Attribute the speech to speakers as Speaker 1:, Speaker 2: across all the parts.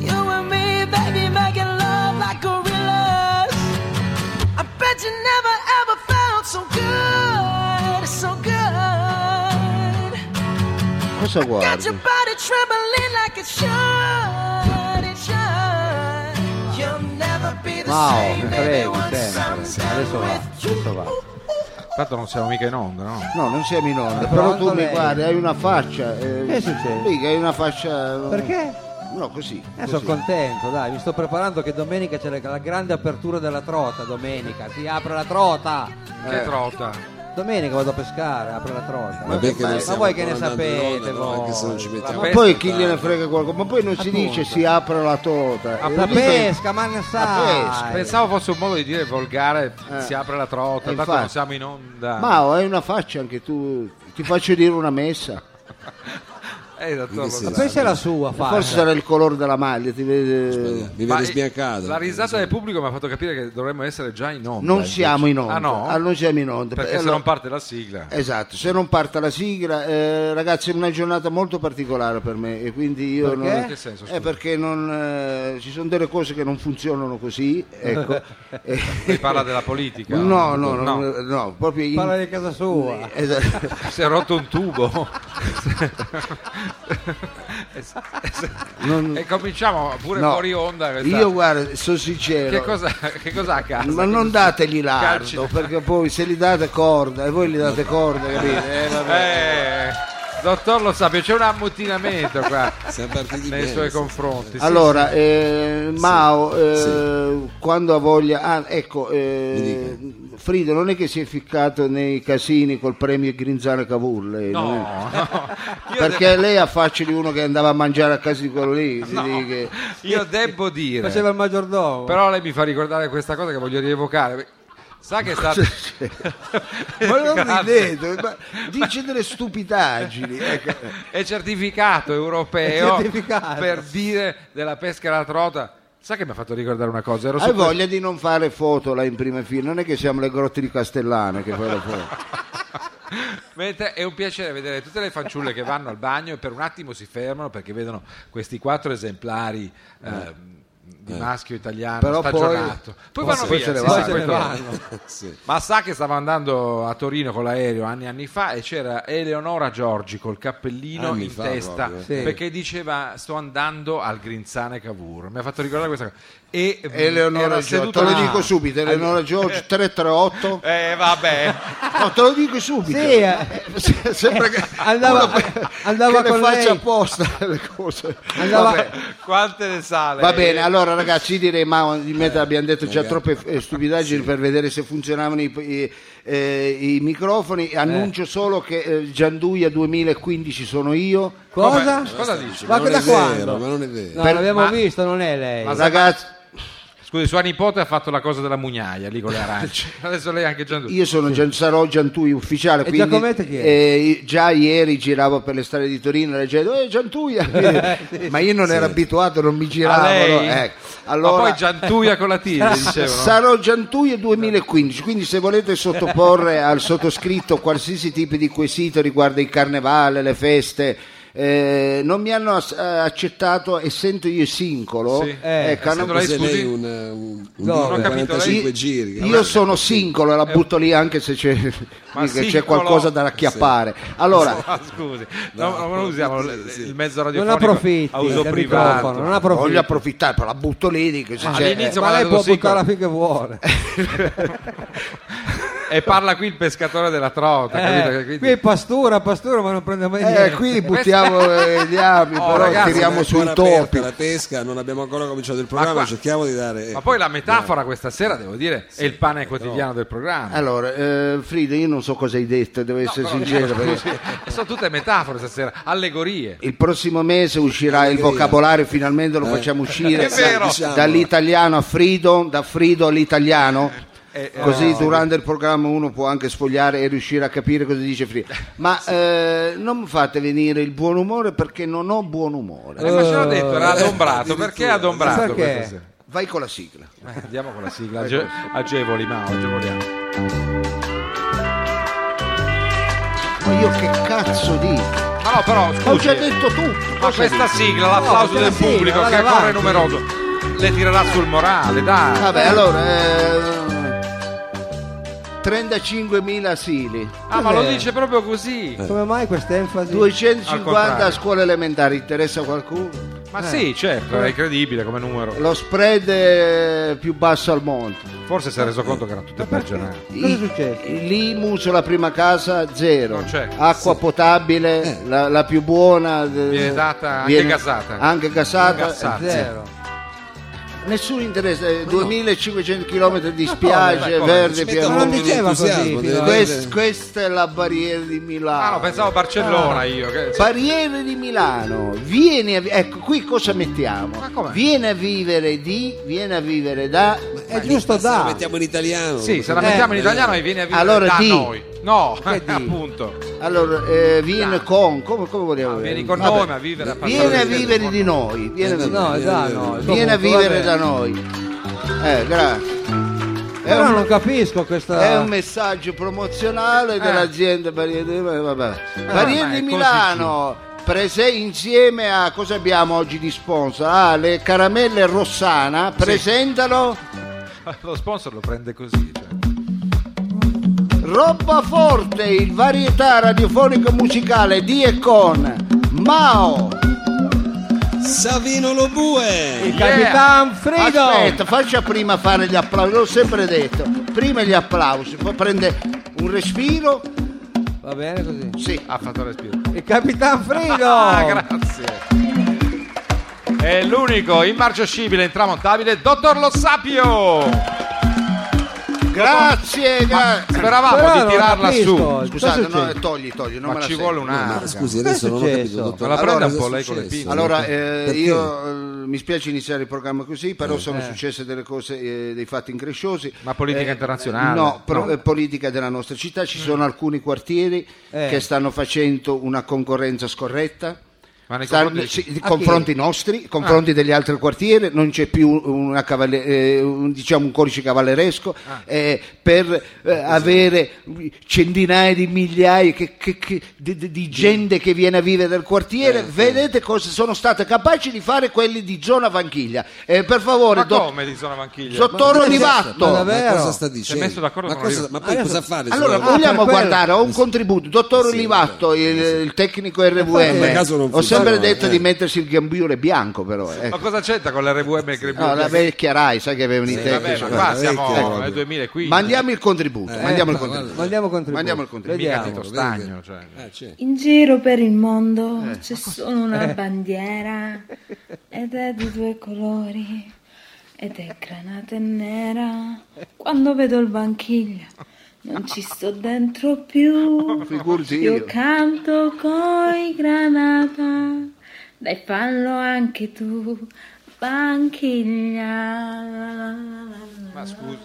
Speaker 1: You and me, baby, making love like gorillas. I bet you never ever felt so good, so good.
Speaker 2: Cosa
Speaker 1: Got your
Speaker 2: guardi?
Speaker 1: body trembling like it should, it should. You'll never be the
Speaker 3: Mao,
Speaker 1: same, baby,
Speaker 3: prego,
Speaker 1: once I'm done
Speaker 3: sempre. Adesso va,
Speaker 1: with you.
Speaker 3: adesso va.
Speaker 4: Tanto non siamo mica in onda, no?
Speaker 2: No, non siamo in onda,
Speaker 3: Ma
Speaker 2: però
Speaker 3: pronto
Speaker 2: tu mi
Speaker 3: lei?
Speaker 2: guardi, hai una faccia. eh,
Speaker 3: Che succede?
Speaker 2: Mica hai una faccia. eh,
Speaker 3: Perché?
Speaker 2: No, così.
Speaker 3: Eh,
Speaker 2: così.
Speaker 3: sono contento, dai, mi sto preparando che domenica c'è la, la grande apertura della trota, domenica, si apre la trota.
Speaker 2: Eh.
Speaker 4: Che trota.
Speaker 3: Domenica vado a pescare, apre la trota.
Speaker 5: Vabbè che noi
Speaker 3: ma
Speaker 5: stiamo
Speaker 3: voi che ne
Speaker 5: ancora andando in onda,
Speaker 3: sapete
Speaker 5: no? Anche se non ci
Speaker 3: voi?
Speaker 5: mettiamo. Eh,
Speaker 2: Ma
Speaker 4: Pesca eh.
Speaker 2: poi chi
Speaker 5: tanto.
Speaker 2: gliene frega qualcosa? Ma poi non si
Speaker 3: Appunto.
Speaker 2: dice si apre la tota.
Speaker 3: Ah, La
Speaker 2: Eh, dico-
Speaker 3: pesca, ma ne
Speaker 2: pesca.
Speaker 3: sai.
Speaker 4: Pensavo fosse un modo di dire volgare,
Speaker 2: Eh.
Speaker 4: si apre la trota,
Speaker 2: Eh,
Speaker 4: tanto
Speaker 2: infatti.
Speaker 4: non siamo in onda.
Speaker 2: Mao, hai una faccia anche tu. Ti faccio dire una messa.
Speaker 4: Eh, dottor,
Speaker 5: Che si
Speaker 3: Ma
Speaker 4: lo-
Speaker 5: sa.
Speaker 3: pensa alla sua
Speaker 2: Forse
Speaker 3: faccia.
Speaker 2: sarà il colore della maglia. Ti vede...
Speaker 5: Mi
Speaker 4: Ma,
Speaker 5: viene
Speaker 4: eh,
Speaker 5: sbiancato.
Speaker 4: La risata del pubblico mi ha fatto capire che dovremmo essere già in onda.
Speaker 2: Non siamo in onda.
Speaker 4: Ah, no?
Speaker 2: non siamo in onda.
Speaker 4: Perché
Speaker 2: Eh,
Speaker 4: se
Speaker 2: allora-
Speaker 4: non parte la sigla.
Speaker 2: Esatto, se non parte la sigla, eh, ragazzi, è una giornata molto particolare per me e quindi io
Speaker 3: Perché?
Speaker 2: non-
Speaker 4: In che senso,
Speaker 2: Eh,
Speaker 4: scusa?
Speaker 2: perché non, eh, ci sono delle cose che non funzionano così, ecco. Eh,
Speaker 4: Lei parla della politica.
Speaker 2: no, no, no,
Speaker 4: No.
Speaker 2: no, no, proprio in-
Speaker 3: Parla di casa sua.
Speaker 2: Esatto.
Speaker 4: Si è rotto un tubo.
Speaker 2: Non-
Speaker 4: E cominciamo pure
Speaker 2: no.
Speaker 4: fuori onda. questa-
Speaker 2: Io guarda, sono sincero.
Speaker 4: Che cosa, che cosa ha a casa?
Speaker 2: Ma non dategli l'ardo,
Speaker 4: Calci-
Speaker 2: perché poi se gli date corda e voi gli date corda, capite? Eh, vabbè.
Speaker 4: Eh, dottor Lo Sapio, c'è un ammutinamento qua
Speaker 5: Siamo partiti
Speaker 4: nei
Speaker 5: bene.
Speaker 4: suoi confronti. Sì,
Speaker 2: Allora, eh, Mao, eh, quando ha voglia... Ah, ecco, eh, Frido non è che si è ficcato nei casini col premio Grinzane Cavour, lei,
Speaker 4: No,
Speaker 2: non è?
Speaker 4: no. Io
Speaker 2: Perché lei ha faccia di uno che andava a mangiare a casa di quello lì, si
Speaker 4: No.
Speaker 2: dice che-
Speaker 4: Io debbo dire,
Speaker 3: Faceva il maggiordomo.
Speaker 4: però lei mi fa ricordare questa cosa che voglio rievocare. Sa che è stato.
Speaker 2: Cioè, Ma non
Speaker 4: Grazie.
Speaker 2: ridete, ma dice delle stupidaggini. ecco.
Speaker 4: È certificato europeo
Speaker 3: È certificato.
Speaker 4: per dire della pesca alla trota. Sa che mi ha fatto ricordare una cosa? Ero su
Speaker 2: Hai
Speaker 4: questo-
Speaker 2: voglia di non fare foto là in prima fila, non è che siamo le grotte di Castellana che fai la foto.
Speaker 4: Mentre è un piacere vedere tutte le fanciulle che vanno al bagno e per un attimo si fermano perché vedono questi quattro esemplari ehm, di maschio italiano
Speaker 2: Eh. Però poi-
Speaker 4: stagionato. Poi, vanno
Speaker 2: poi
Speaker 4: via,
Speaker 2: se ne
Speaker 4: sì,
Speaker 2: vanno.
Speaker 3: Poi
Speaker 4: sì,
Speaker 3: se ne
Speaker 4: questo-
Speaker 3: vanno.
Speaker 5: Sì.
Speaker 4: Ma sa che stavo andando a Torino con l'aereo anni e anni fa e c'era Eleonora Giorgi col
Speaker 2: Ah,
Speaker 4: cappellino
Speaker 5: Anni
Speaker 4: in
Speaker 5: fa
Speaker 4: testa
Speaker 5: proprio.
Speaker 3: Sì.
Speaker 4: perché diceva sto andando al Grinzane Cavour. Mi ha fatto ricordare questa cosa. E mh, era
Speaker 2: Eleonora Giorgio,
Speaker 4: seduta
Speaker 2: te lo
Speaker 4: lì-
Speaker 2: dico subito, Eleonora Giorgio 338.
Speaker 4: Eh vabbè.
Speaker 2: No, te lo dico subito.
Speaker 3: Sì, eh.
Speaker 2: Se- Sembra che
Speaker 3: Andava-
Speaker 2: uno che
Speaker 3: andava
Speaker 2: le
Speaker 3: con
Speaker 2: faccia
Speaker 3: lei.
Speaker 2: apposta le cose.
Speaker 3: Andava-
Speaker 2: Vabbè.
Speaker 4: Quante ne sale?
Speaker 2: Va bene, allora ragazzi, io direi ma di meta abbiamo detto già
Speaker 5: magari.
Speaker 2: troppe eh, stupidaggini per vedere se funzionavano i, i- eh, i microfoni. Annuncio solo che eh, Gianduia 2015 sono io.
Speaker 3: Cosa?
Speaker 4: Come- cosa dici?
Speaker 3: Ma
Speaker 5: non
Speaker 3: da
Speaker 5: è vero,
Speaker 3: quando?
Speaker 5: ma non è vero.
Speaker 3: No,
Speaker 2: Per-
Speaker 3: l'abbiamo
Speaker 4: ma-
Speaker 3: visto, non è
Speaker 2: Eh,
Speaker 3: lei.
Speaker 4: Ma-
Speaker 2: Ragazzi,
Speaker 4: Scusi, sua nipote ha fatto la cosa della mugnaia lì con le arance. Adesso lei anche già
Speaker 2: Io sono Gian, sarò Giantui ufficiale,
Speaker 3: E
Speaker 2: quindi
Speaker 3: Giacometti chi è?
Speaker 2: eh, già ieri giravo per le strade di Torino e la gente eh, Giantuia, ma io non ero abituato, non mi
Speaker 4: A
Speaker 2: giravano.
Speaker 4: lei?
Speaker 2: ecco. Allora,
Speaker 4: Ma poi Giantuia con la tigre, dicevano.
Speaker 2: sarò Giantuia 2015, quindi se volete sottoporre al sottoscritto qualsiasi tipo di quesito riguardo il carnevale, le feste. eh, non mi hanno ass- eh, accettato essendo io singolo
Speaker 4: Sì.
Speaker 2: eh,
Speaker 4: Essendo
Speaker 2: hanno-
Speaker 4: lei
Speaker 5: Se
Speaker 4: scusi?
Speaker 5: lei un, un, un
Speaker 3: No,
Speaker 5: disco
Speaker 3: non ho
Speaker 5: di
Speaker 4: capito,
Speaker 5: 45
Speaker 2: io-
Speaker 5: giri. che-
Speaker 2: Io sono singolo, la butto lì anche se c'è,
Speaker 4: Eh. Ma
Speaker 2: che c'è
Speaker 4: singolo?
Speaker 2: qualcosa da racchiappare. Allora,
Speaker 4: Ah, scusi, no,
Speaker 5: No.
Speaker 4: non usiamo l-
Speaker 5: Sì.
Speaker 4: il mezzo
Speaker 3: non
Speaker 4: radiofonico
Speaker 3: approfitti
Speaker 4: a uso
Speaker 3: del
Speaker 4: privato.
Speaker 3: microfono, non approfitti.
Speaker 2: voglio approfittare, però la butto lì. dico, se c'è-
Speaker 4: all'inizio- Insomma,
Speaker 3: ma lei
Speaker 4: lo Eh,
Speaker 3: può
Speaker 4: dico.
Speaker 3: buttare la fin che vuole.
Speaker 4: E parla qui il pescatore della trota. capito?
Speaker 3: Eh,
Speaker 4: Che quindi-
Speaker 3: qui è pastura, pastura, ma non prende mai niente.
Speaker 2: eh, qui buttiamo eh, gli armi,
Speaker 4: Oh,
Speaker 2: però
Speaker 4: ragazzi,
Speaker 2: tiriamo
Speaker 5: è
Speaker 2: sui
Speaker 5: ancora aperta
Speaker 2: topi.
Speaker 5: La pesca, non abbiamo ancora cominciato il programma,
Speaker 4: qua-
Speaker 5: cerchiamo di dare...
Speaker 4: Ma poi la metafora questa sera, devo dire, è il pane quotidiano del programma.
Speaker 2: Allora, eh, Frida, io non so cosa hai detto, devo essere
Speaker 4: Però,
Speaker 2: sincero.
Speaker 4: scusi,
Speaker 2: perché
Speaker 4: sono tutte metafore stasera, allegorie.
Speaker 2: il prossimo mese uscirà il
Speaker 5: Allegria.
Speaker 2: vocabolario, finalmente lo facciamo uscire
Speaker 4: È vero.
Speaker 5: Diciamolo.
Speaker 2: dall'italiano a Frido, da Frido all'italiano.
Speaker 4: Eh, eh,
Speaker 2: Così
Speaker 4: no.
Speaker 2: durante il programma uno può anche sfogliare e riuscire a capire cosa dice Frida. Ma eh, non mi fate venire il buon umore perché non ho buon umore.
Speaker 4: Eh, ma ce l'ho detto, era adombrato.
Speaker 5: addirittura.
Speaker 4: Perché adombrato
Speaker 3: Perché?
Speaker 4: questa sera?
Speaker 2: Vai con la sigla.
Speaker 4: Eh, Andiamo con la sigla, age- agevoli, ma agevoliamo.
Speaker 2: Ma io che cazzo dico?
Speaker 4: Ma Ma no, però,
Speaker 2: Ho già
Speaker 4: scusi,
Speaker 2: detto tutto.
Speaker 4: ma
Speaker 2: cosa
Speaker 4: questa
Speaker 2: dici?
Speaker 4: sigla, l'applauso
Speaker 3: No,
Speaker 4: del
Speaker 3: sigla,
Speaker 4: pubblico,
Speaker 3: vada
Speaker 4: che ancora è
Speaker 3: avanti.
Speaker 4: numeroso, le tirerà sul morale, dai.
Speaker 2: Vabbè, allora. eh, 35.000 asili,
Speaker 4: Ah, ma lo dice proprio così.
Speaker 3: Come mai questa enfasi?
Speaker 2: 250 a
Speaker 4: contrario.
Speaker 2: scuole elementari, interessa a qualcuno?
Speaker 4: Ma sì, certo, è incredibile come numero.
Speaker 2: Lo spread eh, più basso al monte.
Speaker 4: Forse si è
Speaker 2: Eh.
Speaker 4: reso conto che erano tutte pagionate.
Speaker 3: Cosa è successo?
Speaker 2: L'IMU sulla prima casa zero,
Speaker 4: Non c'è.
Speaker 2: acqua potabile, la, la più buona. eh,
Speaker 4: Eh. Viene data anche gasata.
Speaker 2: Anche gasata. Eh,
Speaker 4: Gasata.
Speaker 3: Zero.
Speaker 2: Nessun interesse, eh, 2500 km di spiagge,
Speaker 4: ma come?
Speaker 2: verdi,
Speaker 5: Ci
Speaker 3: Ma
Speaker 5: mettono
Speaker 2: pianure.
Speaker 5: un
Speaker 3: non
Speaker 5: po' di
Speaker 3: diceva così,
Speaker 5: entusiasmo,
Speaker 3: fino
Speaker 5: deve-
Speaker 3: a-
Speaker 2: Quest- questa è la barriera di Milano.
Speaker 4: Ah, no, pensavo a Barcellona io.
Speaker 2: Eh.
Speaker 4: Che...
Speaker 2: Barriere di Milano, vieni a vi- ecco qui cosa mettiamo?
Speaker 4: Ma com'è?
Speaker 2: Vieni a vivere di, vieni a vivere da.
Speaker 3: È giusto
Speaker 5: Se la
Speaker 3: da.
Speaker 5: mettiamo in italiano.
Speaker 4: Sì, se la mettiamo in italiano e viene a vivere
Speaker 2: Eh. Allora
Speaker 4: da
Speaker 2: di.
Speaker 4: noi. No,
Speaker 3: Che di?
Speaker 4: appunto.
Speaker 2: Allora, eh, vieni con, come, come vogliamo dire?
Speaker 4: Ah, Vieni con
Speaker 2: Vabbè.
Speaker 4: noi, ma a vivere a
Speaker 2: Vieni a
Speaker 4: Barcellona.
Speaker 2: vivere di noi, vieni a
Speaker 5: Eh,
Speaker 2: vivere.
Speaker 3: No, è da no.
Speaker 2: Vieni a
Speaker 3: Comunque,
Speaker 2: vivere
Speaker 3: vabbè.
Speaker 2: da noi. Eh, grazie. È
Speaker 3: Però
Speaker 2: un-
Speaker 3: non capisco questa.
Speaker 2: È un messaggio promozionale dell'azienda Barriere di, vabbè. Barriere
Speaker 4: Eh. ma
Speaker 2: di
Speaker 4: è
Speaker 2: Milano. prese- insieme a cosa abbiamo oggi di sponsor? Ah, le caramelle Rossana presentano
Speaker 4: Lo sponsor lo prende così. cioè.
Speaker 2: Roba Forte, il varietà radiofonico musicale di e con Mao.
Speaker 5: Savino Lobue.
Speaker 3: Il Capitan Frido!
Speaker 2: Aspetta, faccia prima fare gli applausi, l'ho sempre detto. Prima gli applausi, poi prende un respiro.
Speaker 3: Va bene così.
Speaker 2: Sì.
Speaker 4: Ha fatto respiro.
Speaker 3: Il Capitan Frido!
Speaker 4: Ah, grazie. È l'unico immarcioscibile, intramontabile, dottor Lo Sapio.
Speaker 2: Grazie,
Speaker 4: Ma
Speaker 2: grazie.
Speaker 4: speravamo
Speaker 3: Però non
Speaker 4: di tirarla
Speaker 3: capisco.
Speaker 4: su.
Speaker 2: Scusate,
Speaker 3: Cosa
Speaker 2: no,
Speaker 3: succede?
Speaker 2: togli, togli, non
Speaker 4: Ma
Speaker 2: me la
Speaker 4: ci
Speaker 2: sento.
Speaker 4: vuole un'arma.
Speaker 5: Ma scusi, adesso
Speaker 3: Cosa è
Speaker 5: non ho capito.
Speaker 3: successo?
Speaker 5: dottore.
Speaker 4: Ma la prenda
Speaker 5: Allora,
Speaker 4: un po'
Speaker 5: cosa è
Speaker 4: lei con le
Speaker 5: successo?
Speaker 4: pinze.
Speaker 2: Allora, eh,
Speaker 5: Perché?
Speaker 2: io eh, mi spiace iniziare il programma così, però sono successe delle cose, eh, dei fatti incresciosi.
Speaker 4: eh.
Speaker 2: Eh,
Speaker 4: Ma politica internazionale?
Speaker 2: No, pro-
Speaker 4: No. Mm.
Speaker 2: eh, politica della nostra città. Ci sono alcuni quartieri
Speaker 3: Eh.
Speaker 2: che stanno facendo una concorrenza scorretta.
Speaker 4: Ma nei
Speaker 2: Stanno-
Speaker 4: confronti-
Speaker 2: sì, di
Speaker 3: A chi?
Speaker 2: confronti nostri, confronti degli altri quartieri, non c'è più una cavalle- eh, un, diciamo, un codice cavalleresco eh, per eh, avere centinaia di migliaia che- che- che- di, di- di gente che viene a vivere nel quartiere. Vedete cosa sono state capaci di fare quelli di zona Vanchiglia. Eh, per favore,
Speaker 4: Ma
Speaker 2: do-
Speaker 4: come di zona Vanchiglia?
Speaker 2: Sottoro
Speaker 5: Ma-
Speaker 2: Rivatto.
Speaker 5: Ma
Speaker 3: davvero?
Speaker 5: cosa sta dicendo?
Speaker 4: messo d'accordo
Speaker 5: ma,
Speaker 4: con
Speaker 5: cosa,
Speaker 4: Oliva.
Speaker 5: ma poi cosa fare?
Speaker 2: Allora,
Speaker 5: signora?
Speaker 3: vogliamo-
Speaker 2: vogliamo
Speaker 3: per quello.
Speaker 2: guardare, ho un contributo. Dottor
Speaker 5: Ah, Sì,
Speaker 2: Olivatto, il, il tecnico
Speaker 5: per caso non
Speaker 2: RVM, ho
Speaker 5: funziona,
Speaker 2: sempre
Speaker 5: eh.
Speaker 2: detto di mettersi il gambiule bianco, però. ecco.
Speaker 4: Ma cosa c'entra con l'RVM e il Gremio?
Speaker 2: No, la vecchia Rai, sai che avevano i
Speaker 5: Sì,
Speaker 4: Vabbè,
Speaker 2: tecnici.
Speaker 4: ma
Speaker 5: cioè,
Speaker 4: qua
Speaker 5: guarda,
Speaker 4: siamo Eh,
Speaker 5: vecchio,
Speaker 4: nel
Speaker 5: vabbè.
Speaker 4: 2015.
Speaker 2: Mandiamo il contributo, mandiamo il
Speaker 5: ma
Speaker 2: contributo.
Speaker 3: Mandiamo il contributo.
Speaker 2: eh, Mandiamo il contributo.
Speaker 4: Mica
Speaker 3: Vediamo.
Speaker 4: Tito Stagno, cioè.
Speaker 5: Eh, c'è.
Speaker 6: In giro per il mondo c'è solo una bandiera ed è di due colori ed è granata e nera. Quando vedo il banchiglia non ci sto dentro più.
Speaker 2: Figurati io.
Speaker 6: io canto coi granata. Dai fallo anche tu, banchiglia.
Speaker 4: Ma scusi,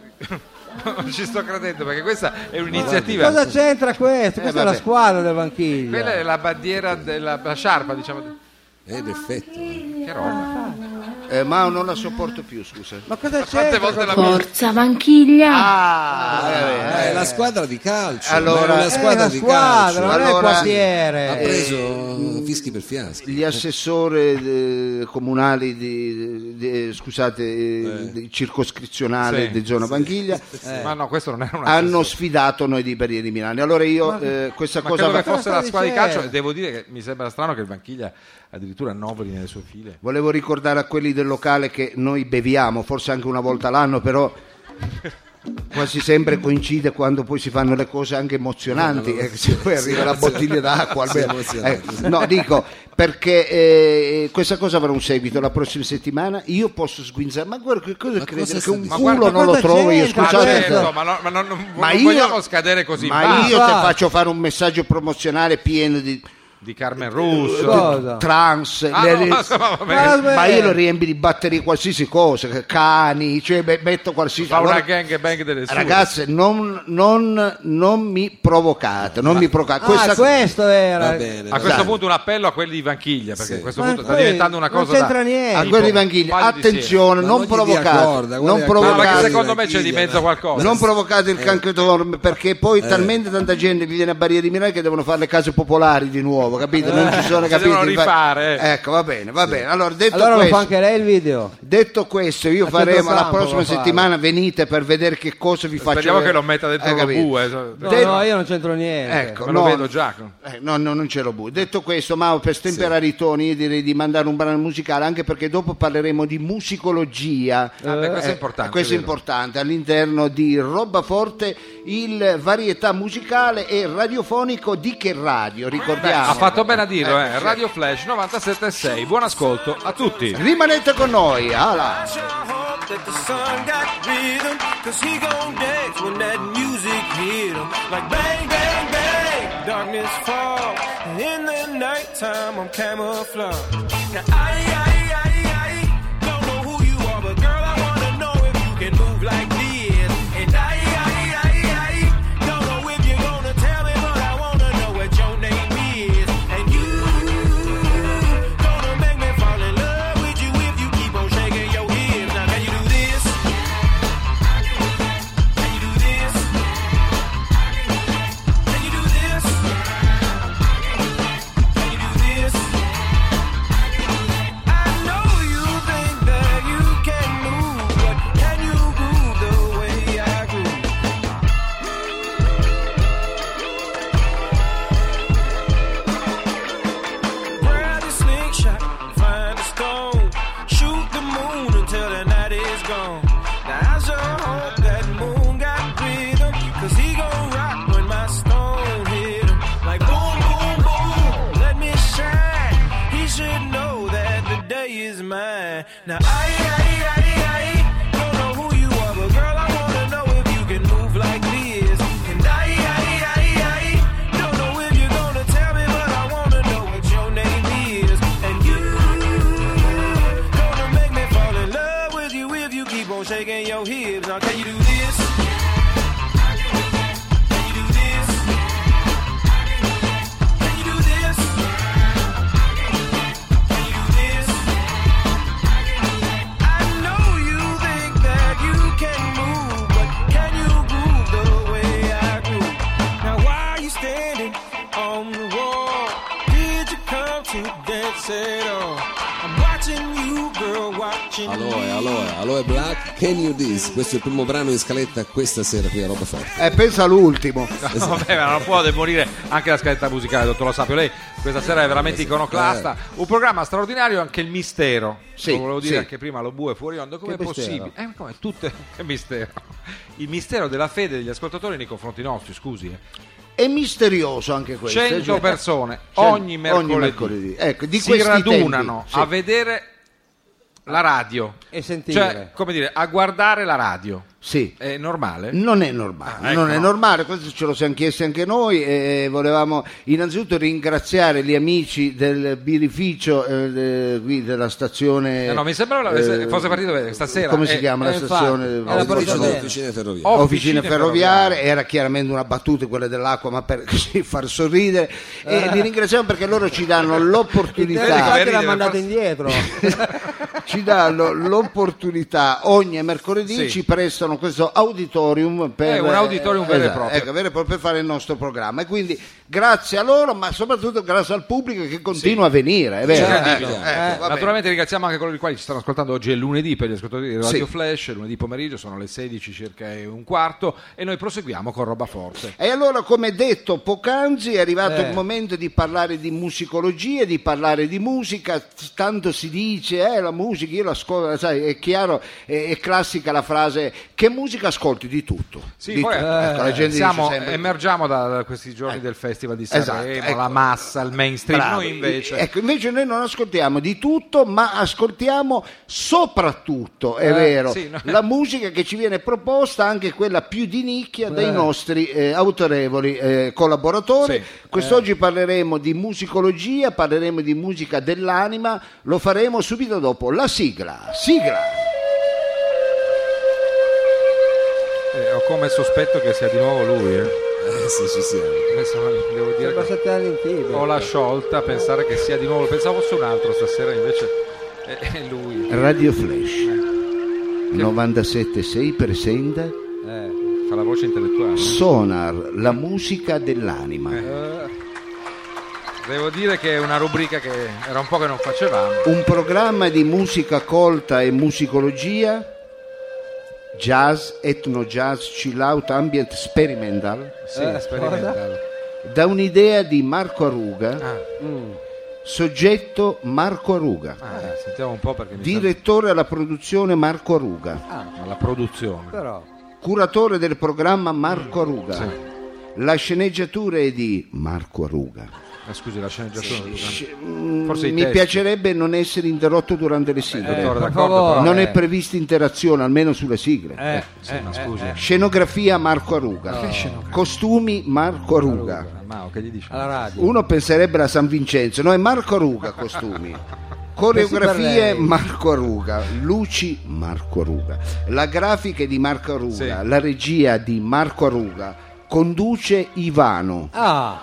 Speaker 4: non ci sto credendo perché questa è un'iniziativa.
Speaker 3: Cosa c'entra questo? Questa è la
Speaker 2: Eh, vabbè.
Speaker 3: squadra del Vanchiglia.
Speaker 4: Quella è la bandiera della la sciarpa, diciamo.
Speaker 5: Eh, in effetti.
Speaker 4: Che roba.
Speaker 2: Eh, ma non la sopporto più, scusa.
Speaker 3: Ma cosa
Speaker 4: Quante
Speaker 3: c'entra?
Speaker 4: volte la
Speaker 6: Forza banchiglia!
Speaker 2: Ah,
Speaker 5: Eh, la squadra di calcio.
Speaker 2: Allora-
Speaker 5: ma è
Speaker 2: Eh,
Speaker 5: una
Speaker 3: È
Speaker 5: squadra
Speaker 3: una
Speaker 5: di calcio.
Speaker 3: squadra, non è il
Speaker 2: Allora-
Speaker 5: Ha
Speaker 3: quartiere.
Speaker 5: preso fischi per fiaschi.
Speaker 2: gli assessori eh, comunali di, di- scusate eh, di- circoscrizionale
Speaker 4: Sì,
Speaker 2: di zona Vanchiglia
Speaker 4: Ma no, questo non era una
Speaker 2: hanno sfidato noi di Barriere di Milano allora io eh, questa
Speaker 4: Ma
Speaker 2: cosa
Speaker 4: credo
Speaker 2: va-
Speaker 4: che
Speaker 2: Cioè,
Speaker 4: fosse la
Speaker 3: Cosa
Speaker 4: squadra di
Speaker 3: diceva?
Speaker 4: calcio e devo dire che mi sembra strano che il Vanchiglia addirittura annoveri nelle sue file.
Speaker 2: volevo ricordare a quelli del locale che noi beviamo forse anche una volta l'anno però quasi sempre coincide quando poi si fanno le cose anche emozionanti eh, se poi arriva la bottiglia d'acqua
Speaker 5: Sì,
Speaker 2: almeno.
Speaker 5: emozionanti,
Speaker 2: Eh, no dico perché eh, questa cosa avrà un seguito la prossima settimana io posso sguinzare ma guarda che cosa
Speaker 5: Ma
Speaker 2: crede
Speaker 5: cosa
Speaker 2: che
Speaker 5: sta
Speaker 2: un
Speaker 5: dicendo?
Speaker 2: culo
Speaker 3: Ma
Speaker 2: non lo
Speaker 3: guarda
Speaker 2: trovo io
Speaker 3: gente,
Speaker 4: Ma
Speaker 2: scusate
Speaker 3: questo-
Speaker 4: certo, ma, no- ma non, non-
Speaker 2: Ma
Speaker 4: non
Speaker 2: io-
Speaker 4: vogliamo scadere così in
Speaker 2: ma
Speaker 4: basso.
Speaker 2: io ti
Speaker 3: Basta.
Speaker 2: faccio fare un messaggio promozionale pieno di
Speaker 4: di Carmen Russo.
Speaker 3: Cosa?
Speaker 2: trans
Speaker 4: Ah,
Speaker 2: le-
Speaker 4: no, ma insomma, va bene.
Speaker 3: Ma-
Speaker 2: ma io lo riempi di batterie qualsiasi cosa cani cioè beh, metto qualsiasi
Speaker 4: Fa una
Speaker 2: allora-
Speaker 4: gang bang delle sue.
Speaker 2: Ragazze, non, non- non mi provocate, non mi provocate.
Speaker 3: Ah,
Speaker 2: Questa-
Speaker 3: questo era.
Speaker 5: Va bene.
Speaker 4: a questo
Speaker 2: Dai.
Speaker 4: punto un appello a quelli di Vanchiglia, perché
Speaker 5: Sì.
Speaker 4: a questo
Speaker 3: Ma
Speaker 4: punto sta
Speaker 3: poi
Speaker 4: diventando una
Speaker 3: non
Speaker 4: cosa
Speaker 3: c'entra
Speaker 4: da-
Speaker 3: niente.
Speaker 2: a
Speaker 4: tipo
Speaker 2: quelli di
Speaker 4: un
Speaker 2: Vanghiglia,
Speaker 4: paio di sere.
Speaker 2: attenzione,
Speaker 5: Ma
Speaker 2: non
Speaker 5: non gli dia corda, Eh. guarda
Speaker 2: provocate, non
Speaker 5: che-
Speaker 4: No,
Speaker 5: Vanchiglia,
Speaker 4: perché
Speaker 2: provocate,
Speaker 4: secondo me c'è di
Speaker 5: Vanchiglia.
Speaker 4: mezzo qualcosa.
Speaker 2: non provocate
Speaker 5: Eh.
Speaker 2: il cancro perché poi talmente tanta gente viene a Barriere di Milano che devono fare le case popolari di nuovo. nuovo, capito? Non ci sono
Speaker 4: Eh. Si
Speaker 2: capito.
Speaker 4: devono
Speaker 2: Infa-
Speaker 4: rifare, eh.
Speaker 2: Ecco, va bene, va bene. Allora, detto
Speaker 3: Allora lo
Speaker 2: questo,
Speaker 3: fa anche lei il video.
Speaker 2: detto questo, io
Speaker 3: A
Speaker 2: faremo la
Speaker 3: centrocampo
Speaker 2: prossima
Speaker 3: lo farò.
Speaker 2: settimana. Venite per vedere che cosa vi faccio.
Speaker 4: Speriamo che
Speaker 2: vedere.
Speaker 4: lo metta dentro
Speaker 2: Eh,
Speaker 4: una
Speaker 2: capito?
Speaker 4: bue.
Speaker 3: No,
Speaker 2: Del-
Speaker 3: no, io non c'entro niente.
Speaker 2: Ecco,
Speaker 4: Eh, Me lo
Speaker 2: no.
Speaker 4: vedo già.
Speaker 2: Eh, no, no, non c'ero bu. Detto questo, Mao, per stemperare i toni, io direi di mandare un brano musicale, anche perché dopo parleremo di musicologia.
Speaker 4: Ah, beh, questo è
Speaker 2: Eh,
Speaker 4: importante,
Speaker 2: questo è
Speaker 4: vero?
Speaker 2: importante. All'interno di Roba Forte, il varietà musicale e radiofonico di che radio, ricordiamo.
Speaker 4: Ha fatto bene a dirlo, eh. Radio Flash 97.6. Buon ascolto a
Speaker 2: Eh,
Speaker 4: tutti.
Speaker 2: Rimanete con noi, ala.
Speaker 7: I sure hope that the sun got rhythm, cause he gon' dance when that music hit him. Like bang, bang, bang, darkness fall. And in the nighttime, I'm camouflage. Now, I, I, I, I, don't know who you are, but girl, I wanna know if you can move like this. And I, I, I, I, don't know if you're gonna tell me, but I wanna know what your name is. And you, gonna make me fall in love with you if you keep on shaking your hips. Now can you do this? Can you do this? Can you do this? Can you do this? I know you think that you can move, but can you groove the way I groove? Grab the slingshot, find a stone, shoot the moon until the night is gone. Now I sure hope that moon got rhythm, 'cause he gon' rock when my stone hit him. Like boom, boom, boom, let me shine. He should know that the day is mine. Now I, I, I, I don't know who you are, but girl I wanna know if you can move like this. And I, I, I, I don't know if you're gonna tell me, but I wanna know what your name is. And you gonna make me fall in love with you if you keep on shaking your hips. Now can you do this? Can you do this? Can you do this? Can you do this? I know you think that you can move, but can you groove the way I groove? Now why are you standing on the wall? Did you come to dance at all? I'm watching you, girl, watching
Speaker 5: Aloe,
Speaker 7: me.
Speaker 5: Aloe, Aloe Black, Can You This? Questo è il primo brano in scaletta questa sera qui a Roba Forte.
Speaker 2: Eh, pensa all'ultimo.
Speaker 4: No, vabbè, ma non può demolire anche la scaletta musicale, dottor Lo Sapio. Lei questa sera è veramente
Speaker 2: Eh,
Speaker 4: iconoclasta. Un programma straordinario, anche il mistero.
Speaker 2: Sì,
Speaker 4: Lo volevo dire
Speaker 2: sì.
Speaker 4: anche prima, lo bue fuori onda. Come è
Speaker 3: Che mistero?
Speaker 4: possibile? Eh, ma come? Tutte... Che mistero? Il mistero della fede degli ascoltatori nei confronti nostri, scusi. eh.
Speaker 2: È misterioso anche questo. eh,
Speaker 4: 100
Speaker 2: cioè-
Speaker 4: persone
Speaker 2: Cioè,
Speaker 4: ogni mercoledì,
Speaker 2: mercoledì. Ecco, di
Speaker 4: si
Speaker 2: questi
Speaker 4: radunano
Speaker 2: tempi, sì.
Speaker 4: a vedere la radio
Speaker 3: E sentire.
Speaker 4: Cioè, come dire, a guardare la radio.
Speaker 2: Sì.
Speaker 4: È normale?
Speaker 2: Non è normale,
Speaker 4: Ah, ecco.
Speaker 2: non è normale, questo ce lo siamo chiesti anche noi e volevamo innanzitutto ringraziare gli amici del birrificio eh, de- qui della stazione...
Speaker 4: Eh no, mi sembrava la-
Speaker 2: eh,
Speaker 4: fosse partito stasera.
Speaker 2: Come si
Speaker 4: Eh,
Speaker 2: chiama la
Speaker 3: eh,
Speaker 2: stazione?
Speaker 3: infatti,
Speaker 2: Ho
Speaker 3: era
Speaker 2: sbagliato.
Speaker 3: Officine-
Speaker 5: Officine, officine
Speaker 3: Ferroviaria.
Speaker 5: ferroviaria.
Speaker 4: Oh,
Speaker 2: Officine
Speaker 4: Officine
Speaker 2: ferroviarie, era chiaramente una battuta quella dell'acqua, ma per così far sorridere. E li ringraziamo perché loro ci danno l'opportunità.
Speaker 3: Infatti l'ha
Speaker 4: ridere,
Speaker 3: mandato
Speaker 4: forse-
Speaker 3: indietro.
Speaker 2: ci danno l'opportunità ogni mercoledì
Speaker 4: Sì.
Speaker 2: ci prestano questo auditorium per
Speaker 4: È un auditorium vero e
Speaker 2: esatto,
Speaker 4: proprio.
Speaker 2: ecco, vero e proprio per fare il nostro programma e quindi grazie a loro ma soprattutto grazie al pubblico che continua a venire è vero Ecco,
Speaker 4: Incredibile.
Speaker 2: ecco, va bene.
Speaker 4: Eh, Naturalmente ringraziamo anche coloro i quali ci stanno ascoltando oggi è lunedì per gli ascoltatori di Radio
Speaker 2: Sì.
Speaker 4: Flash, lunedì pomeriggio sono le 16 circa e un quarto e noi proseguiamo con roba forte.
Speaker 2: E allora, come detto poc'anzi, è arrivato
Speaker 3: Eh.
Speaker 2: il momento di parlare di musicologia, di parlare di musica. Tanto si dice, eh, la musica, io l'ascolto, sai, è chiaro, è, è classica la frase, che musica ascolti di tutto.
Speaker 4: Sì,
Speaker 2: Di
Speaker 4: poi, eh,
Speaker 2: tutto. Ecco, la gente
Speaker 4: siamo-
Speaker 2: dice sempre... Eh.
Speaker 4: emergiamo da, da questi giorni del Festival di Sanremo,
Speaker 2: Esatto, ecco.
Speaker 4: la massa, il mainstream,
Speaker 2: Bravo.
Speaker 4: noi invece...
Speaker 2: Ecco, invece noi non ascoltiamo di tutto, ma ascoltiamo soprattutto, è
Speaker 4: Eh,
Speaker 2: vero,
Speaker 4: sì, no.
Speaker 2: la musica che ci viene proposta, anche quella più di nicchia, dai nostri eh, autorevoli eh, collaboratori.
Speaker 4: Sì. Eh.
Speaker 2: Quest'oggi parleremo di musicologia, parleremo di musica dell'anima, lo faremo subito dopo la sigla. Sigla!
Speaker 4: Eh, ho come sospetto che sia di nuovo lui. eh.
Speaker 5: Eh sì, ci siamo.
Speaker 4: Adesso Devo dire
Speaker 3: Sembra
Speaker 4: che
Speaker 3: sette anni in Tibet.
Speaker 4: ho la sciolta a pensare che sia di nuovo, pensavo fosse un altro stasera invece è, è lui.
Speaker 2: Radio Flash
Speaker 4: Eh.
Speaker 2: 97.6 presenta
Speaker 3: Eh,
Speaker 4: Fa la voce intellettuale. Eh.
Speaker 2: Sonar, la musica dell'anima.
Speaker 4: Devo dire che è una rubrica che era un po' che non facevamo.
Speaker 2: Un programma di musica colta e musicologia, jazz, etno jazz, chill out, ambient experimental,
Speaker 4: Sì,
Speaker 3: Eh,
Speaker 4: sperimentale.
Speaker 2: da un'idea di Marco Aruga,
Speaker 4: Ah,
Speaker 2: soggetto Marco Aruga,
Speaker 4: ah, sentiamo un po' perché mi
Speaker 2: direttore alla produzione Marco Aruga,
Speaker 4: sembra- Ma la produzione.
Speaker 3: Però,
Speaker 2: curatore del programma
Speaker 4: Mm.
Speaker 2: Marco Aruga. La sceneggiatura è di Marco Aruga.
Speaker 4: Ah, scusi, la sceneggiatura.
Speaker 2: Sci-
Speaker 4: Forse i
Speaker 2: Mi
Speaker 4: testi. Eh,
Speaker 2: piacerebbe non essere interrotto durante le
Speaker 4: Sono
Speaker 2: sigle.
Speaker 3: per
Speaker 4: d'accordo,
Speaker 3: favore.
Speaker 4: però-
Speaker 2: Eh, Non è prevista interazione, almeno sulle sigle.
Speaker 3: eh,
Speaker 4: Sì, ma scusi.
Speaker 2: Scenografia Marco Aruga. Costumi Marco Aruga.
Speaker 4: Mao, che gli dici?
Speaker 3: alla radio.
Speaker 2: Uno penserebbe a San Vincenzo, no, è Marco Aruga costumi.
Speaker 3: Pensi per
Speaker 2: Coreografie
Speaker 3: lei.
Speaker 2: Marco Aruga, luci Marco Aruga, la grafica è di Marco Aruga,
Speaker 4: Sì.
Speaker 2: la regia di Marco Aruga, conduce Ivano.
Speaker 3: Ah,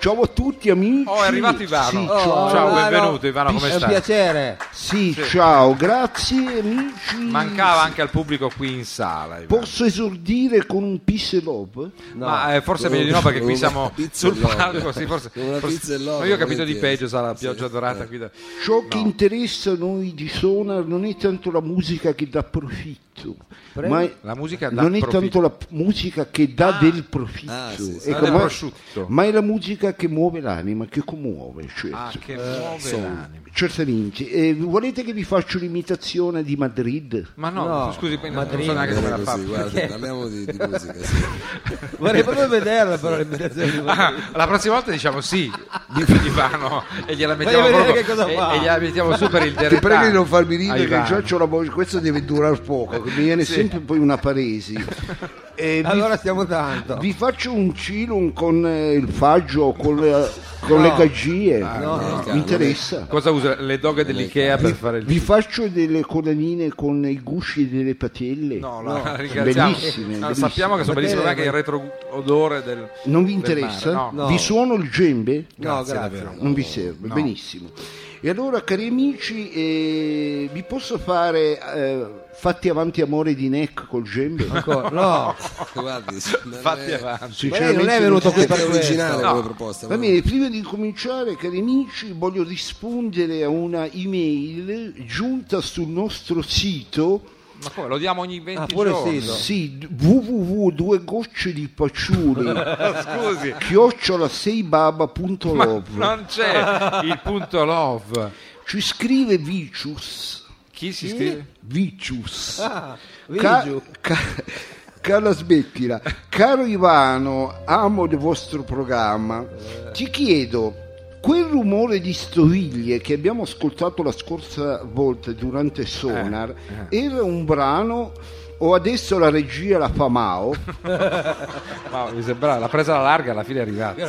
Speaker 2: Ciao a tutti amici.
Speaker 4: Oh, è arrivato Ivano.
Speaker 2: Sì,
Speaker 4: Oh,
Speaker 2: ciao.
Speaker 4: ciao, benvenuto, Ivano, come
Speaker 3: è
Speaker 4: stai?
Speaker 3: un piacere.
Speaker 2: Sì, ciao, grazie amici.
Speaker 4: Mancava anche al pubblico qui in sala. Ivano.
Speaker 2: Posso esordire con un pisse love?
Speaker 3: No.
Speaker 4: Ma eh, forse meglio di no perché qui
Speaker 5: Una
Speaker 4: siamo
Speaker 5: pizza e
Speaker 4: sul
Speaker 5: l'olio.
Speaker 4: palco. Sì, forse,
Speaker 5: Una
Speaker 4: forse-
Speaker 5: pizza e l'olio,
Speaker 4: ma io ho capito di
Speaker 5: volentieri.
Speaker 4: peggio, sarà la pioggia
Speaker 5: Sì,
Speaker 4: dorata
Speaker 5: eh.
Speaker 4: qui da-
Speaker 2: Ciò che
Speaker 4: No.
Speaker 2: interessa a noi di Sonar non è tanto la musica che dà profitto,
Speaker 3: Prego.
Speaker 2: ma è-
Speaker 4: La musica dà
Speaker 2: non è
Speaker 4: profitto.
Speaker 2: tanto la p- musica che dà del profitto,
Speaker 5: Ah, sì, sì.
Speaker 2: Ecco,
Speaker 4: Dà del
Speaker 2: ma,
Speaker 4: prosciutto.
Speaker 2: ma è la musica che muove l'anima, che commuove. Cioè,
Speaker 4: Ah, che muove
Speaker 5: sono-
Speaker 4: l'anima.
Speaker 2: Certamente, Eh, volete che vi faccio l'imitazione di Madrid?
Speaker 4: Ma no,
Speaker 3: No,
Speaker 4: scusi, poi non
Speaker 3: Madrid.
Speaker 4: so neanche come la
Speaker 5: Così,
Speaker 4: fa.
Speaker 5: guarda, parliamo di, di musica. Sì.
Speaker 3: Vorrei proprio vederla però l'imitazione di
Speaker 4: Ah,
Speaker 3: Madrid.
Speaker 4: la prossima volta diciamo sì di Ivano e gliela mettiamo,
Speaker 3: Voglio vedere che
Speaker 4: proprio-
Speaker 3: cosa
Speaker 4: e,
Speaker 3: fa.
Speaker 4: e gliela mettiamo su per il
Speaker 2: Ti
Speaker 4: direttore.
Speaker 2: prego di non farmi ridere,
Speaker 4: Ivano.
Speaker 2: che già c'ho la voce, questo deve durare poco, che mi viene sempre poi una paresi. Eh, vi-
Speaker 3: Allora stiamo tanto.
Speaker 2: Vi faccio un cilum con eh, il faggio, con le, con le gaggie. Mi interessa.
Speaker 4: Cosa usa? Le doghe dell'Ikea per fare il...
Speaker 2: Vi faccio delle colanine con i gusci delle patelle.
Speaker 4: No, la la ringraziamo.
Speaker 2: Bellissime,
Speaker 4: No,
Speaker 2: bellissime.
Speaker 4: Sappiamo che
Speaker 3: Perché-
Speaker 4: sono bellissime, ma anche il retroodore del...
Speaker 2: Non vi
Speaker 4: del
Speaker 2: interessa?
Speaker 4: mare, no.
Speaker 3: No.
Speaker 2: Vi suono il gembe?
Speaker 3: No,
Speaker 4: Grazie,
Speaker 3: grazie.
Speaker 4: davvero.
Speaker 2: Non vi serve,
Speaker 4: No.
Speaker 2: benissimo. E allora, cari amici, eh, vi posso fare eh, fatti avanti amore di neck col gembe?
Speaker 3: Ancora- No,
Speaker 5: Guardi, non
Speaker 4: Fatti
Speaker 5: è-
Speaker 4: avanti.
Speaker 3: lei non è venuto qui
Speaker 5: È
Speaker 3: per
Speaker 5: originale
Speaker 3: questo.
Speaker 5: come proposta.
Speaker 2: Va
Speaker 5: no?
Speaker 2: bene, prima di cominciare, cari amici, voglio rispondere a una email giunta sul nostro sito
Speaker 4: Ma come? Lo diamo ogni 20
Speaker 3: Ah, pure
Speaker 4: giorni.
Speaker 3: sì, no.
Speaker 2: sì, www due gocce di paciuli
Speaker 4: Scusi.
Speaker 2: chiocciola seibaba.love
Speaker 4: Non c'è il punto love.
Speaker 2: ci scrive Vicius
Speaker 4: Chi si scrive?
Speaker 2: Vicius
Speaker 3: Ah, vedi
Speaker 2: Ca-
Speaker 3: giù.
Speaker 2: ca- Carla smettila caro Ivano amo il vostro programma ti chiedo quel rumore di stoviglie che abbiamo ascoltato la scorsa volta durante Sonar
Speaker 3: Eh,
Speaker 2: era un brano o adesso la regia la fa Mao
Speaker 4: Ma mi sembrava l'ha presa alla larga, alla fine è arrivata.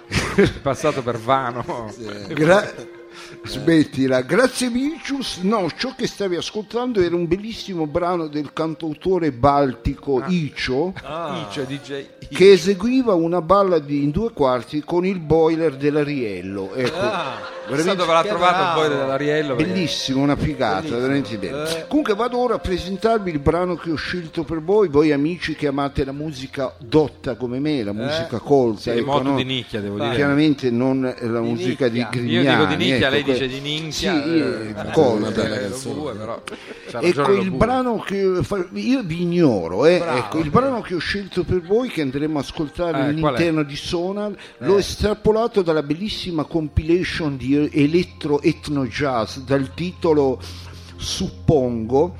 Speaker 4: È passato per Vano.
Speaker 2: Gra- Smettila, grazie Vicius. No, ciò che stavi ascoltando era un bellissimo brano del cantautore
Speaker 3: Ah.
Speaker 2: baltico Icio
Speaker 4: Icio, DJ.
Speaker 2: che eseguiva una balla di- in due quarti con il boiler dell'Ariello. Ecco,
Speaker 4: Ah, Chissà
Speaker 2: veramente
Speaker 4: dove l'ha
Speaker 3: che
Speaker 4: trovato il
Speaker 3: bravo.
Speaker 4: poi dell'Ariello. perché-
Speaker 2: bellissimo, una figata, veramente
Speaker 4: Eh.
Speaker 2: bella. Comunque vado ora a presentarvi il brano che ho scelto per voi, voi amici che amate la musica dotta come me, la musica colta.
Speaker 4: Sì,
Speaker 2: ecco,
Speaker 4: Eh? molto
Speaker 2: no?
Speaker 4: di nicchia, devo dire.
Speaker 2: Chiaramente non la musica di
Speaker 3: nicchia.
Speaker 2: Grignani.
Speaker 4: Io dico di nicchia,
Speaker 2: ecco,
Speaker 4: lei
Speaker 2: que-
Speaker 4: dice di
Speaker 2: Sì,
Speaker 4: ninchia. eh,
Speaker 2: eh,
Speaker 4: eh,
Speaker 2: colta.
Speaker 5: una bella
Speaker 4: eh, lo
Speaker 5: canzone.
Speaker 4: bue, però c'ha
Speaker 2: Ecco
Speaker 4: ragione lo
Speaker 2: il
Speaker 4: bue.
Speaker 2: brano che fa- io vi ignoro, eh. ecco, il brano che ho scelto per voi che andremo a ascoltare
Speaker 4: Eh, qual è? Eh.
Speaker 2: all'interno di Sonar, l'ho estrapolato dalla bellissima compilation di electro etno jazz dal titolo Suppongo,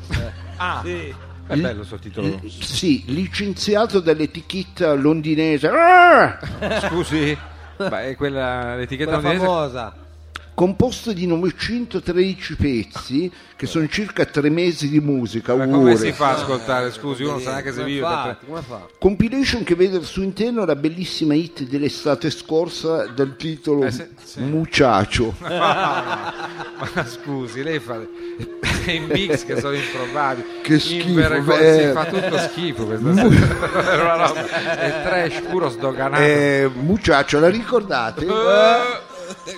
Speaker 4: Ah, è bello il suo titolo.
Speaker 2: sì, licenziato dall'etichetta londinese. Ah!
Speaker 4: Scusi, ma è quella l'etichetta
Speaker 3: quella
Speaker 4: londinese.
Speaker 3: famosa.
Speaker 2: composto di 913 pezzi che sono circa tre mesi di musica.
Speaker 4: Ma come
Speaker 2: auguri.
Speaker 4: si fa a ascoltare? Scusi, uno non sa neanche se
Speaker 3: Come
Speaker 4: vive.
Speaker 3: fa?
Speaker 4: perché-
Speaker 3: Come fa?
Speaker 2: Compilation che vede al suo interno la bellissima hit dell'estate scorsa dal titolo
Speaker 4: Eh, se- sì.
Speaker 2: Muchacho.
Speaker 4: Ma scusi, lei fa dei mix che sono improbabili.
Speaker 2: Che schifo,
Speaker 4: Invergo-
Speaker 2: beh.
Speaker 4: si fa tutto schifo questa sera. È una roba- è trash puro sdoganato.
Speaker 2: Eh, Muchacho, la Eh, ricordate?
Speaker 4: Eh,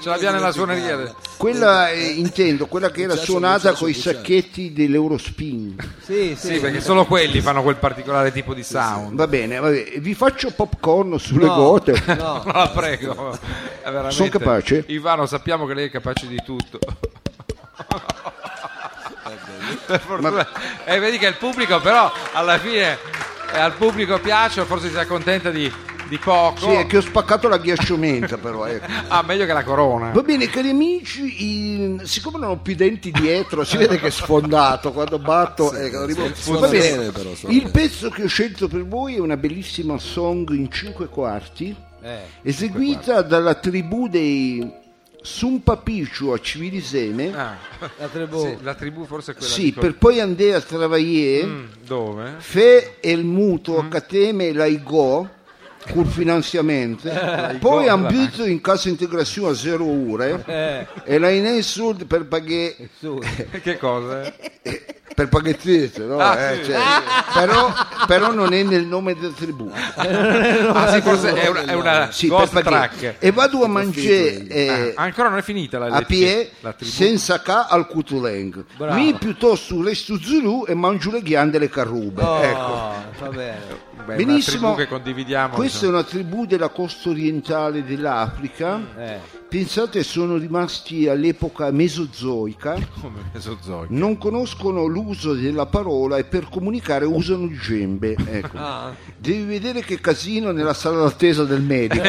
Speaker 4: Ce l'abbiamo nella suoneria.
Speaker 2: Quella eh, intendo, quella che era
Speaker 5: Già c'è
Speaker 2: suonata
Speaker 5: Luciano
Speaker 2: con i
Speaker 5: Luciano.
Speaker 2: sacchetti dell'Eurospin.
Speaker 3: Sì, sì,
Speaker 4: Sì, perché solo quelli fanno quel particolare tipo di sound.
Speaker 2: Va bene, va bene. vi faccio popcorn sulle
Speaker 3: No,
Speaker 2: gote.
Speaker 3: no.
Speaker 4: No, la prego. È veramente-
Speaker 2: Sono capace?
Speaker 4: Ivano, sappiamo che lei è capace di tutto. per fortuna. E vedi che il pubblico però alla fine eh, al pubblico piace, o forse si accontenta di, di poco.
Speaker 2: Sì, è che ho spaccato la ghiacciomenta però, ecco.
Speaker 4: Ah, meglio che la corona.
Speaker 2: Va bene, cari amici, in- siccome non ho più i denti dietro, si vede che è sfondato quando batto. ecco, arrivo-
Speaker 5: suona
Speaker 2: Va bene,
Speaker 5: bene, però, suona
Speaker 2: il
Speaker 5: bene.
Speaker 2: pezzo che ho scelto per voi è una bellissima song in cinque quarti,
Speaker 4: Eh,
Speaker 2: eseguita dalla tribù dei Sumpapicciu a Civilisene.
Speaker 4: Ah,
Speaker 3: la tribù.
Speaker 4: sì, la tribù forse è quella
Speaker 2: Boh. sì,
Speaker 4: di Mm.
Speaker 2: per poi andare a Travaglier.
Speaker 4: dove?
Speaker 2: Fe el
Speaker 4: Mm.
Speaker 2: mutuo cateme laigo col finanziamento
Speaker 4: Eh,
Speaker 2: poi
Speaker 4: la
Speaker 2: han vinto in cassa integrazione a zero ore
Speaker 3: Eh,
Speaker 2: e la in sud per pagare
Speaker 3: su.
Speaker 2: Eh.
Speaker 4: Che cosa?
Speaker 2: per paghettette no?
Speaker 4: Ah,
Speaker 2: Eh,
Speaker 4: sì.
Speaker 2: cioè, però, però non è nel nome del tribù
Speaker 4: Ah, sì, forse
Speaker 2: eh,
Speaker 4: è una, è una
Speaker 2: Sì, per
Speaker 4: ghost
Speaker 2: paghetti.
Speaker 4: track.
Speaker 2: e vado a mangiare eh,
Speaker 4: Ah, ancora non è finita la,
Speaker 2: a
Speaker 4: la-
Speaker 2: pie
Speaker 4: la tribù.
Speaker 2: senza ca al cutuleng
Speaker 3: Bravo.
Speaker 2: mi piuttosto resto zulu e mangio le ghiande e le
Speaker 4: Eh,
Speaker 2: carrube
Speaker 3: Oh,
Speaker 2: ecco
Speaker 3: va bene.
Speaker 4: Beh,
Speaker 2: Benissimo,
Speaker 4: una tribù che condividiamo.
Speaker 2: questa è una tribù della costa orientale dell'Africa.
Speaker 3: Eh.
Speaker 2: Pensate, sono rimasti all'epoca mesozoica,
Speaker 4: insomma, come Mesozoico.
Speaker 2: non conoscono l'uso della parola e per comunicare usano il gembe. Ecco.
Speaker 3: Ah.
Speaker 2: Devi vedere che casino nella sala d'attesa del medico.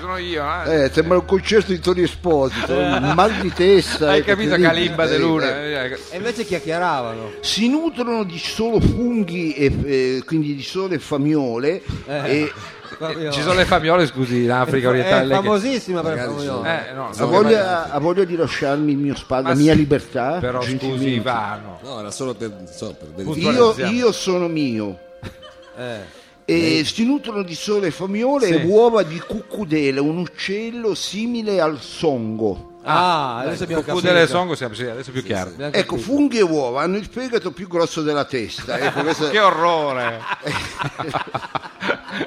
Speaker 4: Sono io, eh.
Speaker 2: Eh, sembra un concerto di Tony Esposito, mal di testa.
Speaker 4: Hai
Speaker 2: ecco,
Speaker 4: capito
Speaker 2: terribile,
Speaker 4: Calimba De Luna?
Speaker 2: terribile.
Speaker 4: Eh,
Speaker 3: E invece chiacchieravano.
Speaker 2: si nutrono di solo funghi e eh, quindi di sole famiole
Speaker 4: Eh.
Speaker 2: e
Speaker 3: Proprio-
Speaker 4: Ci sono le famiole, scusi, in
Speaker 2: Eh,
Speaker 4: Africa
Speaker 3: è
Speaker 4: orientale. lei che-
Speaker 3: famosissima per
Speaker 5: Magari
Speaker 3: Famuiolo.
Speaker 5: sono-
Speaker 4: Eh, no,
Speaker 2: Ha
Speaker 4: no,
Speaker 2: voglia, ha voglia di lasciarmi il mio spazio, la
Speaker 4: Ma
Speaker 2: mia
Speaker 4: sì,
Speaker 2: libertà?
Speaker 4: Però scusi,
Speaker 2: gentilmente?
Speaker 4: Ivano.
Speaker 5: No, era solo per, so, per
Speaker 4: Punto.
Speaker 5: verificare.
Speaker 2: Io,
Speaker 4: Valorizziamo.
Speaker 2: io sono mio.
Speaker 3: Eh,
Speaker 2: E si nutrono di sole famiole
Speaker 4: Sì.
Speaker 2: e uova di cuccudele, un uccello simile al songo.
Speaker 3: Ah, adesso abbiamo
Speaker 4: Cucù
Speaker 3: capito.
Speaker 4: delle Songo, siamo- sì, adesso è più chiaro.
Speaker 3: Abbiamo
Speaker 2: Ecco,
Speaker 3: capito.
Speaker 2: funghi e uova hanno il fegato più grosso della testa. Ecco, questo-
Speaker 4: Che orrore!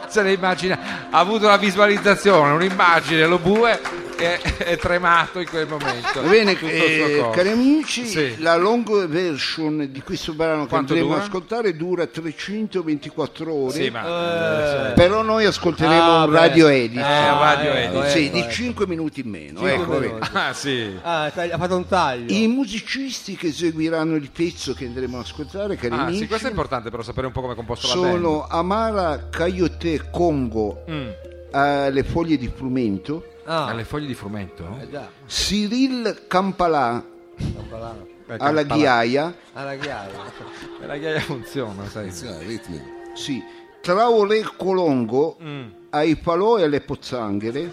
Speaker 4: Se ne immagina, ha avuto una visualizzazione, un'immagine, lo bue è, è tremato in quel momento.
Speaker 2: Va bene,
Speaker 4: Tutto il
Speaker 2: eh,
Speaker 4: suo corpo.
Speaker 2: cari amici,
Speaker 4: Sì.
Speaker 2: la long version di questo brano che
Speaker 4: Quanto
Speaker 2: andremo
Speaker 4: dura?
Speaker 2: ad ascoltare dura 324 ore.
Speaker 4: Sì,
Speaker 2: eh.
Speaker 4: ma
Speaker 2: Però noi ascolteremo
Speaker 3: Eh. Ah,
Speaker 2: un
Speaker 3: beh.
Speaker 2: radio edit.
Speaker 4: Eh, radio
Speaker 3: ecco,
Speaker 4: edit.
Speaker 2: sì,
Speaker 3: ecco,
Speaker 2: di
Speaker 3: ecco.
Speaker 2: 5 minuti in meno.
Speaker 3: Cinque
Speaker 2: ecco, va bene.
Speaker 3: minuti.
Speaker 4: Ah, sì.
Speaker 3: Ah, tagli- ha fatto un taglio.
Speaker 2: I musicisti che eseguiranno il pezzo che andremo ad ascoltare, cari
Speaker 4: Ah,
Speaker 2: amici,
Speaker 4: sì, questo è importante però sapere un po' come è composto la band.
Speaker 2: sono Amara Cayote Congo
Speaker 3: Mm.
Speaker 2: alle foglie di frumento,
Speaker 3: Ah,
Speaker 4: Ah, le foglie di frumento?
Speaker 3: eh già,
Speaker 2: Cyril Campalà
Speaker 3: non parlavo.
Speaker 2: alla ghiaia,
Speaker 3: Alla chiave.
Speaker 4: Eh, La ghiaia funziona, sai.
Speaker 5: Sì, ritmi.
Speaker 2: sì, Traoré Colongo
Speaker 3: Mm.
Speaker 2: ai falò e alle pozzanghere,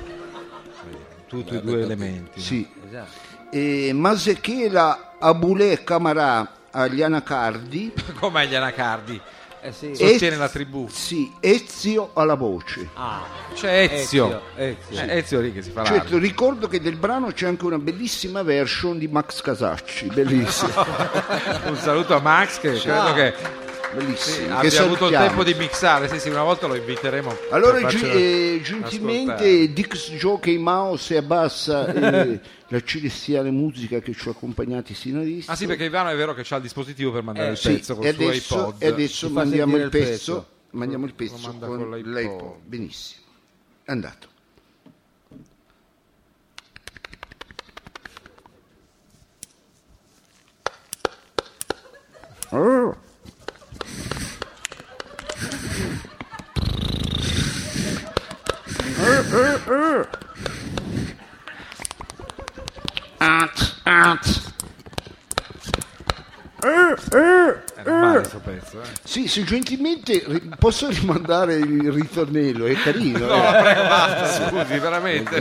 Speaker 4: Tutti e due elementi.
Speaker 2: sì,
Speaker 3: Esatto.
Speaker 2: e Masechela Abulè Camarà agli anacardi,
Speaker 4: Come gli anacardi.
Speaker 3: Eh sì.
Speaker 2: E-
Speaker 4: Sostiene la tribù.
Speaker 2: sì, Ezio alla voce.
Speaker 3: Ah,
Speaker 4: C'è Ezio.
Speaker 3: Ezio, Ezio.
Speaker 4: Eh, Ezio lì che si fa la
Speaker 2: Certo, ricordo che del brano c'è anche una bellissima version di Max Casacci, bellissima,
Speaker 4: Un saluto a Max che credo che
Speaker 2: bellissima. che
Speaker 4: abbia avuto il
Speaker 2: salutiamo.
Speaker 4: tempo di mixare. Sì, sì, una volta lo inviteremo.
Speaker 2: Allora
Speaker 4: per
Speaker 2: gi-
Speaker 4: farcelo
Speaker 2: eh,
Speaker 4: ascoltare.
Speaker 2: gentilmente Dix Jockey Mao si abbassa eh, la celestiale musica che ci ha accompagnati sino adesso.
Speaker 4: Ah sì, perché Ivano è vero che c'ha il dispositivo per mandare
Speaker 3: Eh,
Speaker 4: il
Speaker 2: Sì,
Speaker 4: pezzo con
Speaker 2: e
Speaker 4: il suo
Speaker 2: adesso,
Speaker 4: iPod.
Speaker 2: e adesso
Speaker 3: Ti fa
Speaker 2: mandiamo
Speaker 3: sentire
Speaker 2: il
Speaker 3: il
Speaker 2: pezzo,
Speaker 3: pezzo.
Speaker 2: mandiamo il
Speaker 4: Lo
Speaker 2: pezzo
Speaker 4: manda
Speaker 2: con,
Speaker 4: con l'iPod.
Speaker 2: l'iPod. Benissimo. È andato. Ah. Ah.
Speaker 4: È male questo pezzo. eh.
Speaker 2: Sì, se gentilmente ri- posso rimandare il ritornello, è carino.
Speaker 4: No,
Speaker 2: eh.
Speaker 4: la prego, basta, scusi, veramente.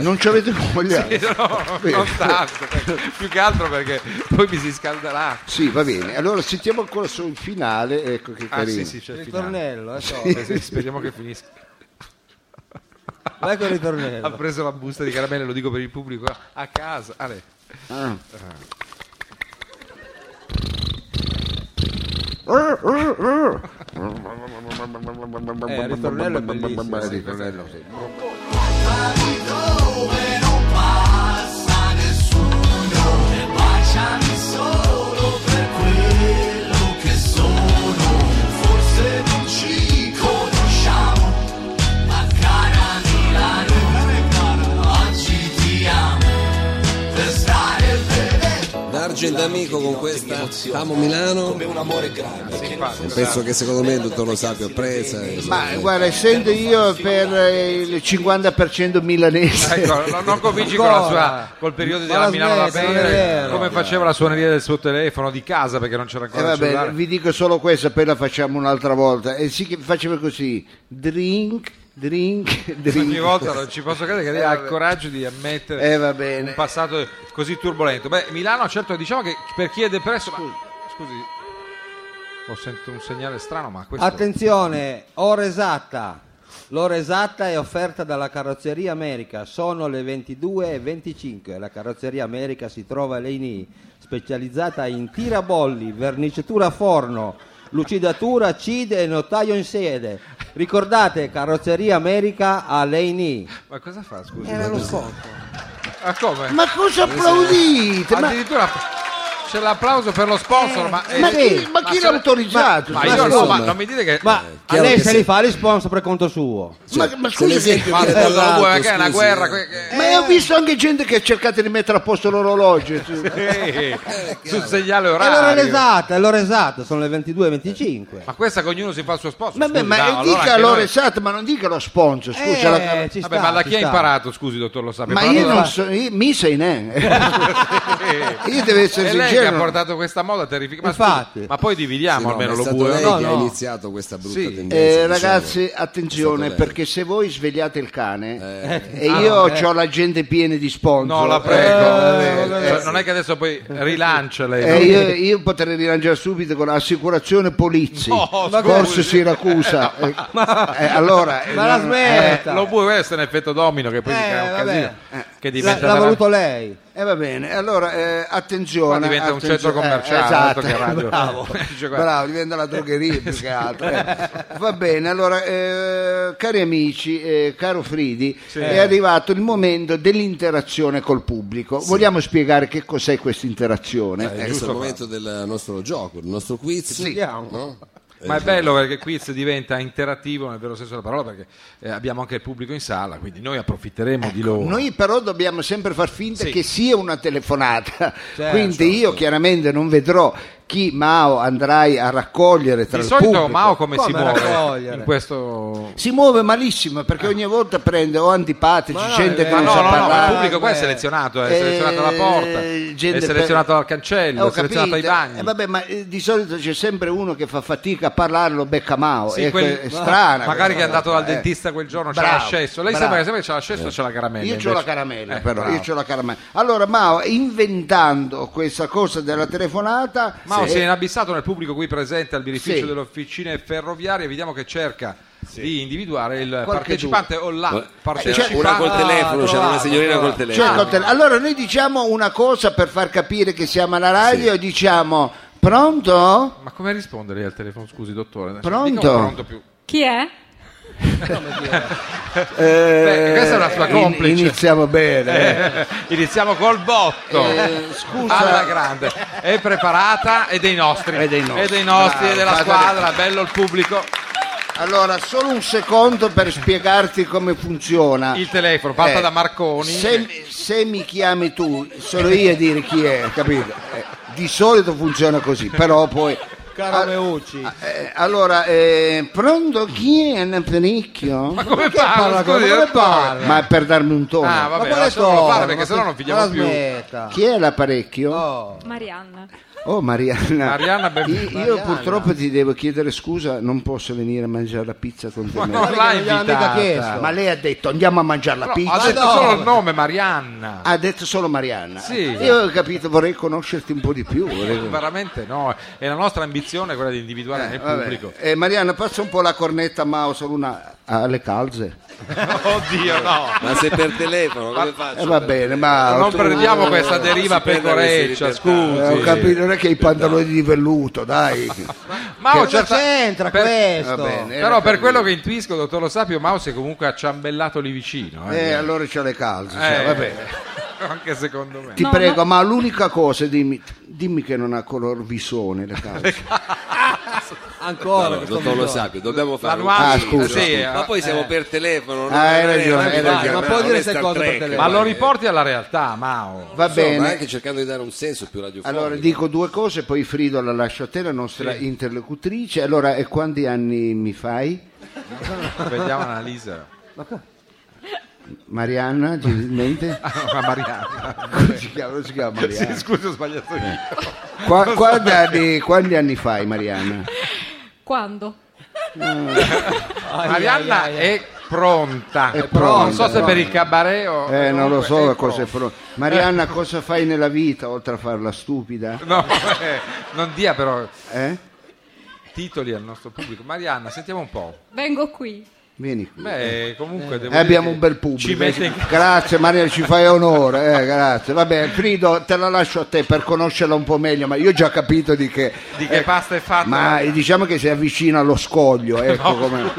Speaker 2: Non ci avete voglia.
Speaker 4: No, non tanto, perché- più che altro perché poi mi si scalderà.
Speaker 2: Sì, va bene. Allora sentiamo ancora solo il finale, ecco che
Speaker 4: Ah
Speaker 2: carino.
Speaker 4: sì, sì, c'è
Speaker 3: il
Speaker 4: il finale.
Speaker 3: ritornello, eh, so.
Speaker 4: Eh, sì, Speriamo che finisca.
Speaker 3: Vai con il
Speaker 4: Ha
Speaker 3: ritornello.
Speaker 4: preso la busta di caramelle, lo dico per il pubblico, eh, a casa. Ale.
Speaker 2: Ah.
Speaker 3: Eh, il ritornello è bellissimo.
Speaker 2: Il ritornello, sì.
Speaker 8: dove non passa nessuno.
Speaker 5: Viaggi d'amico con questa Amo Milano,
Speaker 8: un amore grande che non
Speaker 5: un pezzo che secondo me il dottor Lo Sapio apprezza. e-
Speaker 2: Ma guarda, essendo io per eh, il 50% milanese,
Speaker 4: Ecco, no- non convinci con la sua, col periodo
Speaker 3: Ma la
Speaker 4: della Milano da
Speaker 3: smetta, non è
Speaker 4: bere,
Speaker 3: vero.
Speaker 4: come faceva la suoneria del suo telefono di casa perché non c'era
Speaker 2: Eh,
Speaker 4: ancora il
Speaker 2: vabbè,
Speaker 4: cellulare.
Speaker 2: vi dico solo questo, poi la facciamo un'altra volta. Eh, E si chi- faceva così: drink, drink, drink.
Speaker 4: Ogni volta non ci posso credere che lei ha il coraggio di ammettere
Speaker 2: Eh, va bene.
Speaker 4: un passato così turbolento. Beh, Milano, certo, diciamo che per chi è depresso. ma- scusi, ho sentito un segnale strano, ma questo.
Speaker 3: Attenzione, ora esatta. L'ora esatta è offerta dalla Carrozzeria America, sono le 22.25. La Carrozzeria America si trova a Leini, specializzata in tirabolli, verniciatura a forno, lucidatura, cide e notaio in sede. Ricordate, Carrozzeria America a Leini.
Speaker 4: Ma cosa fa? Scusi,
Speaker 3: Era lo spot.
Speaker 4: ma come?
Speaker 2: Ma cosa
Speaker 4: Eh,
Speaker 2: applaudite? Ma,
Speaker 4: Addirittura c'è l'applauso per lo sponsor, ma, eh,
Speaker 2: ma chi, ma
Speaker 4: ma
Speaker 2: chi
Speaker 4: se-
Speaker 2: l'ha autorizzato?
Speaker 4: ma
Speaker 2: Ma,
Speaker 4: io no,
Speaker 5: insomma-
Speaker 4: ma non mi dite Eh, che.
Speaker 3: Ma a
Speaker 5: chiaro
Speaker 3: lei
Speaker 5: che
Speaker 3: se
Speaker 5: sì.
Speaker 3: li fa gli sponsor per conto suo.
Speaker 5: Cioè,
Speaker 2: ma- ma
Speaker 5: se
Speaker 2: scusi,
Speaker 5: l'esempio
Speaker 4: ma
Speaker 5: viene
Speaker 4: cosa
Speaker 5: dall'alto,
Speaker 4: vuoi, che è una
Speaker 5: scusi,
Speaker 4: guerra.
Speaker 5: eh.
Speaker 4: que- che-
Speaker 2: ma io ho visto anche gente che ha cercato di mettere a posto l'orologio. cioè.
Speaker 4: Eh, sul
Speaker 2: eh,
Speaker 4: segnale
Speaker 3: È l'ora
Speaker 4: orario.
Speaker 3: esatta, è l'ora esatta, sono le 22.25.
Speaker 4: Ma questa che ognuno si fa il suo sponsor.
Speaker 2: Vabbè,
Speaker 4: scusi, no,
Speaker 2: ma
Speaker 4: allora
Speaker 2: dica
Speaker 4: anche
Speaker 2: allora
Speaker 4: noi-
Speaker 2: esatto, ma non dica lo sponsor. Scusa,
Speaker 3: Eh,
Speaker 2: la car-
Speaker 3: ci
Speaker 4: Vabbè,
Speaker 3: sta,
Speaker 4: ma da
Speaker 3: ci
Speaker 4: chi ha
Speaker 3: sta.
Speaker 4: imparato, scusi, dottor Lo Sapio?
Speaker 2: ma
Speaker 4: Parlando
Speaker 2: io
Speaker 4: da-
Speaker 2: non so, io- mi sei ne. io devo essere
Speaker 4: Eh, È lei che ha
Speaker 2: sincero.
Speaker 4: portato questa moda terrificante. Ma,
Speaker 3: Infatti.
Speaker 4: scusi, Ah, ma poi dividiamo
Speaker 5: Sì, no, ma
Speaker 4: almeno
Speaker 5: è
Speaker 4: lo
Speaker 5: stato
Speaker 4: bue.
Speaker 5: lei
Speaker 3: No,
Speaker 5: che
Speaker 3: no.
Speaker 5: ha iniziato questa brutta
Speaker 4: Sì.
Speaker 5: tendenza.
Speaker 2: Eh,
Speaker 5: diciamo.
Speaker 2: ragazzi,
Speaker 5: È
Speaker 2: attenzione
Speaker 5: stato lei.
Speaker 2: perché se voi svegliate il cane e io ho la gente piena di sponsor,
Speaker 4: Eh. Ah, No, la prego.
Speaker 2: eh, eh,
Speaker 4: Cioè, non è che adesso poi rilancia lei.
Speaker 2: eh, io, io potrei rilanciare subito con l'assicurazione Polizzi,
Speaker 4: No,
Speaker 2: ma
Speaker 4: scusi.
Speaker 2: Corso Siracusa. Eh, eh, allora, eh,
Speaker 3: Ma la
Speaker 2: non-
Speaker 3: smetta.
Speaker 4: no? Lo bue, questo è un effetto domino che poi
Speaker 3: Eh,
Speaker 4: è un
Speaker 3: vabbè.
Speaker 4: casino. Che
Speaker 3: L'ha,
Speaker 4: diventa,
Speaker 3: l'ha
Speaker 4: una-
Speaker 3: voluto lei.
Speaker 2: eh, va bene, allora eh, attenzione.
Speaker 4: Qua diventa un
Speaker 2: attenzione-
Speaker 4: centro commerciale,
Speaker 2: eh, esatto,
Speaker 4: altro che radio.
Speaker 2: bravo,
Speaker 4: Dice qua-
Speaker 2: bravo, diventa la drogheria più che altro. eh. Va bene, allora, eh, cari amici, eh, caro Fridi, è arrivato il momento dell'interazione col pubblico. Vogliamo spiegare che cos'è questa interazione?
Speaker 5: È
Speaker 2: Eh,
Speaker 5: giusto il momento del nostro gioco, del nostro quiz. No?
Speaker 4: Ma è bello perché quiz diventa interattivo nel vero senso della parola perché eh, abbiamo anche il pubblico in sala, quindi noi approfitteremo di loro.
Speaker 2: Ecco, Noi però dobbiamo sempre far finta
Speaker 4: Sì.
Speaker 2: che sia una telefonata,
Speaker 3: Certo.
Speaker 2: quindi io chiaramente non vedrò chi Mao andrai a raccogliere tra
Speaker 4: Di
Speaker 2: il
Speaker 4: solito
Speaker 2: pubblico.
Speaker 4: Mao come, si
Speaker 3: Come
Speaker 4: muove
Speaker 3: raccogliere?
Speaker 4: in questo
Speaker 2: Si muove malissimo perché ogni volta prende o antipatici,
Speaker 3: Ma no,
Speaker 2: gente
Speaker 3: è
Speaker 2: che
Speaker 3: vero.
Speaker 4: Ah. Ma
Speaker 2: non Eh,
Speaker 4: no,
Speaker 2: sa
Speaker 4: no, no, ma
Speaker 2: parlare.
Speaker 4: il pubblico qua è
Speaker 3: beh.
Speaker 4: selezionato, è
Speaker 2: Eh,
Speaker 4: selezionato alla porta,
Speaker 2: gente
Speaker 4: è
Speaker 2: per-
Speaker 4: selezionato al
Speaker 2: Eh,
Speaker 4: cancello,
Speaker 2: ho
Speaker 4: è selezionato ai
Speaker 2: capito.
Speaker 4: bagni.
Speaker 2: Eh, vabbè, ma eh, di solito c'è sempre uno che fa fatica a parlare, lo becca Mao.
Speaker 4: Sì,
Speaker 2: Ecco,
Speaker 4: quel-
Speaker 2: è strana.
Speaker 4: Magari
Speaker 2: questa
Speaker 4: che è andato dal
Speaker 2: cosa, eh.
Speaker 4: dentista quel giorno, c'è
Speaker 2: Bravo,
Speaker 4: l'ascesso.
Speaker 2: bravo.
Speaker 4: Lei
Speaker 2: Eh.
Speaker 4: sembra che sempre c'è l'ascesso, c'è la caramella.
Speaker 2: Io
Speaker 4: invece.
Speaker 2: ho la caramella,
Speaker 4: Eh,
Speaker 2: però.
Speaker 4: bravo.
Speaker 2: Io c'ho la caramella. Allora, Mao, inventando questa cosa della telefonata,
Speaker 4: Mao
Speaker 2: eh,
Speaker 4: si è inabissato nel pubblico qui presente al birrificio
Speaker 2: Sì.
Speaker 4: delle officine ferroviarie, vediamo che cerca di individuare il
Speaker 2: Qualche Eh,
Speaker 4: partecipante o la
Speaker 2: c'era
Speaker 4: partecipante.
Speaker 8: una col telefono, c'era una signorina col
Speaker 2: cioè,
Speaker 8: telefono.
Speaker 2: col tele- Allora, noi diciamo una cosa per far capire che siamo alla radio, diciamo pronto?
Speaker 4: Ma come rispondere al telefono? Scusi, dottore. Dica un
Speaker 2: Pronto?
Speaker 4: pronto più.
Speaker 6: Chi è?
Speaker 4: Beh, questa è una
Speaker 3: Eh,
Speaker 4: sua
Speaker 2: In-
Speaker 4: complice. Eh.
Speaker 2: iniziamo bene.
Speaker 4: Iniziamo col botto.
Speaker 2: Eh, scusa.
Speaker 4: Alla grande. È preparata e dei nostri.
Speaker 2: E dei nostri.
Speaker 4: E dei nostri,
Speaker 2: Bravo,
Speaker 4: e della
Speaker 2: fate-
Speaker 4: squadra. Bello il pubblico.
Speaker 2: Allora, solo un secondo per spiegarti come funziona.
Speaker 4: Il telefono parta
Speaker 2: Eh,
Speaker 4: da Marconi.
Speaker 2: Se, se mi chiami tu, sono io a dire chi è, capito? Eh, di solito funziona così, però poi.
Speaker 3: Caro
Speaker 2: Ah,
Speaker 3: Meucci.
Speaker 2: eh, allora, eh, pronto chi è Napericchio?
Speaker 4: Ma come parla?
Speaker 3: parla
Speaker 4: Scusi,
Speaker 3: con- come
Speaker 4: dottore?
Speaker 3: parla?
Speaker 2: Ma è per darmi un tono.
Speaker 4: Ah, vabbè,
Speaker 3: quale
Speaker 4: lasciamolo
Speaker 3: sono?
Speaker 4: fare perché
Speaker 3: Ma
Speaker 4: sennò
Speaker 3: che-
Speaker 4: non finiamo
Speaker 3: ma
Speaker 4: più.
Speaker 3: smetta.
Speaker 2: Chi è l'apparecchio?
Speaker 3: Oh.
Speaker 6: Marianna.
Speaker 2: Oh Marianna,
Speaker 4: Marianna Ben-
Speaker 2: io, io purtroppo ti devo chiedere scusa, non posso venire a mangiare la pizza con te.
Speaker 4: Ma
Speaker 2: Marianna.
Speaker 4: non
Speaker 3: Guarda
Speaker 4: l'ha
Speaker 3: che non gliel'hanno mica
Speaker 4: invitata.
Speaker 3: chiesto.
Speaker 2: Ma lei ha detto andiamo a mangiare la
Speaker 4: No,
Speaker 2: pizza.
Speaker 4: ha detto
Speaker 3: no.
Speaker 4: solo il nome, Marianna.
Speaker 2: Ha detto solo Marianna.
Speaker 4: Sì.
Speaker 2: Io ho capito, vorrei conoscerti un po' di più. vorrei-
Speaker 4: Veramente no. È la nostra ambizione quella di individuare nel
Speaker 2: Vabbè.
Speaker 4: pubblico.
Speaker 2: Eh, Marianna, passa un po' la cornetta a Mao, solo una alle calze.
Speaker 4: Oddio, no.
Speaker 8: Ma se per telefono come
Speaker 5: Eh,
Speaker 2: E
Speaker 8: faccio?
Speaker 2: va bene, Mao.
Speaker 4: Non
Speaker 2: Ah, tu-
Speaker 4: prendiamo questa deriva
Speaker 8: si prende
Speaker 4: pecoreccia,
Speaker 8: queste libertà.
Speaker 2: Eh, ho
Speaker 4: scusi.
Speaker 2: capito, non è che i pantaloni di velluto, dai.
Speaker 4: Ma ho
Speaker 3: Cosa c'entra
Speaker 4: per-
Speaker 3: questo?
Speaker 2: Va bene.
Speaker 4: Però per quello che intuisco, dottor Lo Sapio, Maus è comunque acciambellato lì vicino. eh.
Speaker 2: Eh, allora c'ho le calze,
Speaker 4: Eh,
Speaker 2: cioè, va bene.
Speaker 4: Anche secondo me.
Speaker 2: Ti prego, ma l'unica cosa, dimmi, dimmi che non ha color visone le calze.
Speaker 3: ancora.
Speaker 8: Allora,
Speaker 3: questo
Speaker 8: dottor Lo
Speaker 3: Midori.
Speaker 8: Sapio, dobbiamo fare un
Speaker 4: Manuale,
Speaker 2: Ah, scusa.
Speaker 8: Sì,
Speaker 4: eh,
Speaker 8: ma poi siamo per telefono. non-
Speaker 2: Ah, hai
Speaker 8: non è-
Speaker 2: ragione, hai
Speaker 8: non è-
Speaker 2: ragione.
Speaker 8: non
Speaker 2: Ma
Speaker 8: è
Speaker 3: puoi dire
Speaker 8: Star
Speaker 3: ste cose per
Speaker 8: Trek,
Speaker 3: telefono.
Speaker 4: Ma lo
Speaker 8: eh.
Speaker 4: riporti alla realtà, Mao.
Speaker 2: Va
Speaker 5: Insomma,
Speaker 2: bene.
Speaker 5: anche cercando di dare un senso più radiofonico.
Speaker 2: Allora dico due cose, poi Frido la lascio a te, la nostra interlocutrice. Allora, e quanti anni mi fai?
Speaker 4: Vediamo Annalisa.
Speaker 2: Marianna, gentilmente?
Speaker 4: Ah, Mariana.
Speaker 2: Come si chiama? Non si chiama Marianna.
Speaker 4: Sì, scusa, ho sbagliato io.
Speaker 2: Qua- quanti, anni, quanti anni fai, Marianna?
Speaker 9: Quando?
Speaker 3: Ai,
Speaker 4: Marianna
Speaker 3: ai, ai.
Speaker 4: è pronta.
Speaker 2: È pronta,
Speaker 4: Non so se
Speaker 2: no.
Speaker 4: per il cabaret o...
Speaker 2: Eh, non lo so
Speaker 4: Comunque, è
Speaker 2: cosa è pro- Marianna, cosa fai nella vita oltre a farla stupida?
Speaker 4: No, eh, non dia però
Speaker 2: Eh?
Speaker 4: titoli al nostro pubblico. Marianna, sentiamo un po'.
Speaker 9: Vengo qui.
Speaker 2: Vieni qui.
Speaker 4: Beh, comunque devo
Speaker 2: Eh, abbiamo
Speaker 4: dire
Speaker 2: un bel
Speaker 4: che
Speaker 2: pubblico.
Speaker 4: Ci mette in-
Speaker 2: Grazie Maria, ci fai onore. eh, grazie. Vabbè, Frido, te la lascio a te per conoscerla un po' meglio, ma io ho già capito di che,
Speaker 4: Di che
Speaker 2: eh,
Speaker 4: pasta è fatta?
Speaker 2: Ma eh, diciamo che si avvicina allo scoglio, ecco come,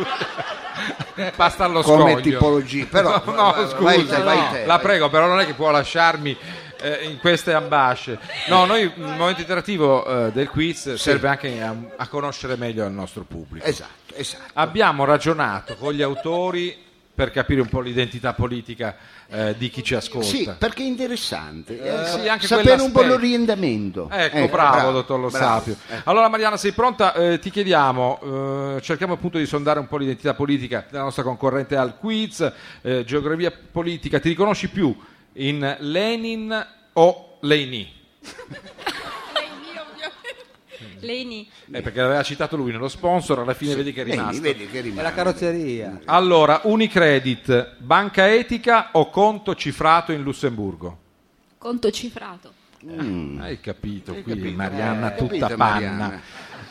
Speaker 4: eh, Pasta allo
Speaker 2: come
Speaker 4: scoglio.
Speaker 2: tipologia. Però
Speaker 4: No,
Speaker 2: va-
Speaker 4: no,
Speaker 2: va-
Speaker 4: scusa,
Speaker 2: vai te,
Speaker 4: no.
Speaker 2: vai te,
Speaker 4: la
Speaker 2: vai.
Speaker 4: prego, però non è che può lasciarmi eh, in queste ambasce. No, noi il momento interattivo eh, del quiz serve anche a, a conoscere meglio il nostro pubblico.
Speaker 2: Esatto, esatto.
Speaker 4: Abbiamo ragionato con gli autori per capire un po' l'identità politica eh, di chi ci ascolta.
Speaker 2: Sì, perché è interessante. eh,
Speaker 4: Eh,
Speaker 2: sa-
Speaker 4: sì, anche
Speaker 2: sapere un po'
Speaker 4: quell'aspetto.
Speaker 2: l'orientamento.
Speaker 4: Ecco, bravo, dottor Lo
Speaker 2: bravo. ecco.
Speaker 4: Sapio. Allora Mariana, sei pronta? Eh, ti chiediamo, eh, cerchiamo appunto di sondare un po' l'identità politica della nostra concorrente al quiz, eh, geografia politica, ti riconosci più in Lenin o Leini?
Speaker 9: Leni,
Speaker 4: Eh, perché l'aveva citato lui nello sponsor, alla fine vedi che è rimasto.
Speaker 2: Vedi, vedi che
Speaker 3: È
Speaker 2: rimane.
Speaker 3: la carrozzeria.
Speaker 4: Allora, Unicredit, banca etica o conto cifrato in Lussemburgo?
Speaker 9: conto cifrato.
Speaker 2: Mm.
Speaker 4: Hai capito qui, Marianna tutta
Speaker 2: Eh, capito,
Speaker 4: panna.
Speaker 2: Marianna.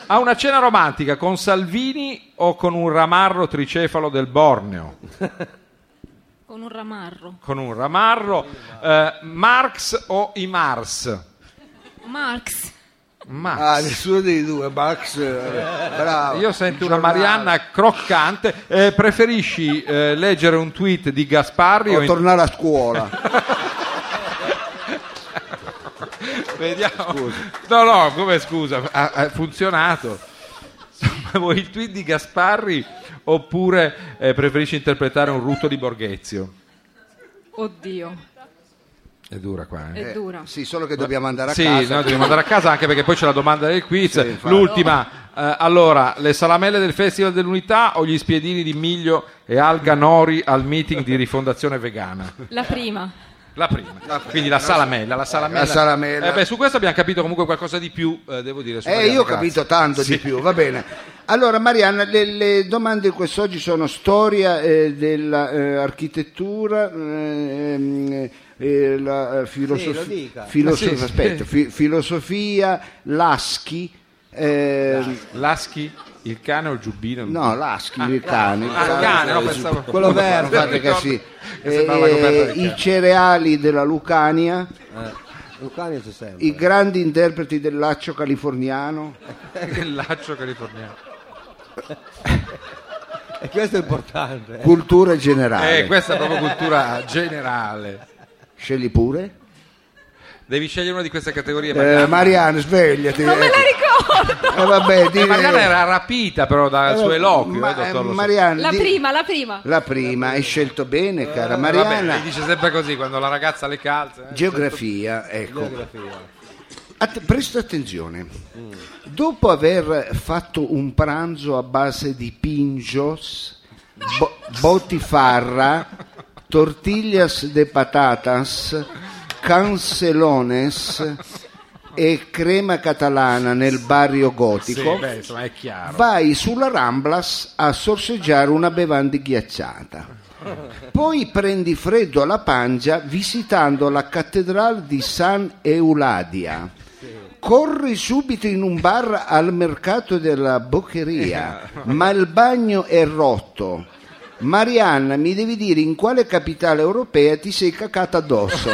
Speaker 4: A una cena romantica con Salvini o con un ramarro tricefalo del Borneo?
Speaker 9: Con un ramarro.
Speaker 4: Con un ramarro. eh, Marx o i Mars?
Speaker 9: Marx.
Speaker 4: Marx.
Speaker 2: Ah, nessuno dei due, Max. eh, Bravo.
Speaker 4: Io sento una Marianna croccante. Eh, preferisci eh, leggere un tweet di Gasparri o
Speaker 2: O
Speaker 4: in-
Speaker 2: tornare a scuola.
Speaker 4: Vediamo. No, no, come scusa, ha, ha funzionato. Insomma, Vuoi il tweet di Gasparri oppure eh, preferisci interpretare un rutto di Borghezio?
Speaker 9: Oddio,
Speaker 4: È dura qua, eh?
Speaker 9: è dura.
Speaker 2: Sì, solo che dobbiamo andare a
Speaker 4: Sì,
Speaker 2: casa.
Speaker 4: no, dobbiamo andare a casa anche perché poi c'è la domanda del quiz.
Speaker 2: Sì, infatti.
Speaker 4: L'ultima, eh, allora, le salamelle del Festival dell'Unità o gli spiedini di Miglio e Alga Nori al meeting di rifondazione vegana?
Speaker 9: La prima.
Speaker 4: La prima, quindi la salamella, la salamella.
Speaker 2: La salamella.
Speaker 4: Eh beh, su questo abbiamo capito comunque qualcosa di più, eh, devo dire. su
Speaker 2: Eh,
Speaker 4: Mariano,
Speaker 2: io ho
Speaker 4: grazie.
Speaker 2: capito tanto di più, va bene. Allora Marianna, le, le domande quest'oggi sono storia eh, dell'architettura, ehm, eh,
Speaker 3: lo dica.
Speaker 4: Ma sì.
Speaker 2: filosofia, Laschi, eh,
Speaker 4: Laschi, il cane o il giubbino?
Speaker 2: no Laschi, il cane, il
Speaker 4: Ah, il cane, no, pensavo-
Speaker 3: Quello verde.
Speaker 2: Guardate che sì.
Speaker 4: Che sembrava la coperta
Speaker 2: Eh,
Speaker 4: del
Speaker 2: I
Speaker 4: cane.
Speaker 2: cereali della Lucania,
Speaker 3: Lucania c'è sempre.
Speaker 2: i grandi interpreti del laccio californiano,
Speaker 4: il laccio californiano.
Speaker 3: E questo è importante.
Speaker 2: cultura generale.
Speaker 4: Eh, questa è proprio cultura generale.
Speaker 2: Scegli pure.
Speaker 4: Devi scegliere una di queste categorie. Mariana,
Speaker 2: Eh, Mariano, svegliati.
Speaker 9: Non me la ricordo.
Speaker 2: Eh, vabbè, di-
Speaker 4: Eh, Mariana era rapita però dal suo eloquio.
Speaker 2: Ma-
Speaker 4: eh, dottor Lo so.
Speaker 2: Mariana,
Speaker 9: La
Speaker 2: di-
Speaker 9: prima, la prima.
Speaker 2: la prima, hai scelto bene, cara
Speaker 4: Eh, vabbè,
Speaker 2: Mariana.
Speaker 4: lei dice sempre così quando la ragazza le calza. eh. certo.
Speaker 2: Geografia, ecco. Att- presta attenzione. Dopo aver fatto un pranzo a base di pingios, bo- botifarra, tortillas de patatas, cancelones e crema catalana nel barrio
Speaker 4: Sì,
Speaker 2: gotico,
Speaker 4: beh, insomma, è chiaro.
Speaker 2: vai sulla Ramblas a sorseggiare una bevanda ghiacciata. Poi prendi freddo alla pancia visitando la cattedrale di San Euladia. Corri subito in un bar al mercato della Boccheria, ma il bagno è rotto. Marianna, mi devi dire in quale capitale europea ti sei cacata addosso?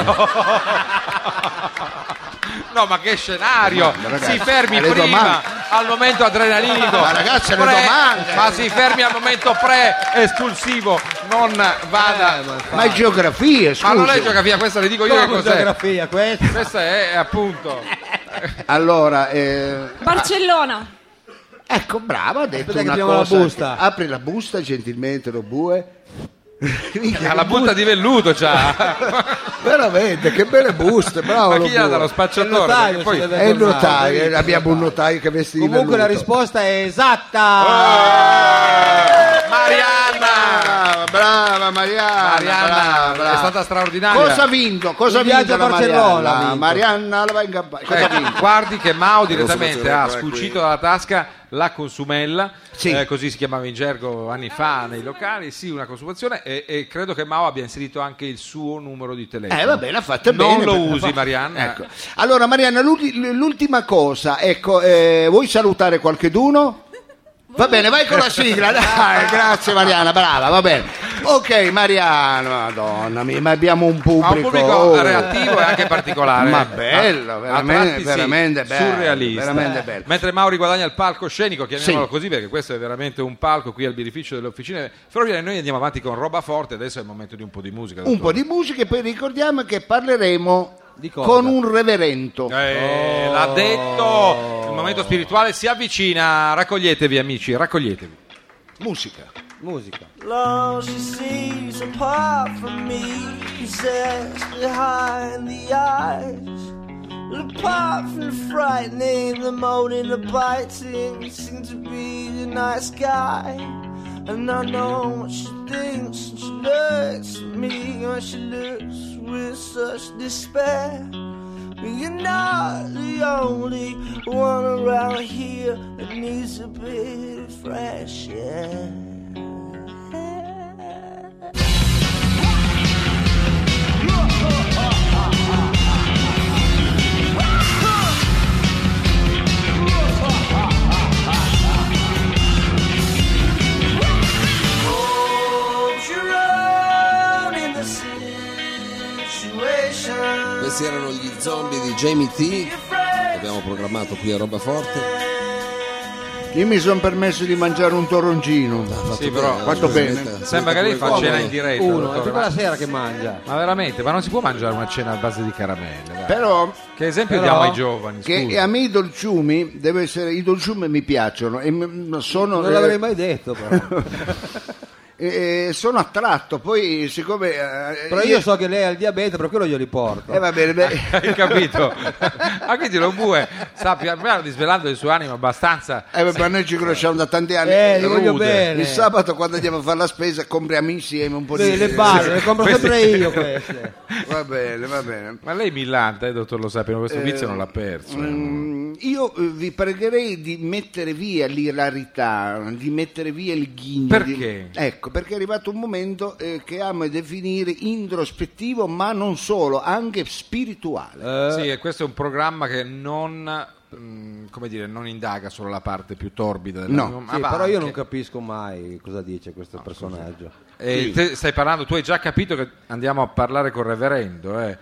Speaker 4: No, ma che scenario!
Speaker 2: Domanda, ragazzi.
Speaker 4: si fermi
Speaker 2: Ma le
Speaker 4: prima
Speaker 2: domande-
Speaker 4: al momento adrenalinico.
Speaker 2: Ma ragazzi, le
Speaker 4: Pre-
Speaker 2: domande-
Speaker 4: Ma si fermi al momento pre-espulsivo, non vada.
Speaker 2: Eh, Ma è geografia,
Speaker 4: ma non è
Speaker 2: scusi.
Speaker 4: geografia, questa le dico io
Speaker 3: Come
Speaker 4: che cos'è.
Speaker 3: geografia questa?
Speaker 4: Questa è appunto.
Speaker 2: Allora, eh,
Speaker 9: Barcellona.
Speaker 2: Ecco, brava, ha detto
Speaker 3: Aspetta che
Speaker 2: una
Speaker 3: apriamo la
Speaker 2: cosa.
Speaker 3: busta.
Speaker 2: Apri la busta gentilmente, lo bue.
Speaker 4: Ha la butta di velluto c'ha.
Speaker 2: Veramente, che belle buste, bravo.
Speaker 4: Ma
Speaker 2: lo
Speaker 4: chi gliela dà lo
Speaker 2: bue.
Speaker 3: È il
Speaker 4: spacciatore?
Speaker 3: notaio,
Speaker 4: Perché poi-
Speaker 3: se deve-
Speaker 2: È il
Speaker 3: È il
Speaker 2: notaio, eh, abbiamo un notaio che vesti di
Speaker 3: Comunque la
Speaker 2: velluto.
Speaker 3: risposta è esatta.
Speaker 4: Eh, Marianna!
Speaker 2: Brava, brava Marianna,
Speaker 4: Marianna
Speaker 2: Ah, brava, brava.
Speaker 4: Ah, è stata straordinaria.
Speaker 2: Cosa ha vinto? Cosa
Speaker 3: Un
Speaker 2: ha vinto
Speaker 3: viaggio a
Speaker 2: la
Speaker 3: Barcellona ha
Speaker 2: Marianna?
Speaker 3: vinto.
Speaker 2: Marianna la va in gabba- Cosa ha
Speaker 4: Eh,
Speaker 2: vinto?
Speaker 4: guardi che Mao direttamente
Speaker 8: Consumazio,
Speaker 4: ha
Speaker 8: eccola qui.
Speaker 4: sfuggito dalla tasca la consumella,
Speaker 2: Sì.
Speaker 4: eh, così si chiamava in gergo anni fa nei locali, sì, una consumazione e, e credo che Mao abbia inserito anche il suo numero di telefono.
Speaker 2: Eh, va bene, ha fatto
Speaker 4: Non
Speaker 2: bene.
Speaker 4: lo
Speaker 2: perché-
Speaker 4: usi, Marianna.
Speaker 2: Ecco. Allora, Marianna, l'ulti- l'ultima cosa, ecco, eh, vuoi salutare qualcheduno? Va bene, vai con la sigla, dai, grazie Mariana, brava, va bene. Ok, Mariana, madonna mia, ma abbiamo un
Speaker 4: Ha
Speaker 2: pubblico...
Speaker 4: un pubblico
Speaker 2: oh.
Speaker 4: reattivo eh. e anche particolare.
Speaker 2: Ma
Speaker 4: A-
Speaker 2: bello,
Speaker 4: a
Speaker 2: veramente-
Speaker 4: tratti sì,
Speaker 2: veramente bello,
Speaker 4: Surrealista.
Speaker 2: veramente bello.
Speaker 4: Mentre Mauri guadagna il palco scenico, chiamiamolo
Speaker 2: Sì.
Speaker 4: così perché questo è veramente un palco qui al birrificio delle officine ferroviarie. Noi andiamo avanti con roba forte, adesso è il momento di un po' di musica.
Speaker 2: Un po' di
Speaker 4: dottore.
Speaker 2: musica e poi ricordiamo che parleremo
Speaker 3: Di cosa?
Speaker 2: con un reverendo.
Speaker 4: Eh, l'ha
Speaker 2: Oh.
Speaker 4: detto, il momento spirituale si avvicina, raccoglietevi amici, raccoglietevi.
Speaker 2: Musica.
Speaker 3: Musica.
Speaker 7: Love she sees apart from me, possessed behind the eyes. And apart from the frightening, the moaning, the biting, you seem to be the nice guy. And I know what she thinks, and she looks at me, and she looks with such despair. But you're not the only one around here that needs a bit of fresh air. Hold your own in the situation.
Speaker 5: Questi erano gli zombie di Jamie T.
Speaker 7: Afraid
Speaker 5: Abbiamo programmato qui a Roba Forte.
Speaker 2: Io mi sono permesso di mangiare un toroncino.
Speaker 4: Sì, però,
Speaker 5: eh,
Speaker 2: fatto bene.
Speaker 4: Sembra che lei fa cena in
Speaker 5: diretta.
Speaker 4: diretta.
Speaker 3: Uno, è
Speaker 4: dottore,
Speaker 3: tutta
Speaker 2: eh.
Speaker 4: ma,
Speaker 3: la sera che mangia.
Speaker 4: ma veramente, ma non si può mangiare una cena a base di caramelle. dai.
Speaker 2: Però
Speaker 4: Che esempio
Speaker 3: Però-
Speaker 4: diamo ai giovani?
Speaker 2: che
Speaker 4: scusa?
Speaker 2: a me i dolciumi, deve essere, i dolciumi mi piacciono e m- sono,
Speaker 3: Non l'avrei mai detto però.
Speaker 2: eh, eh, sono attratto. Poi siccome... eh,
Speaker 3: Però io so che lei ha il diabete, per quello glieli porto.
Speaker 2: Eh, va bene, beh.
Speaker 4: Hai capito? ah, quindi lo bue sta pian piano disvelando il suo animo abbastanza.
Speaker 2: Eh, beh, ma noi ci conosciamo da tanti anni.
Speaker 3: Eh, li
Speaker 2: Rude.
Speaker 3: voglio bene.
Speaker 2: Il sabato quando andiamo a fare la spesa compriamo insieme un po'
Speaker 3: Sì,
Speaker 2: di...
Speaker 3: le balle, le compro sempre io queste.
Speaker 2: Va bene, va bene.
Speaker 4: Ma lei è millante, eh, dottor Lo Sapino, questo vizio non l'ha perso.
Speaker 2: Mm, Io eh, vi pregherei di mettere via l'ilarità, di mettere via il ghigno.
Speaker 4: Perché?
Speaker 2: di- Ecco, perché è arrivato un momento eh, che amo definire introspettivo, ma non solo, anche spirituale.
Speaker 3: Eh.
Speaker 4: Sì, e questo è un programma che non, mm, come dire, non indaga solo la parte più torbida della
Speaker 2: No.
Speaker 4: ma
Speaker 3: Sì,
Speaker 4: va
Speaker 3: però io
Speaker 4: anche-
Speaker 3: non capisco mai cosa dice questo personaggio.
Speaker 4: E te stai parlando, tu hai già capito che andiamo a parlare col reverendo. eh.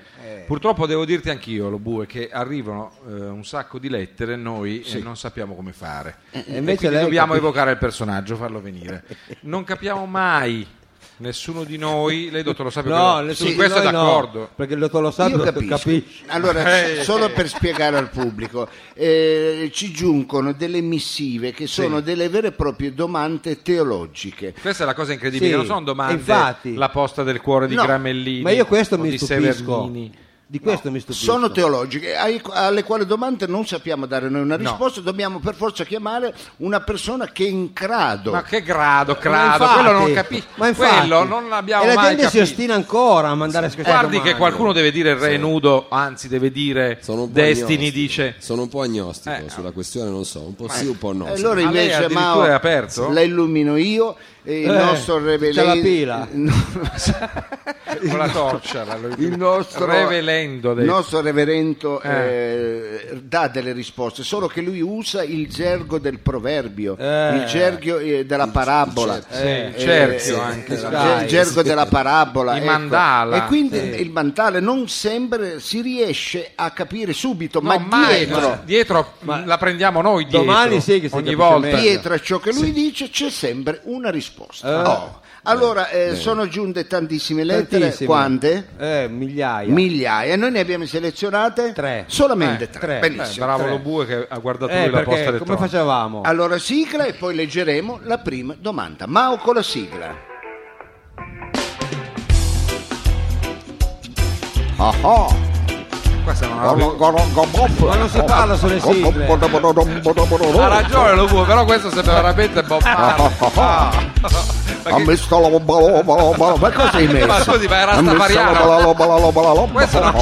Speaker 4: Purtroppo devo dirti anch'io, lo bue, che arrivano eh, un sacco di lettere noi e non sappiamo come fare. E
Speaker 3: invece
Speaker 4: quindi
Speaker 3: lei
Speaker 4: dobbiamo
Speaker 3: capisce.
Speaker 4: evocare il personaggio, farlo venire. Non capiamo mai, nessuno di noi, lei dottor lo sa
Speaker 3: No, le
Speaker 4: su questo è
Speaker 3: noi no,
Speaker 4: d'accordo.
Speaker 3: perché il dottor Lo Sapio
Speaker 2: Io capisco.
Speaker 3: capisce.
Speaker 2: Allora,
Speaker 4: Eh,
Speaker 2: s- solo per spiegare al pubblico, eh, ci giungono delle missive che sono delle vere e proprie domande teologiche.
Speaker 4: Questa è la cosa incredibile,
Speaker 3: Sì,
Speaker 4: non sono domande
Speaker 3: infatti.
Speaker 4: la posta del cuore di
Speaker 2: No,
Speaker 4: Gramellini.
Speaker 3: Ma io questo
Speaker 4: o
Speaker 3: mi
Speaker 4: di
Speaker 3: stupisco.
Speaker 4: Severgnini.
Speaker 3: Di questo mi stupisco.
Speaker 2: Sono teologiche, ai- alle quali domande non sappiamo dare noi una risposta, dobbiamo per forza chiamare una persona che è in Eh, grado.
Speaker 4: Ma che grado,
Speaker 3: Ma
Speaker 4: grado,
Speaker 3: infatti-
Speaker 4: quello non capisco.
Speaker 3: ma infatti.
Speaker 4: Quello non l'abbiamo
Speaker 3: E la
Speaker 4: mai
Speaker 3: gente si
Speaker 4: capito.
Speaker 3: ostina ancora a mandare queste
Speaker 4: Eh, Guardi
Speaker 3: domande.
Speaker 4: che qualcuno deve dire il re nudo, anzi deve dire
Speaker 5: Sono un po'
Speaker 4: Destiny
Speaker 5: agnostico.
Speaker 4: dice...
Speaker 5: Sono un po' agnostico
Speaker 4: Eh,
Speaker 5: sulla questione, non so, un po' sì, un po' no.
Speaker 2: E allora
Speaker 4: Ma lei
Speaker 2: invece
Speaker 4: addirittura
Speaker 2: Mao
Speaker 4: è aperto?
Speaker 2: la illumino io e il
Speaker 3: Eh,
Speaker 2: nostro
Speaker 3: c'è la
Speaker 2: reverendo
Speaker 3: pila.
Speaker 4: con la torcia la-
Speaker 2: il nostro
Speaker 4: revelendo
Speaker 2: il
Speaker 4: dei-
Speaker 2: nostro reverendo eh, dà delle risposte, solo che lui usa il gergo del proverbio,
Speaker 3: Eh.
Speaker 2: il gergo eh, della parabola.
Speaker 5: il
Speaker 4: sì, il cerchio
Speaker 2: eh,
Speaker 4: anche
Speaker 2: il
Speaker 4: sì.
Speaker 2: ger-
Speaker 3: Dai,
Speaker 2: gergo della parabola
Speaker 4: I
Speaker 2: ecco.
Speaker 4: mandala.
Speaker 2: e quindi
Speaker 4: Sì.
Speaker 2: il mandala non sempre si riesce a capire subito ma
Speaker 4: No, mai,
Speaker 2: dietro
Speaker 4: no, dietro, mh, la prendiamo noi dietro
Speaker 3: Domani sì che si capisce
Speaker 4: ogni volta
Speaker 3: meglio.
Speaker 2: dietro a ciò che lui dice c'è sempre una risposta. Oh. Allora, eh, sono giunte tantissime lettere.
Speaker 3: Tantissime.
Speaker 2: Quante?
Speaker 3: Eh, migliaia.
Speaker 2: Migliaia. Noi ne abbiamo selezionate
Speaker 3: Tre.
Speaker 2: solamente
Speaker 4: Eh,
Speaker 2: tre.
Speaker 3: tre.
Speaker 2: Benissimo.
Speaker 4: bravo
Speaker 3: tre.
Speaker 4: lo bue che ha guardato
Speaker 3: Eh,
Speaker 4: lui la posta
Speaker 3: perché come
Speaker 4: elettronica.
Speaker 3: facevamo?
Speaker 2: Allora sigla e poi leggeremo la prima domanda. Mao con la sigla. Ah ah.
Speaker 4: Questa è una roba-
Speaker 3: Ma non si parla sulle sigle.
Speaker 4: Ha ragione lo bue, però questo sembra veramente Bob
Speaker 2: Ah,
Speaker 4: Marley.
Speaker 2: Ha messo la bomba, la bomba, la bomba. Oh, Ma cosa hai messo?
Speaker 4: Ma scusi, ma era
Speaker 2: Ha messo la
Speaker 4: Stafariano?
Speaker 2: bomba, la bomba, la bomba, la bomba.
Speaker 4: Questo non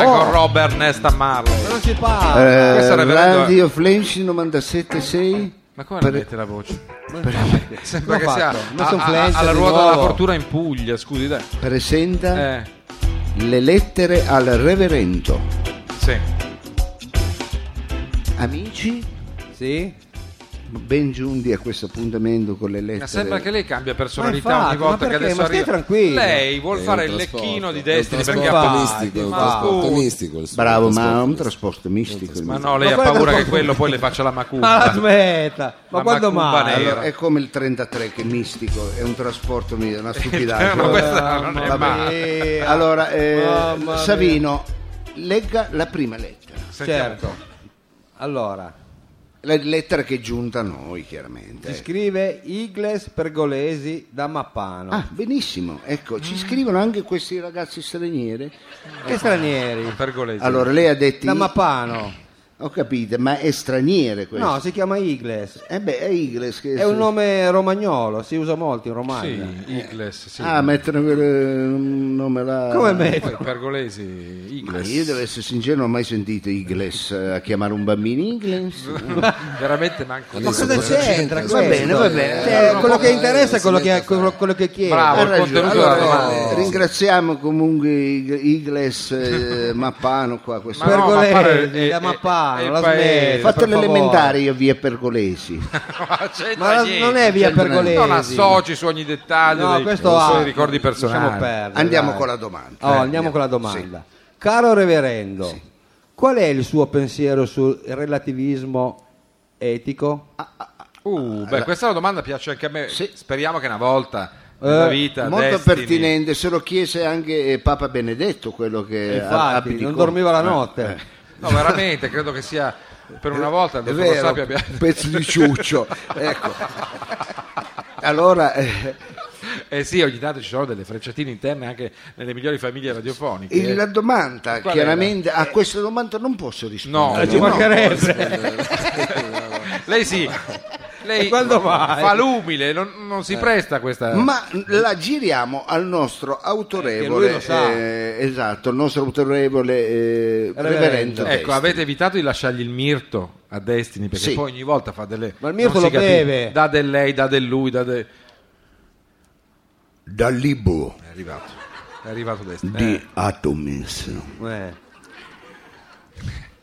Speaker 2: Ah, ah.
Speaker 4: con Robert Nesta Marley.
Speaker 3: Non si parla.
Speaker 2: Eh,
Speaker 4: Questo era veramente-
Speaker 2: Radio Flash 976
Speaker 4: Ma come
Speaker 2: Per-
Speaker 4: la mette la voce? Sembra
Speaker 3: L'ho
Speaker 4: che sia
Speaker 3: fatto. Ho messo un
Speaker 4: a- a-
Speaker 3: flash
Speaker 4: alla
Speaker 3: di
Speaker 4: ruota della
Speaker 3: nuovo.
Speaker 4: fortuna in Puglia, scusi dai.
Speaker 2: presenta
Speaker 4: Eh,
Speaker 2: le lettere al reverendo.
Speaker 4: sì.
Speaker 2: Amici,
Speaker 3: Sì?
Speaker 2: ben giunti a questo appuntamento con le lettere.
Speaker 4: Ma sembra che lei cambia personalità
Speaker 3: Ma infatti,
Speaker 4: ogni volta
Speaker 3: ma perché?
Speaker 4: che adesso
Speaker 3: Ma stai
Speaker 4: arriva.
Speaker 3: tranquillo.
Speaker 4: Lei vuol
Speaker 5: È
Speaker 4: fare
Speaker 5: un
Speaker 4: il
Speaker 5: trasporto,
Speaker 4: lecchino di
Speaker 5: è un
Speaker 4: destini perché ha
Speaker 5: trasporto
Speaker 3: paura.
Speaker 5: mistico, è un
Speaker 4: Ma
Speaker 5: trasporto
Speaker 4: scusi.
Speaker 5: mistico, il suo
Speaker 2: Bravo, ma è un
Speaker 5: trasporto
Speaker 2: trasporto mistico.
Speaker 4: Ma no, lei
Speaker 3: Ma
Speaker 4: ha
Speaker 3: quello
Speaker 4: paura
Speaker 3: è
Speaker 4: che
Speaker 3: proprio-
Speaker 4: quello poi le faccia la
Speaker 3: Ma
Speaker 4: macumba.
Speaker 3: Ah, aspetta, ma
Speaker 4: La
Speaker 3: quando
Speaker 4: macumba
Speaker 3: mai?
Speaker 4: nera.
Speaker 2: Allora, è come il 33 che è mistico, è un trasporto, mi- è una
Speaker 4: Eh,
Speaker 2: stupidaggine.
Speaker 4: ma questa non è
Speaker 3: Mamma
Speaker 4: male.
Speaker 3: mia.
Speaker 2: Allora, eh,
Speaker 3: Mamma mia.
Speaker 2: Savino, legga la prima lettera.
Speaker 3: certo. Allora,
Speaker 2: La lettera che è giunta a noi, chiaramente.
Speaker 3: ci scrive Igles Pergolesi da Mappano.
Speaker 2: Ah, benissimo, ecco,
Speaker 3: Mm.
Speaker 2: ci scrivono anche questi ragazzi stranieri.
Speaker 3: Che stranieri?
Speaker 4: Pergolesi.
Speaker 2: Allora, lei ha detto...
Speaker 3: Da Mappano.
Speaker 2: Ho capito, ma è straniere questo?
Speaker 3: No, si chiama Igles.
Speaker 2: Eh beh, è Igles che...
Speaker 3: È un nome romagnolo, si usa molto in
Speaker 4: sì,
Speaker 3: Romagna.
Speaker 4: Igles, sì.
Speaker 2: Ah, mettono quel- un nome là...
Speaker 3: Come me?
Speaker 4: Poi Pergolesi,
Speaker 2: Ma
Speaker 4: Igles.
Speaker 2: io devo essere sincero, non ho mai sentito Igles eh, a chiamare un bambino Igles.
Speaker 4: Veramente manco
Speaker 5: Ma
Speaker 4: io.
Speaker 5: cosa
Speaker 4: Veramente.
Speaker 5: c'entra
Speaker 2: Va bene, va bene.
Speaker 3: Cioè,
Speaker 2: Eh,
Speaker 3: quello
Speaker 5: no,
Speaker 3: che
Speaker 5: eh,
Speaker 3: interessa è
Speaker 5: si
Speaker 3: quello
Speaker 5: mette
Speaker 3: che,
Speaker 5: a fare.
Speaker 3: quello- quello che chiede.
Speaker 4: Bravo,
Speaker 2: Ha
Speaker 4: il contenuto
Speaker 2: ragione.
Speaker 4: della
Speaker 2: Allora,
Speaker 4: domanda.
Speaker 2: eh, ringraziamo comunque I- Igles eh, Mappano qua questo.
Speaker 4: Ma no, ma
Speaker 3: Pergolesi,
Speaker 4: pare- eh,
Speaker 3: da
Speaker 4: eh,
Speaker 3: Mappano,
Speaker 4: eh,
Speaker 3: la
Speaker 4: paese.
Speaker 3: smetta,
Speaker 2: Ho fatto
Speaker 3: per favore.
Speaker 2: l'elementare io a via Pergolesi.
Speaker 4: Ma c'entra
Speaker 3: Ma la-
Speaker 4: niente.
Speaker 3: non è via
Speaker 2: c'entra
Speaker 3: Pergolesi.
Speaker 2: niente.
Speaker 4: Non associ su ogni dettaglio
Speaker 3: No,
Speaker 4: dei
Speaker 3: questo
Speaker 4: dei
Speaker 3: ha-
Speaker 4: suoi ricordi
Speaker 3: lasciamo
Speaker 4: personali.
Speaker 3: perdere,
Speaker 2: Andiamo
Speaker 3: dai.
Speaker 2: con la domanda.
Speaker 3: Oh, andiamo con la domanda. Caro reverendo, qual è il suo pensiero sul relativismo etico?
Speaker 4: Uh, beh, questa è una domanda piace anche a me.
Speaker 2: Sì.
Speaker 4: Speriamo che una volta nella
Speaker 3: Eh,
Speaker 4: vita
Speaker 2: Molto
Speaker 4: destini-
Speaker 2: pertinente, se lo chiese anche eh, Papa Benedetto quello che a-
Speaker 3: Infatti,
Speaker 2: abdicò.
Speaker 3: non dormiva la
Speaker 2: Eh,
Speaker 3: notte.
Speaker 2: eh.
Speaker 4: No, veramente, credo che sia per una volta
Speaker 2: È
Speaker 4: non lo
Speaker 2: vero,
Speaker 4: sappia abbia-
Speaker 2: un pezzo di ciuccio. ecco. Allora, eh,
Speaker 4: Eh sì, ogni tanto ci sono delle frecciatine interne anche nelle migliori famiglie radiofoniche.
Speaker 3: Eh.
Speaker 2: il- la domanda,
Speaker 4: Qual Eh.
Speaker 2: chiaramente, a questa domanda non posso rispondere.
Speaker 4: No,
Speaker 3: Ci mancherebbe.
Speaker 4: Lei sì, lei
Speaker 3: E quando mai?
Speaker 4: fa l'umile, non, non si presta a questa...
Speaker 2: Ma la giriamo al nostro
Speaker 3: Che lui
Speaker 2: autorevole,
Speaker 3: lo sa.
Speaker 2: eh, esatto, il nostro autorevole eh, reverendo.
Speaker 4: Ecco,
Speaker 2: Testi.
Speaker 4: avete evitato di lasciargli il mirto a Destini perché
Speaker 2: Sì.
Speaker 4: poi ogni volta fa delle...
Speaker 3: Ma il mirto
Speaker 4: non si
Speaker 3: lo
Speaker 4: capisce.
Speaker 3: beve.
Speaker 4: Dà del lei, dà del lui, dà del...
Speaker 2: Dal libro
Speaker 4: È arrivato, è arrivato Destini.
Speaker 2: di
Speaker 4: Eh,
Speaker 2: Atomis,
Speaker 3: Eh,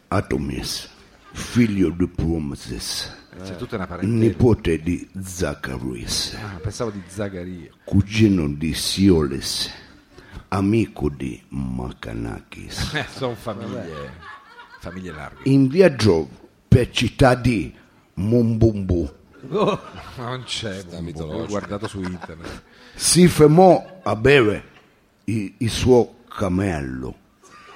Speaker 2: Atomis, figlio di Promises,
Speaker 4: c'è tutta una parentesi.
Speaker 2: nipote di Zaccaries,
Speaker 4: Ah, pensavo di Zagaria.
Speaker 2: cugino di Sioles, amico di Macanakis.
Speaker 4: Eh, sono famiglie, famiglie larghe.
Speaker 2: In viaggio per città di Mumbumbu.
Speaker 3: Oh.
Speaker 4: Non c'è, ho
Speaker 5: mitologico.
Speaker 4: guardato su internet.
Speaker 2: si fermò a bere i- il, suo cammello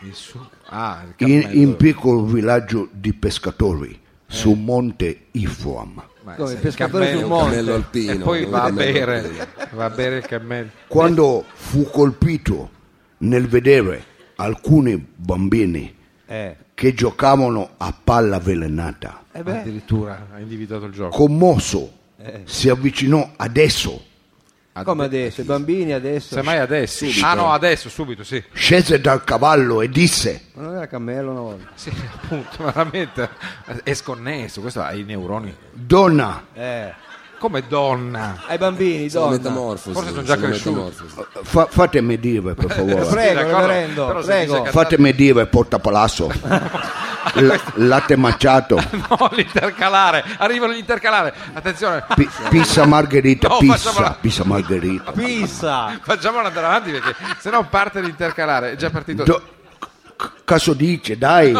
Speaker 4: Il suo... Ah, il
Speaker 2: in,
Speaker 4: cammello.
Speaker 2: in piccolo villaggio di pescatori su Monte Ifram.
Speaker 4: Ma
Speaker 3: Come
Speaker 4: se
Speaker 3: il pescatore
Speaker 4: cammello-
Speaker 3: sul
Speaker 5: un
Speaker 3: monte.
Speaker 5: cammello alpino.
Speaker 4: E poi
Speaker 5: un
Speaker 4: va a
Speaker 5: cammello
Speaker 4: bere,
Speaker 5: alpino.
Speaker 4: va a bere il cammello.
Speaker 2: Quando fu colpito nel vedere alcuni bambini
Speaker 3: eh.
Speaker 2: che giocavano a palla avvelenata,
Speaker 3: Eh beh,
Speaker 4: Addirittura ha individuato il gioco.
Speaker 2: commosso si avvicinò adesso,
Speaker 3: come adesso, i bambini adesso...
Speaker 4: Semmai adesso. Ah no, adesso, subito, sì.
Speaker 2: scese dal cavallo e disse
Speaker 3: Ma non era cammello una volta?
Speaker 4: Sì, appunto, veramente è sconnesso. Questo ha i neuroni.
Speaker 2: Donna,
Speaker 3: Eh.
Speaker 4: Come donna.
Speaker 3: Ai bambini,
Speaker 5: Sono
Speaker 3: donna.
Speaker 5: metamorfosi.
Speaker 4: Forse sono già
Speaker 5: sono
Speaker 4: cresciuti.
Speaker 5: metamorfosi.
Speaker 2: fa- fatemi dire per favore,
Speaker 3: Prego,
Speaker 4: d'accordo,
Speaker 3: reverendo,
Speaker 4: però se
Speaker 3: prego.
Speaker 4: dice
Speaker 2: fatemi dire porta palazzo, l- latte macciato.
Speaker 4: No, l'intercalare. Arrivano gli intercalare. Attenzione,
Speaker 2: Pi- pizza margherita,
Speaker 4: No, facciamola.
Speaker 2: pizza, pizza margherita.
Speaker 3: Pizza!
Speaker 4: facciamolo andare avanti perché sennò parte l'intercalare. È già partito.
Speaker 2: Do- c- caso dice, dai.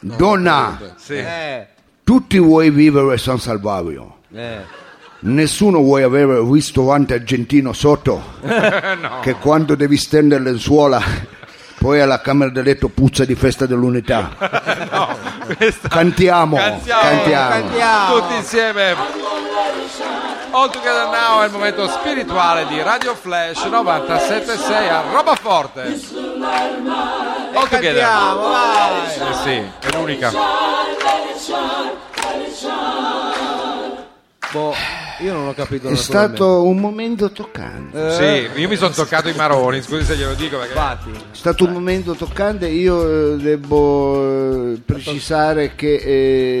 Speaker 2: Donna,
Speaker 4: Sì.
Speaker 3: Eh,
Speaker 2: tutti vuoi vivere San Salvario.
Speaker 3: eh.
Speaker 2: Nessuno vuole avere il ristorante argentino sotto
Speaker 4: no.
Speaker 2: che quando devi stendere le lenzuola poi alla camera da letto puzza di festa dell'unità.
Speaker 4: no, questa-
Speaker 2: Cantiamo,
Speaker 4: Cantiamo.
Speaker 2: cantiamo.
Speaker 4: tutti insieme. All Together Now è il momento spirituale di Radio Flash 976 a Roba Forte. All Together. Eh sì, è l'unica.
Speaker 3: Boh, io non ho capito Eh?
Speaker 2: È stato un momento toccante.
Speaker 4: Sì, io mi sono toccato i maroni, scusi se glielo dico perché
Speaker 2: È stato un momento toccante. Io eh, devo eh, precisare che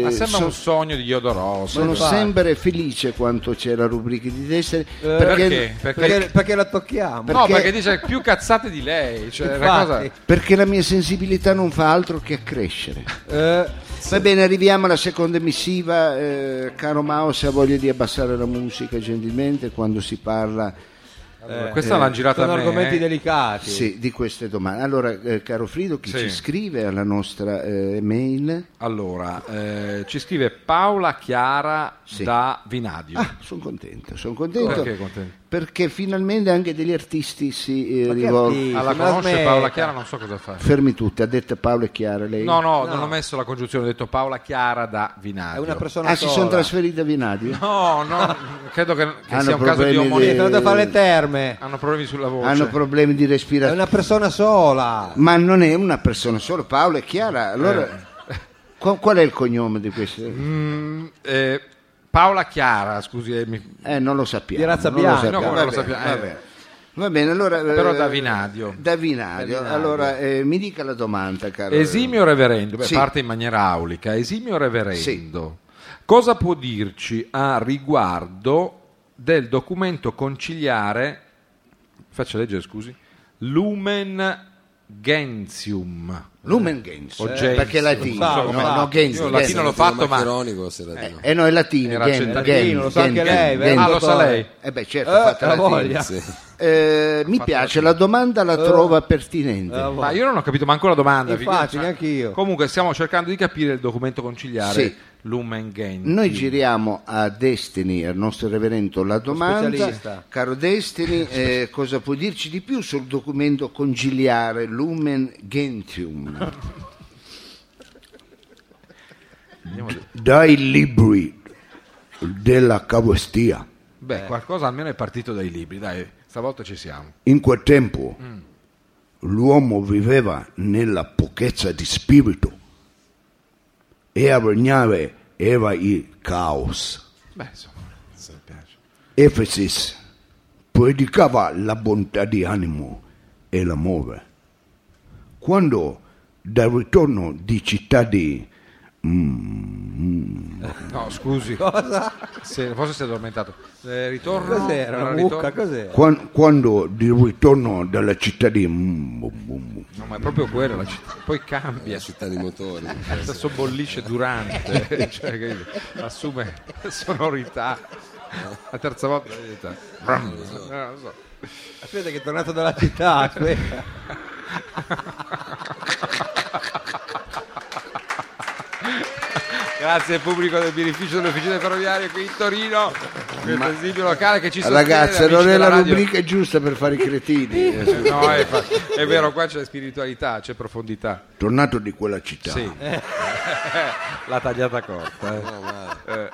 Speaker 2: eh,
Speaker 4: ma sembra
Speaker 2: so-
Speaker 4: un sogno di Iodoro.
Speaker 2: sono sempre felice quando c'è la rubrica di destra.
Speaker 4: Eh, perché? Perché-
Speaker 3: Perché, perché la tocchiamo?
Speaker 2: Perché- Eh,
Speaker 4: No, perché dice più cazzate di lei, cioè è una cosa
Speaker 3: Infatti.
Speaker 2: Perché la mia sensibilità non fa altro che accrescere.
Speaker 3: Eh,
Speaker 2: Va bene, arriviamo alla seconda missiva. Eh, caro Mao, se ha voglia di abbassare la musica gentilmente quando si parla
Speaker 4: Eh, questa l'hanno girata
Speaker 3: sono
Speaker 4: a me.
Speaker 3: argomenti
Speaker 4: eh.
Speaker 3: delicati.
Speaker 2: sì, di queste domande. Allora, eh, caro Frido, chi
Speaker 4: Sì.
Speaker 2: ci scrive alla nostra eh, mail?
Speaker 4: Allora, eh, ci scrive Paola Chiara
Speaker 2: Sì.
Speaker 4: da Vinadio.
Speaker 2: Ah, sono contento, sono contento.
Speaker 4: Perché è contento?
Speaker 2: Perché finalmente anche degli artisti si eh,
Speaker 3: Ma che
Speaker 2: rivolgono.
Speaker 3: artisti?
Speaker 4: Ah, la
Speaker 3: Ma
Speaker 4: conosce
Speaker 3: smetta.
Speaker 4: Paola Chiara, non so cosa fa.
Speaker 2: Fermi tutti, ha detto Paolo e Chiara lei.
Speaker 4: No, no, non ho messo la congiunzione, ho detto Paola Chiara da Vinadio.
Speaker 3: È una persona
Speaker 2: ah, si
Speaker 3: sola.
Speaker 2: sono trasferiti a Vinadio?
Speaker 4: No, no, credo che, che
Speaker 2: Hanno
Speaker 4: sia un caso
Speaker 2: problemi
Speaker 4: di
Speaker 3: Sì, è
Speaker 4: omonimia.
Speaker 3: venuta a fare le terme.
Speaker 4: Hanno problemi sulla voce.
Speaker 2: Hanno problemi di
Speaker 3: È
Speaker 2: respirazione.
Speaker 3: una persona sola.
Speaker 2: Ma non è una persona solo, Paolo e Chiara. Allora,
Speaker 4: Eh.
Speaker 2: qu- qual è il cognome di questo?
Speaker 4: Mm, eh, Paola Chiara, scusi, eh, mi-
Speaker 2: Eh, non lo sappiamo.
Speaker 3: Di razza
Speaker 2: non
Speaker 3: bianca.
Speaker 2: sappiamo.
Speaker 4: No, come
Speaker 2: Va
Speaker 4: lo
Speaker 2: bene,
Speaker 4: sappiamo,
Speaker 2: va
Speaker 4: eh.
Speaker 2: bene. Va bene, allora...
Speaker 4: Però
Speaker 2: eh,
Speaker 4: da Vinadio.
Speaker 2: Da Vinadio. Allora, eh, mi dica la domanda, caro.
Speaker 4: esimio reverendo, beh,
Speaker 2: Sì.
Speaker 4: parte in maniera aulica, esimio reverendo, cosa può dirci a riguardo del documento conciliare, faccia leggere scusi, Lumen Gentium?
Speaker 2: Lumen Gens.
Speaker 4: O
Speaker 2: eh,
Speaker 4: gens.
Speaker 2: perché è latino.
Speaker 4: Non so
Speaker 2: no,
Speaker 4: come-
Speaker 2: no, Gens.
Speaker 4: Io il latino l'ho
Speaker 2: Gens.
Speaker 4: fatto, ma...
Speaker 5: Ironico, se la dico.
Speaker 2: Eh, no, è latino.
Speaker 4: Era
Speaker 2: Gens,
Speaker 4: accettato.
Speaker 2: Gens,
Speaker 3: Latino, lo sa anche
Speaker 2: Gens,
Speaker 3: lei,
Speaker 2: Gens.
Speaker 4: Ah, lo sa lei.
Speaker 2: Eh beh, certo,
Speaker 3: Eh,
Speaker 2: ha fatto
Speaker 3: la
Speaker 2: latino.
Speaker 3: voglia.
Speaker 5: Sì.
Speaker 2: Eh, mi piace, la domanda
Speaker 4: Eh.
Speaker 2: la trova pertinente.
Speaker 3: La voglia.
Speaker 4: Ma io non ho capito manco la domanda.
Speaker 3: Infatti,
Speaker 4: figurati.
Speaker 3: neanche io.
Speaker 4: Comunque stiamo cercando di capire il documento conciliare
Speaker 2: Sì.
Speaker 4: Lumen Gentium.
Speaker 2: Noi giriamo a Destiny, al nostro reverendo, la domanda.
Speaker 3: specialista.
Speaker 2: Caro Destiny, eh, cosa puoi dirci di più sul documento conciliare Lumen Gentium? Dai libri della carestia.
Speaker 4: Beh, qualcosa almeno è partito dai libri, dai, stavolta ci siamo.
Speaker 2: In quel tempo l'uomo viveva nella pochezza di spirito e a regnare era il caos.
Speaker 4: Beh, insomma, se mi piace.
Speaker 2: Efesis predicava la bontà di animo e l'amore. Quando dal ritorno di città di
Speaker 4: No, scusi. Se, forse si è addormentato. Eh, ritorno.
Speaker 3: Cos'era? Una
Speaker 4: allora,
Speaker 3: mucca?
Speaker 4: ritorno-
Speaker 3: Cos'era?
Speaker 2: quan- quando di ritorno dalla città di
Speaker 4: No, ma è proprio quella la città. Poi cambia.
Speaker 5: La città di motori.
Speaker 4: Adesso bollisce durante, cioè, che assume sonorità. La terza volta. la verità. Eh, non lo so.
Speaker 3: Aspetta che è tornato dalla città. aspetta.
Speaker 4: Grazie al pubblico del birrificio dell'Officina Ferroviaria qui in Torino, questo esilio locale che ci sostiene.
Speaker 2: Ragazzi,
Speaker 4: amici
Speaker 2: non è
Speaker 4: della
Speaker 2: la
Speaker 4: radio.
Speaker 2: rubrica giusta per fare i cretini.
Speaker 4: Eh, No, è, fa- è vero, qua c'è spiritualità, c'è profondità.
Speaker 2: Tornato di quella città,
Speaker 4: Sì. La tagliata corta. eh.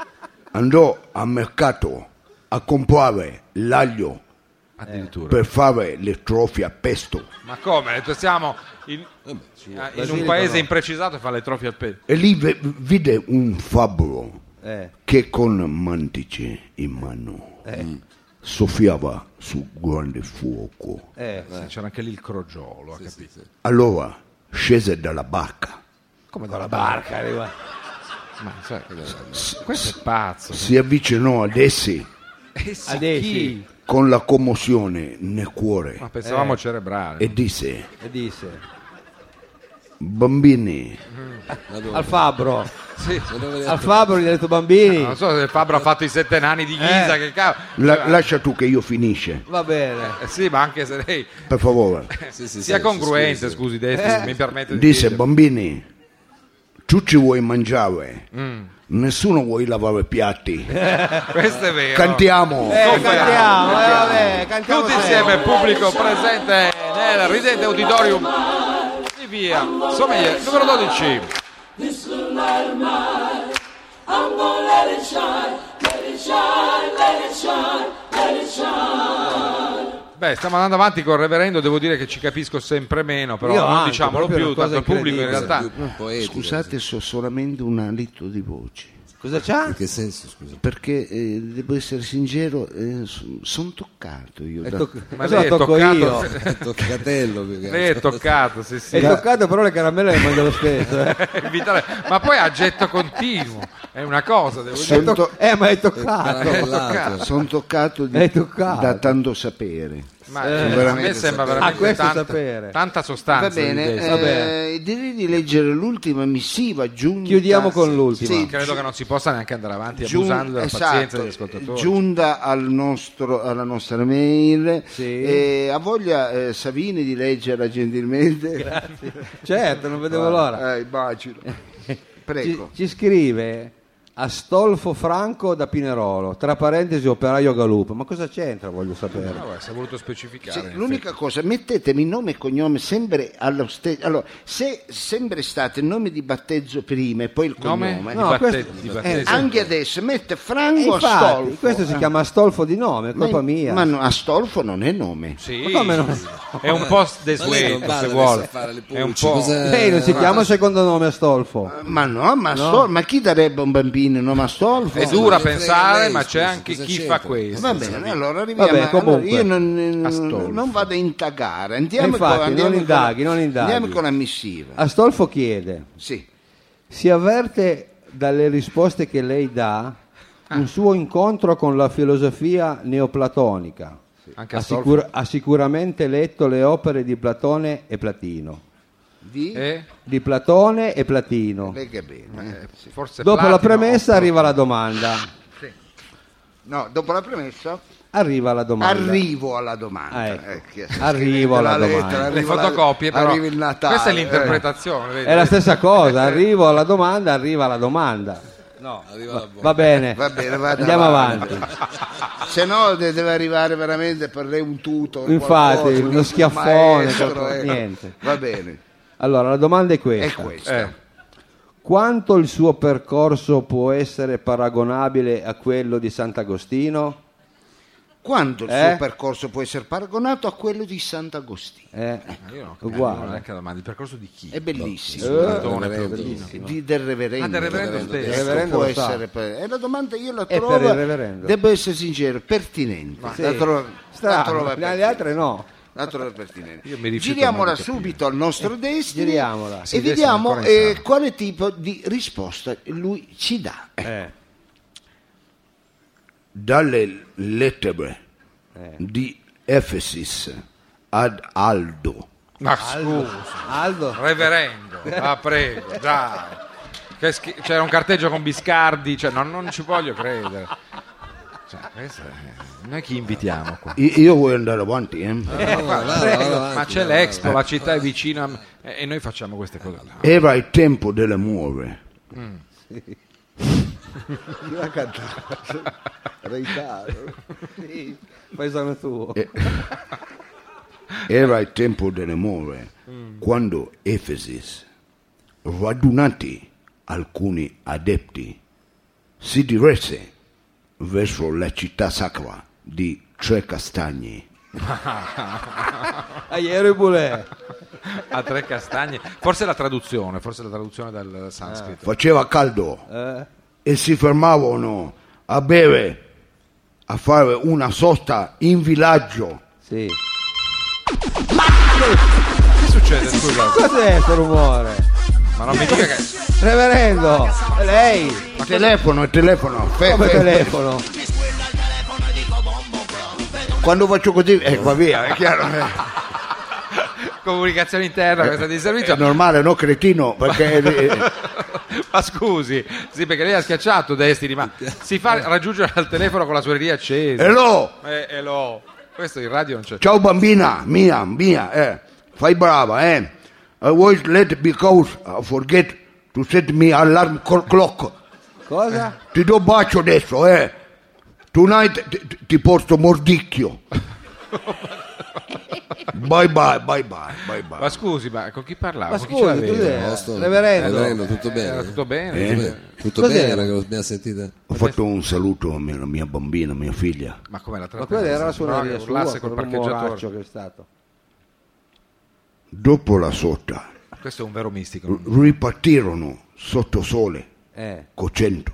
Speaker 2: andò al mercato a comprare l'aglio eh,
Speaker 4: Addirittura.
Speaker 2: per fare le trofie a pesto
Speaker 4: Ma come? Detto, Siamo in, ah, in un paese imprecisato e fa le trofie al petto.
Speaker 2: e lì ve- vide un fabbro
Speaker 3: Eh,
Speaker 2: che con mantice in mano
Speaker 4: Eh.
Speaker 2: mm, soffiava sul grande fuoco.
Speaker 3: eh.
Speaker 4: C'era anche lì il crogiolo, ha capito?
Speaker 2: Allora scese dalla barca,
Speaker 4: Come dalla barca. eh,
Speaker 3: arriva.
Speaker 4: Ma, sai, questo è pazzo.
Speaker 2: si avvicinò ad essi
Speaker 4: Eh sì,
Speaker 3: Adesso
Speaker 4: chi?
Speaker 2: con la commozione nel
Speaker 4: Ma
Speaker 2: cuore
Speaker 4: pensavamo cerebrale.
Speaker 2: e disse,
Speaker 3: e disse
Speaker 2: bambini,
Speaker 3: al fabbro,
Speaker 4: Sì.
Speaker 3: al fabbro gli ha detto bambini.
Speaker 4: Non so se Fabio ha fatto i sette nani di Ghisa,
Speaker 3: Eh.
Speaker 4: che cavolo.
Speaker 2: la- lascia tu che io finisce,
Speaker 3: Va bene.
Speaker 4: Eh sì, ma anche se lei
Speaker 2: per favore.
Speaker 5: Sì, sì,
Speaker 4: sia
Speaker 5: sì,
Speaker 4: congruente,
Speaker 5: sì, sì.
Speaker 4: scusi, Desti, mi permette di
Speaker 2: Disse,
Speaker 4: dire.
Speaker 3: Mm.
Speaker 2: bambini, tu ci vuoi mangiare, Nessuno vuole lavare i piatti.
Speaker 4: Questo è vero.
Speaker 2: Cantiamo.
Speaker 3: Eh,
Speaker 4: Come
Speaker 3: cantiamo, eh, vabbè, cantiamo
Speaker 4: Tutti
Speaker 3: sempre.
Speaker 4: insieme, pubblico presente nel ridente auditorium di via Sommelier numero 12. Beh, stiamo andando avanti col reverendo, devo dire che ci capisco sempre meno, però
Speaker 3: Io
Speaker 4: non
Speaker 3: anche,
Speaker 4: diciamolo
Speaker 3: proprio
Speaker 4: più,
Speaker 3: una cosa
Speaker 4: tanto il pubblico in
Speaker 3: incredibile.
Speaker 4: realtà...
Speaker 5: più poetica.
Speaker 2: Scusate se ho solamente un alito di voce.
Speaker 3: Cosa c'ha?
Speaker 5: In che senso, scusa?
Speaker 2: Perché eh, devo essere sincero, sono toccato io.
Speaker 3: È
Speaker 2: da-
Speaker 3: toc-
Speaker 4: Ma
Speaker 3: cosa
Speaker 4: lei è
Speaker 3: tocco
Speaker 4: toccato-
Speaker 3: io?
Speaker 5: Eh, Toccatello più che
Speaker 4: Lei è
Speaker 5: altro.
Speaker 4: toccato, sì sì.
Speaker 3: È toccato però le caramelle le mangio lo stesso. eh.
Speaker 4: Invitare- Ma poi a getto continuo, è una cosa, devo dire.
Speaker 3: È to- eh, ma è
Speaker 5: Ah,
Speaker 3: toccato.
Speaker 5: Caramellato.
Speaker 2: Sono toccato, di-
Speaker 3: È toccato.
Speaker 2: da tanto sapere.
Speaker 4: Ma
Speaker 2: Sono
Speaker 4: eh, a me
Speaker 2: veramente certo.
Speaker 4: sembra
Speaker 5: sapere.
Speaker 3: Ah,
Speaker 4: veramente
Speaker 3: questo
Speaker 4: tanta,
Speaker 3: sapere.
Speaker 4: tanta
Speaker 3: Ah,
Speaker 4: sostanza.
Speaker 2: Va
Speaker 4: di
Speaker 2: bene,
Speaker 4: testo.
Speaker 3: Va bene.
Speaker 2: eh, direi di leggere l'ultima missiva giunta.
Speaker 3: Chiudiamo con l'ultima.
Speaker 2: Sì,
Speaker 4: Credo che non si possa neanche andare avanti
Speaker 2: giun-
Speaker 4: abusando della
Speaker 2: esatto,
Speaker 4: pazienza degli ascoltatori.
Speaker 2: Giunta al nostro- alla nostra mail.
Speaker 3: Sì.
Speaker 2: Eh, ha voglia eh, Savini di leggerla gentilmente?
Speaker 3: Certo, non vedevo l'ora.
Speaker 2: Eh, immagino.
Speaker 3: Ci,
Speaker 2: Prego.
Speaker 3: ci scrive Astolfo Franco da Pinerolo, tra parentesi operaio Galup. Ma cosa c'entra, voglio sapere.
Speaker 4: Ah, guarda, si è voluto specificare.
Speaker 2: Cioè,
Speaker 4: in
Speaker 2: l'unica cosa, mettetemi nome e cognome sempre allo stesso. Allora, se sempre state il nome di battezzo prima e poi il
Speaker 4: effetti. nome
Speaker 2: cognome,
Speaker 4: di,
Speaker 3: No,
Speaker 4: batte-
Speaker 3: questo-
Speaker 4: di
Speaker 3: eh,
Speaker 4: battesimo.
Speaker 2: anche adesso mette
Speaker 3: E
Speaker 2: Franco
Speaker 3: infatti,
Speaker 2: Astolfo.
Speaker 3: questo si
Speaker 2: Eh,
Speaker 3: chiama Astolfo di nome, è
Speaker 2: ma-
Speaker 3: colpa mia.
Speaker 2: Ma no, Astolfo non è nome.
Speaker 4: Sì,
Speaker 3: Ma come no?
Speaker 4: sì. è un po'
Speaker 5: Ma lei non
Speaker 4: desueto
Speaker 5: va
Speaker 4: se
Speaker 5: adesso
Speaker 4: vuole.
Speaker 5: a fare le
Speaker 4: È un
Speaker 5: pulci,
Speaker 4: po'.
Speaker 5: cosa-
Speaker 3: Lei non si
Speaker 5: Eh,
Speaker 3: chiama secondo nome Astolfo.
Speaker 2: Ma no, ma, Astol- ma chi darebbe a un bambino il nome Astolfo?
Speaker 3: Eh,
Speaker 4: È
Speaker 5: No, ma
Speaker 4: dura
Speaker 5: ne frega
Speaker 4: pensare,
Speaker 5: lei,
Speaker 4: ma
Speaker 5: scusi,
Speaker 4: c'è anche
Speaker 5: cosa
Speaker 4: chi
Speaker 5: c'entra?
Speaker 4: fa questo.
Speaker 2: Va bene, allora arriviamo.
Speaker 3: Vabbè, comunque.
Speaker 2: allora, io non,
Speaker 4: Astolfo.
Speaker 2: non vado a indagare. Andiamo,
Speaker 3: Eh, infatti,
Speaker 2: con,
Speaker 3: non
Speaker 2: andiamo con-
Speaker 3: indaghi, non indaghi.
Speaker 2: Andiamo con la missiva.
Speaker 3: Astolfo chiede,
Speaker 2: Sì.
Speaker 3: si avverte dalle risposte che lei dà un suo incontro con la filosofia neoplatonica.
Speaker 4: Anche
Speaker 3: Ha,
Speaker 4: Astolfo.
Speaker 3: sicur- ha sicuramente letto le opere di Platone e Platino.
Speaker 2: Di...
Speaker 4: Eh?
Speaker 3: Di Platone e Platino.
Speaker 2: Lei che bene. eh.
Speaker 4: Forse
Speaker 3: Dopo la
Speaker 4: platino.
Speaker 3: premessa arriva la domanda.
Speaker 2: No, dopo la premessa
Speaker 3: Arriva la domanda.
Speaker 2: arrivo alla domanda.
Speaker 3: Ah, ecco.
Speaker 2: Eh, chi è-
Speaker 3: Arrivo alla
Speaker 2: la lettera,
Speaker 3: domanda.
Speaker 4: le
Speaker 2: arrivo la-
Speaker 4: fotocopie, però.
Speaker 2: Arriva il Natale. eh.
Speaker 4: Questa è l'interpretazione. vedi?
Speaker 3: È la stessa cosa, arrivo alla domanda, arriva la domanda.
Speaker 5: Arriva la bomba.
Speaker 3: Va bene.
Speaker 2: Va bene, vada
Speaker 3: Andiamo
Speaker 2: avanti.
Speaker 3: avanti.
Speaker 2: Eh, Se no de- deve arrivare veramente per lei un tuto.
Speaker 3: Infatti,
Speaker 2: qualcosa,
Speaker 3: uno
Speaker 2: un
Speaker 3: schiaffone,
Speaker 2: maestro,
Speaker 3: qualcosa,
Speaker 2: eh.
Speaker 3: niente.
Speaker 2: Va bene,
Speaker 3: Allora, la domanda è
Speaker 2: è
Speaker 3: questa.
Speaker 2: questo.
Speaker 4: Eh,
Speaker 3: Quanto il suo percorso può essere paragonabile a quello di Sant'Agostino?
Speaker 2: Quanto il
Speaker 3: Eh?
Speaker 2: suo percorso può essere paragonato a quello di Sant'Agostino?
Speaker 3: Eh,
Speaker 4: io eh, non ho capito
Speaker 3: uguale.
Speaker 4: neanche la domanda. Il percorso di chi?
Speaker 2: È
Speaker 4: Eh,
Speaker 2: bellissimo. Eh,
Speaker 4: Platone,
Speaker 5: Reverendo.
Speaker 4: Platino.
Speaker 2: Di- del reverendo,
Speaker 4: Ah, del reverendo stesso.
Speaker 2: Questo
Speaker 3: Il reverendo
Speaker 2: può
Speaker 3: lo sa.
Speaker 2: essere per- e la domanda io la
Speaker 3: È
Speaker 2: trovo
Speaker 3: per il reverendo.
Speaker 2: devo essere sincero pertinente
Speaker 3: Sì.
Speaker 2: la trovo, la trovo
Speaker 3: Strano, le
Speaker 2: pertinente.
Speaker 3: altre no.
Speaker 2: La trovo pertinente.
Speaker 4: Io mi rifiuto
Speaker 2: Giriamola
Speaker 4: mai di capire.
Speaker 2: subito al nostro destro
Speaker 3: Eh, giriamola.
Speaker 2: e
Speaker 4: Sì,
Speaker 2: vediamo
Speaker 4: adesso è ancora in
Speaker 2: eh, quale tipo di risposta lui ci dà.
Speaker 3: Eh.
Speaker 2: Dalle lettere
Speaker 3: Eh.
Speaker 2: di Efesis ad Aldo,
Speaker 4: Ma scusa.
Speaker 3: Aldo?
Speaker 4: Reverendo, la prego, dai. Che schi- c'era un carteggio con Biscardi, cioè, non, non ci voglio credere. Cioè, questo è- Noi chi invitiamo
Speaker 3: Ah.
Speaker 4: qua?
Speaker 2: I- io voglio andare avanti. eh.
Speaker 5: Va, va, va, va, va,
Speaker 4: Ma c'è
Speaker 5: va, va.
Speaker 4: l'Expo, la città è vicina a- e e noi facciamo queste cose. là.
Speaker 3: Ecco.
Speaker 2: Era il tempo dell'amore.
Speaker 3: Chi l'ha cantato? Reitaro. Sì, paesano tuo.
Speaker 2: Era il tempo dell'amore
Speaker 3: Mm.
Speaker 2: quando Efesis, radunati alcuni adepti, si diresse verso la città sacra di Tre Castagni.
Speaker 3: Ah, ieri Bulè.
Speaker 4: A tre castagne. Forse la traduzione, forse la traduzione dal sanscrito.
Speaker 2: Faceva caldo
Speaker 3: Eh,
Speaker 2: e si fermavano a bere, a fare una sosta in villaggio.
Speaker 3: sì.
Speaker 4: Che succede? Scusa,
Speaker 3: Cos'è questo rumore?
Speaker 4: ma non mi dica che.
Speaker 3: Reverendo, è lei?
Speaker 2: Il telefono, il telefono. Fe-
Speaker 3: Come
Speaker 2: fe-
Speaker 3: telefono?
Speaker 2: Quando faccio così, eh, va via, è chiaro. eh.
Speaker 4: Comunicazione interna, questa di servizio.
Speaker 2: È normale, no, cretino? Perché... eh,
Speaker 4: Ma scusi, sì, perché lei ha schiacciato Destini, ma si fa raggiungere al telefono con la suoneria accesa.
Speaker 2: Hello!
Speaker 4: Eh, eh, lo. Questo in radio non c'è.
Speaker 2: Ciao bambina, mia, mia, eh, fai brava, eh. I was late because I forget to set me alarm col- clock. Cosa?
Speaker 5: Ti do un bacio adesso, eh. Tonight ti, ti- ti porto mordicchio. bye bye, bye bye, bye bye.
Speaker 4: Ma scusi, ma con chi parlava?
Speaker 2: Ma
Speaker 4: Con chi
Speaker 2: scusi,
Speaker 4: c'aveva?
Speaker 2: cos'è?
Speaker 4: Eh,
Speaker 3: Posto?
Speaker 2: Reverendo.
Speaker 3: Reverendo, tutto bene?
Speaker 4: era tutto bene?
Speaker 5: Eh,
Speaker 2: Eh?
Speaker 3: Tutto bene? Tutto
Speaker 2: Cos'è?
Speaker 3: bene, era che l'abbiamo sentita?
Speaker 5: Ho fatto un saluto a mia, a mia bambina, a mia figlia.
Speaker 4: Ma come la
Speaker 2: Ma
Speaker 4: trattava?
Speaker 2: quella era la
Speaker 4: Sembrava
Speaker 2: suoneria
Speaker 4: che
Speaker 2: sua,
Speaker 4: urlasse col
Speaker 2: quel rumoraccio
Speaker 4: parcheggiatore.
Speaker 2: che è stato.
Speaker 5: Dopo la sotta
Speaker 4: Questo è un vero mistico.
Speaker 5: r- ripartirono sotto sole,
Speaker 2: Eh,
Speaker 5: cocendo,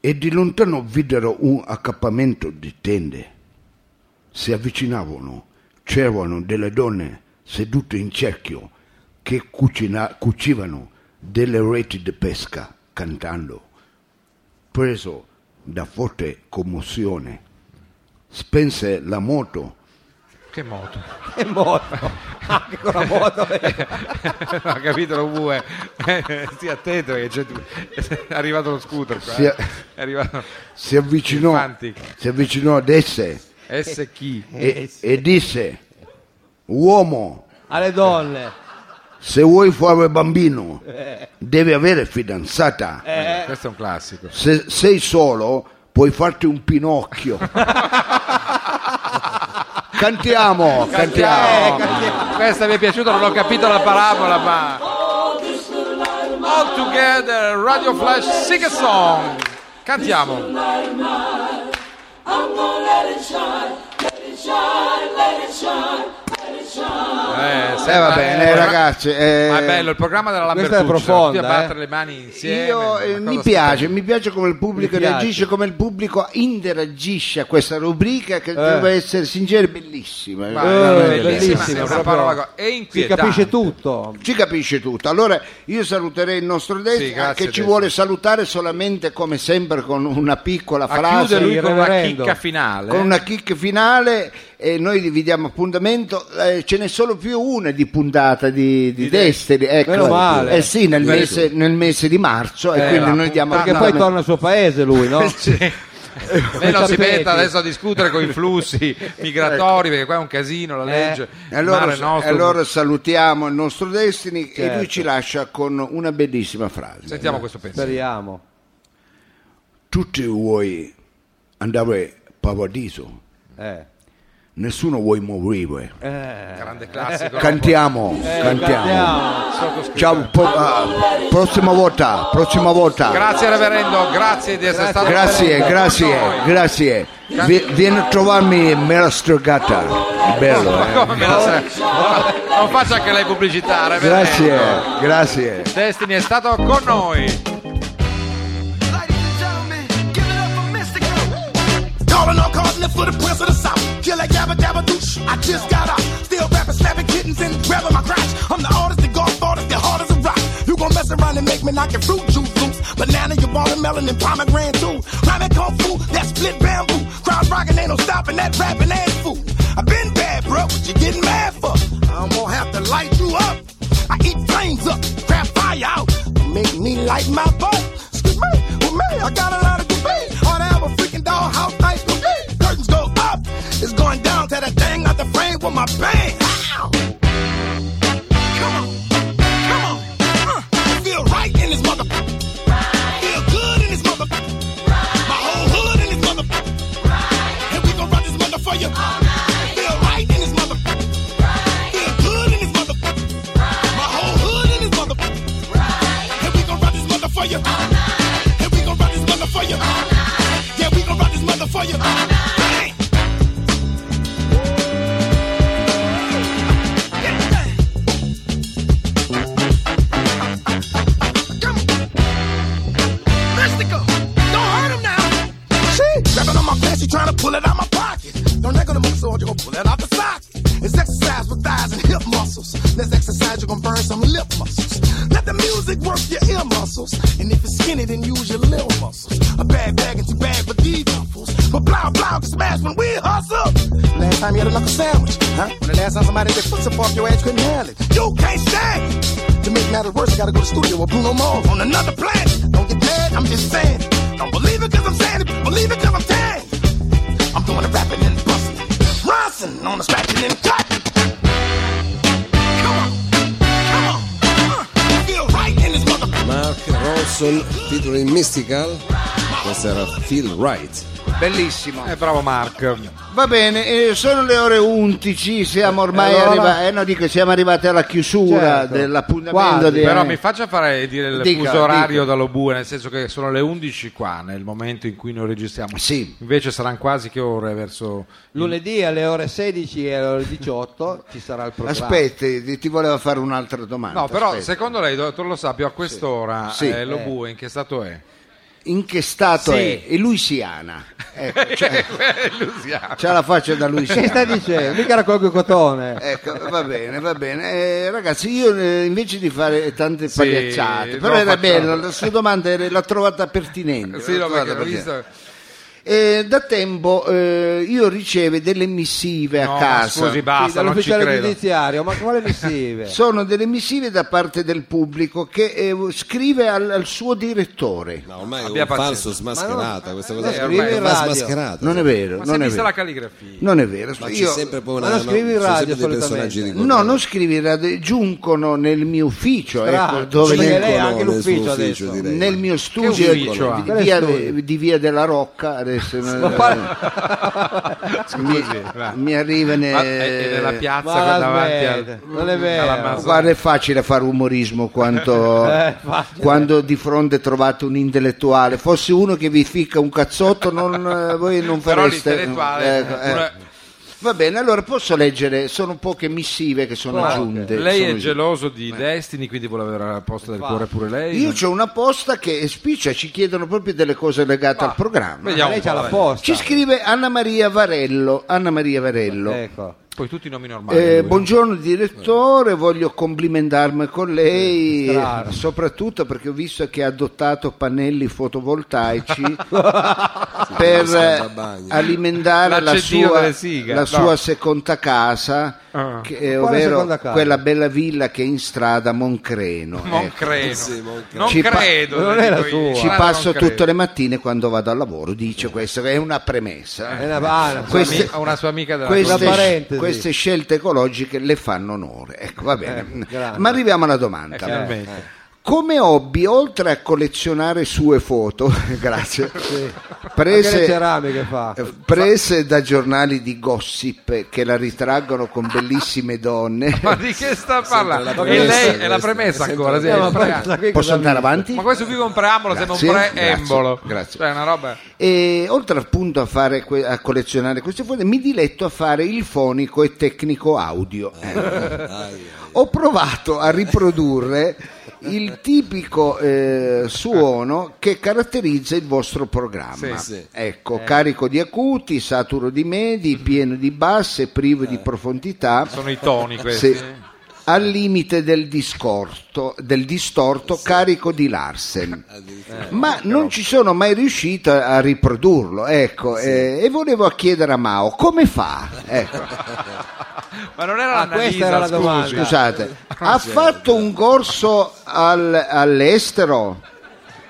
Speaker 5: e di lontano videro un accappamento di tende. Si avvicinavano, c'erano delle donne sedute in cerchio che cucina- cucivano delle reti di pesca cantando. Preso da forte commozione, spense la moto
Speaker 4: Che moto?
Speaker 2: è morto. Anche con la moto. eh.
Speaker 4: ha capito lo bue? Eh, Stia attento che c'è- è arrivato lo scooter qua.
Speaker 5: Sì.
Speaker 4: eh. È arrivato
Speaker 5: si avvicinò,
Speaker 4: Infanti.
Speaker 5: si avvicinò ad esse
Speaker 4: S chi?
Speaker 5: e, e disse, uomo,
Speaker 2: Alle donne.
Speaker 5: se vuoi fare bambino, devi avere fidanzata.
Speaker 4: Eh, Questo è un classico.
Speaker 5: Se sei solo, puoi farti un pinocchio. cantiamo, cantiamo.
Speaker 4: Eh, cantiamo. Questa mi è piaciuta, non ho capito la parabola, ma All Together Radio Flash Sing a Song. Cantiamo. Eh,
Speaker 5: Eh, va bene,
Speaker 4: eh,
Speaker 5: ragazzi. eh,
Speaker 4: Ma è bello, il programma della
Speaker 2: Questa è
Speaker 4: Lambertuccia,
Speaker 2: profonda,
Speaker 4: tutti a battere
Speaker 2: eh.
Speaker 4: le mani insieme.
Speaker 5: Io,
Speaker 4: una
Speaker 5: eh,
Speaker 4: cosa
Speaker 5: mi
Speaker 4: stupenda.
Speaker 5: piace, mi piace come il pubblico
Speaker 2: Mi piace.
Speaker 5: reagisce, come il pubblico interagisce a questa rubrica che deve essere sincera e bellissima.
Speaker 4: Eh. Ma
Speaker 2: Eh,
Speaker 4: è
Speaker 2: bellissima,
Speaker 4: bellissima, è una
Speaker 2: proprio.
Speaker 4: parola co- è
Speaker 2: Si
Speaker 4: inquietante.
Speaker 2: capisce tutto.
Speaker 5: Ci capisce tutto. Allora io saluterei il nostro
Speaker 4: Sì,
Speaker 5: Destra
Speaker 4: grazie,
Speaker 5: che ci
Speaker 4: Destra.
Speaker 5: vuole salutare solamente come sempre con una piccola
Speaker 4: A chiudere
Speaker 5: frase,
Speaker 4: lui eh?
Speaker 2: il
Speaker 4: con una
Speaker 2: reverendo.
Speaker 4: chicca finale.
Speaker 5: con una kick finale e noi vi diamo appuntamento. Eh, ce n'è solo più una di puntata di, di Destri. Ecco.
Speaker 2: Meno male.
Speaker 5: Eh sì, nel
Speaker 3: Vedi
Speaker 5: mese, nel mese di marzo e
Speaker 4: Eh,
Speaker 5: quindi
Speaker 4: la
Speaker 5: noi diamo
Speaker 2: Perché poi
Speaker 5: appuntamento.
Speaker 2: torna al suo paese lui, no?
Speaker 4: Eh, Lei non si
Speaker 2: Sapete.
Speaker 4: metta adesso a discutere con i flussi migratori perché qua è un casino la legge.
Speaker 5: Ecco. Eh, E
Speaker 4: il mare
Speaker 5: allora,
Speaker 4: è nostro.
Speaker 5: allora salutiamo il nostro Destiny e lui
Speaker 2: Certo.
Speaker 5: ci lascia con una bellissima frase.
Speaker 4: Sentiamo questo Eh, pensiero.
Speaker 2: Speriamo.
Speaker 5: Tutti vuoi andare a paradiso,
Speaker 2: Eh.
Speaker 5: nessuno vuoi morire.
Speaker 4: Grande classico.
Speaker 5: Cantiamo,
Speaker 2: eh,
Speaker 5: cantiamo.
Speaker 2: Andiamo.
Speaker 5: Ciao, po- ah, prossima volta, prossima volta.
Speaker 4: Grazie reverendo, grazie di essere stato
Speaker 5: Grazie,
Speaker 4: con
Speaker 5: grazie,
Speaker 4: noi.
Speaker 5: grazie. Vi- vieni a trovarmi Mela Strogata. Bello, eh.
Speaker 4: Come me la sa- no, non faccia anche lei pubblicità, reverendo.
Speaker 5: Grazie, grazie.
Speaker 4: Destiny è stato con noi.
Speaker 10: Ladies and gentlemen, give it up for Mystica.
Speaker 11: Calling on Cardinal for the prince of the south. Kill a gabba dabba douche. I just got out. Still rapping, slapping kittens and grabbing my crotch. I'm the artist, the golf artist, the hardest of rock. You gon' mess around and make me knock your fruit juice loose. Banana, your watermelon, and pomegranate too. Rhyming kung fu, that split bamboo. Crowd rocking, ain't no stopping that rapping ass fool. I been bad, bro. What you getting mad for? I'm gonna have to light you up. I eat flames up, grab fire out. Make me light my butt. Excuse me, with me, I got a lot of debate. All that have a freaking dollhouse night for me. Curtains go up, it's going down to the thing out the frame with my bang. Ow! Come on, come on. Uh, I feel right in this mother. Feel good in this mother. My whole hood in this mother. And we gon' run this mother for you. Feel right in this mother. Feel good in this mother. My whole hood in this mother. And we gon' run this mother for you. And we gon' run this mother for you. Yeah, we gon' run this mother for you. Bang.
Speaker 10: Mystical, don't hurt him now.
Speaker 11: Shit, grabbing on my pants, she trying to pull it out my pocket. Don't let go to move, so you gonna pull it out the socket. It's exercise with thighs and hip muscles. That's exercise, you're gonna burn some lip muscles. Let the music work your ear muscles. And if it's skinny, then use your little muscles. A bad bag and too bad for these duffels. But blah, blah, can smash when we hustle. Last time you had a knuckle sandwich, huh? When the last time somebody did foot up off your ass couldn't handle it. You can't stand it. To make matters worse, I gotta go to the studio with Bruno Mars on another planet. Don't get mad, I'm just saying. it. Don't believe it cause I'm saying it, believe it cause I'm saying it. I'm doing the rapping and busting, rising on the scratching and cutting. Come on, come on, uh, feel right in this mother.
Speaker 3: Mark Rolls
Speaker 5: Jackson, featuring Mystical. Questo era Phil Wright.
Speaker 2: Bellissimo.
Speaker 4: Eh, bravo Mark.
Speaker 2: Va bene, eh, sono le ore 11, siamo ormai
Speaker 4: allora?
Speaker 2: arrivati, eh, no, dico, siamo arrivati alla chiusura
Speaker 4: Certo.
Speaker 2: dell'appuntamento di-
Speaker 4: Però mi faccia fare dire il
Speaker 2: Dica,
Speaker 4: fuso orario
Speaker 2: dica.
Speaker 4: dall'Obue, nel senso che sono le 11 qua, nel momento in cui noi registriamo.
Speaker 2: Sì.
Speaker 4: Invece saranno quasi che ore verso...
Speaker 3: Lunedì alle ore 16 e alle ore 18 ci sarà il programma.
Speaker 2: Aspetti, ti- ti voleva fare un'altra domanda.
Speaker 4: No, però
Speaker 2: aspetta.
Speaker 4: secondo lei, dottor Lo Sapio, a quest'ora
Speaker 2: Sì.
Speaker 4: eh, l'Obue in che stato è?
Speaker 2: In che stato
Speaker 4: Sì.
Speaker 2: è? È Louisiana. Ecco, cioè,
Speaker 4: Illusiamo.
Speaker 2: c'è la faccia da
Speaker 3: Che sta
Speaker 2: Louisiana.
Speaker 3: dicendo? Mica raccolgo il cotone.
Speaker 2: Ecco, va bene, va bene. Eh, ragazzi, io eh, invece di fare tante
Speaker 4: Sì,
Speaker 2: pagliacciate, però
Speaker 4: no,
Speaker 2: era
Speaker 4: facciamo.
Speaker 2: bella, la sua domanda era- l'ha trovata pertinente.
Speaker 4: Sì,
Speaker 2: l'ho
Speaker 4: no, perché
Speaker 2: trovata
Speaker 4: l'ho
Speaker 2: pertinente.
Speaker 4: visto...
Speaker 2: Eh, da tempo eh, io ricevo delle missive
Speaker 4: No,
Speaker 2: a
Speaker 4: ma
Speaker 2: casa.
Speaker 4: scusi, basta, non ci
Speaker 3: dall'ufficiale
Speaker 4: credo.
Speaker 3: giudiziario, ma quale missive?
Speaker 2: Sono delle missive da parte del pubblico che eh, scrive al, al suo direttore.
Speaker 5: No, ormai è
Speaker 4: Abbia
Speaker 5: un
Speaker 4: pazienza.
Speaker 5: falso smascherata. questa cosa
Speaker 3: lei
Speaker 5: è
Speaker 3: scrive in radio.
Speaker 5: smascherata.
Speaker 2: Non è vero,
Speaker 4: Ma si è
Speaker 2: non è vero.
Speaker 4: vista la calligrafia.
Speaker 2: Non è vero.
Speaker 5: Ma
Speaker 2: Io-
Speaker 5: c'è sempre poi
Speaker 3: Ma
Speaker 5: una,
Speaker 3: lo scrivi in
Speaker 5: sono
Speaker 3: radio
Speaker 5: sempre dei
Speaker 3: solitamente.
Speaker 5: personaggi di
Speaker 2: No, non scrivi, rad- giuncono nel mio ufficio,
Speaker 3: Strano,
Speaker 2: ecco, dove
Speaker 3: perché
Speaker 2: ne-
Speaker 3: lei ha
Speaker 5: nel
Speaker 3: anche
Speaker 5: suo
Speaker 3: l'ufficio
Speaker 5: ufficio,
Speaker 3: adesso.
Speaker 5: direi.
Speaker 2: nel mio studio ecco,
Speaker 4: ufficio
Speaker 2: di,
Speaker 3: ha?
Speaker 2: via,
Speaker 3: Quale studio?
Speaker 2: di via della Rocca. Adesso, eh, mi,
Speaker 4: va.
Speaker 2: mi arriva ne-
Speaker 4: Ma eh, è, è nella piazza
Speaker 3: Ma
Speaker 4: qua
Speaker 3: la
Speaker 4: davanti al...
Speaker 3: smetta, non è vero.
Speaker 4: all'Amazon.
Speaker 2: Guarda, è facile fare umorismo quanto-
Speaker 3: Eh, facile.
Speaker 2: quando di fronte trovate un intellettuale. Fosse uno che vi ficca un cazzotto, non, eh, voi non
Speaker 4: Però
Speaker 2: fareste.
Speaker 4: l'intellettuale-
Speaker 2: Ecco, eh.
Speaker 4: una-
Speaker 2: Va bene, allora posso leggere, sono poche missive che sono
Speaker 4: Ma
Speaker 2: giunte.
Speaker 4: lei
Speaker 2: sono
Speaker 4: è
Speaker 2: giunte.
Speaker 4: geloso di Destiny, quindi vuole avere la posta del cuore pure lei.
Speaker 2: Io ho una posta che spiccia, ci chiedono proprio delle cose legate
Speaker 4: Ah,
Speaker 2: al programma.
Speaker 4: Vediamo
Speaker 3: Lei
Speaker 4: un po',
Speaker 3: c'ha la
Speaker 4: dai.
Speaker 3: posta.
Speaker 2: Ci scrive Anna Maria Varello. Anna Maria Varello.
Speaker 3: Ecco.
Speaker 4: Poi tutti i nomi normali.
Speaker 2: Eh,
Speaker 4: Eh, lui.
Speaker 2: buongiorno direttore, voglio complimentarmi con lei,
Speaker 3: strano.
Speaker 2: eh, soprattutto perché ho visto che ha adottato pannelli fotovoltaici per eh,
Speaker 5: scaldabagni.
Speaker 2: alimentare la
Speaker 4: L'accendino
Speaker 2: sua,
Speaker 4: delle sigle,
Speaker 2: la
Speaker 4: no.
Speaker 2: sua seconda casa,
Speaker 4: Ah.
Speaker 2: che è,
Speaker 3: Quale
Speaker 2: ovvero
Speaker 3: seconda casa?
Speaker 2: quella bella villa che è in strada a Moncreno.
Speaker 4: Non
Speaker 2: ecco.
Speaker 4: credo.
Speaker 5: Sì, non credo.
Speaker 4: Non
Speaker 2: Ci pa-
Speaker 4: credo.
Speaker 3: Non
Speaker 4: le
Speaker 3: è la
Speaker 4: dico io.
Speaker 3: sua.
Speaker 2: Ci
Speaker 4: Guarda,
Speaker 2: passo
Speaker 4: non credo.
Speaker 2: tutte le mattine quando vado al lavoro, dice questo, è una premessa.
Speaker 4: Eh,
Speaker 3: È una vana.
Speaker 2: Queste-
Speaker 4: Ho una sua amica della
Speaker 3: Una
Speaker 2: queste,
Speaker 3: parentesi.
Speaker 2: queste scelte ecologiche le fanno onore. Ecco, va
Speaker 4: Eh,
Speaker 2: bene.
Speaker 3: grazie.
Speaker 2: Ma arriviamo alla domanda.
Speaker 4: Finalmente.
Speaker 2: Come hobby, oltre a collezionare sue foto, grazie,
Speaker 3: Anche le
Speaker 2: prese, Eh,
Speaker 3: ceramiche fa.
Speaker 2: prese da giornali di gossip che la ritraggono con bellissime
Speaker 4: Ma
Speaker 2: donne,
Speaker 4: di che sta
Speaker 5: la
Speaker 4: parlando? E
Speaker 5: premessa,
Speaker 4: lei è la
Speaker 5: questa.
Speaker 4: premessa
Speaker 5: È sempre
Speaker 4: ancora.
Speaker 5: la
Speaker 4: sì,
Speaker 3: Eh,
Speaker 4: è
Speaker 3: ma
Speaker 4: il preambolo.
Speaker 3: poi- qui
Speaker 2: posso
Speaker 3: cosa
Speaker 2: andare
Speaker 3: dice?
Speaker 2: avanti?
Speaker 4: ma questo qui con un preambolo sembra un
Speaker 2: Grazie,
Speaker 4: preembolo.
Speaker 2: grazie, grazie.
Speaker 4: Cioè, è una roba.
Speaker 2: E oltre appunto a, fare que- a collezionare queste foto, mi diletto a fare il fonico e tecnico audio.
Speaker 5: Eh,
Speaker 2: Ho provato a riprodurre il tipico eh, suono che caratterizza il vostro programma.
Speaker 5: Sì, Eh. sì.
Speaker 2: Ecco, carico di acuti, saturo di medi, pieno di basse, privo
Speaker 5: Eh.
Speaker 2: di profondità.
Speaker 4: Sono i toni
Speaker 2: Sì.
Speaker 4: questi.
Speaker 2: Al limite del, discorto, del distorto, carico di Larsen
Speaker 4: Eh,
Speaker 2: ma non ci sono mai riuscito a a riprodurlo ecco eh, e volevo chiedere a Mao come fa ecco,
Speaker 4: Ma non era
Speaker 3: Ah, questa era la
Speaker 4: scusi.
Speaker 3: domanda.
Speaker 2: scusate
Speaker 4: Ah,
Speaker 2: ha
Speaker 4: certo.
Speaker 2: fatto un corso al- all'estero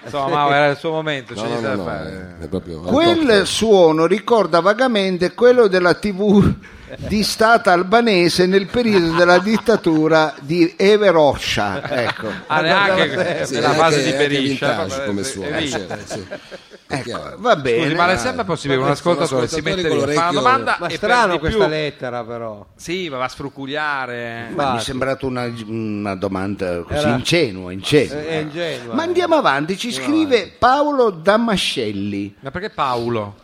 Speaker 4: Insomma, ma era il suo momento.
Speaker 5: No,
Speaker 4: c'è
Speaker 5: no,
Speaker 4: niente
Speaker 5: no, eh.
Speaker 4: da
Speaker 5: no,
Speaker 4: fare.
Speaker 5: è proprio
Speaker 2: quel suono ricorda vagamente quello della tv di stata albanese nel periodo della dittatura di Ever Hoxha ecco
Speaker 4: Ah, neanche
Speaker 5: Sì,
Speaker 4: nella
Speaker 5: anche-
Speaker 4: fase di
Speaker 5: anche
Speaker 4: Beriscia.
Speaker 5: vintage
Speaker 4: vabbè,
Speaker 5: come
Speaker 4: sì,
Speaker 5: suono,
Speaker 4: è vintage.
Speaker 5: certo, sì. È chiaro.
Speaker 2: ecco va bene
Speaker 4: Scusi, ma è sempre possibile che un
Speaker 5: Ma questo è un
Speaker 4: ascoltatore si mette lì,
Speaker 5: ascoltatore
Speaker 4: fa una
Speaker 5: con
Speaker 4: domanda
Speaker 3: Ma
Speaker 4: e
Speaker 3: strano
Speaker 4: per di più-
Speaker 3: questa lettera però.
Speaker 4: Sì, ma va a sfrucugliare.
Speaker 2: Ma mi
Speaker 3: Infatti.
Speaker 2: è sembrata una, una domanda così
Speaker 3: Era- Eh,
Speaker 2: ingenua, ingenua.
Speaker 3: È ingenua.
Speaker 2: Ma andiamo avanti, ci scrive Paolo Damascelli.
Speaker 4: Ma perché Paolo?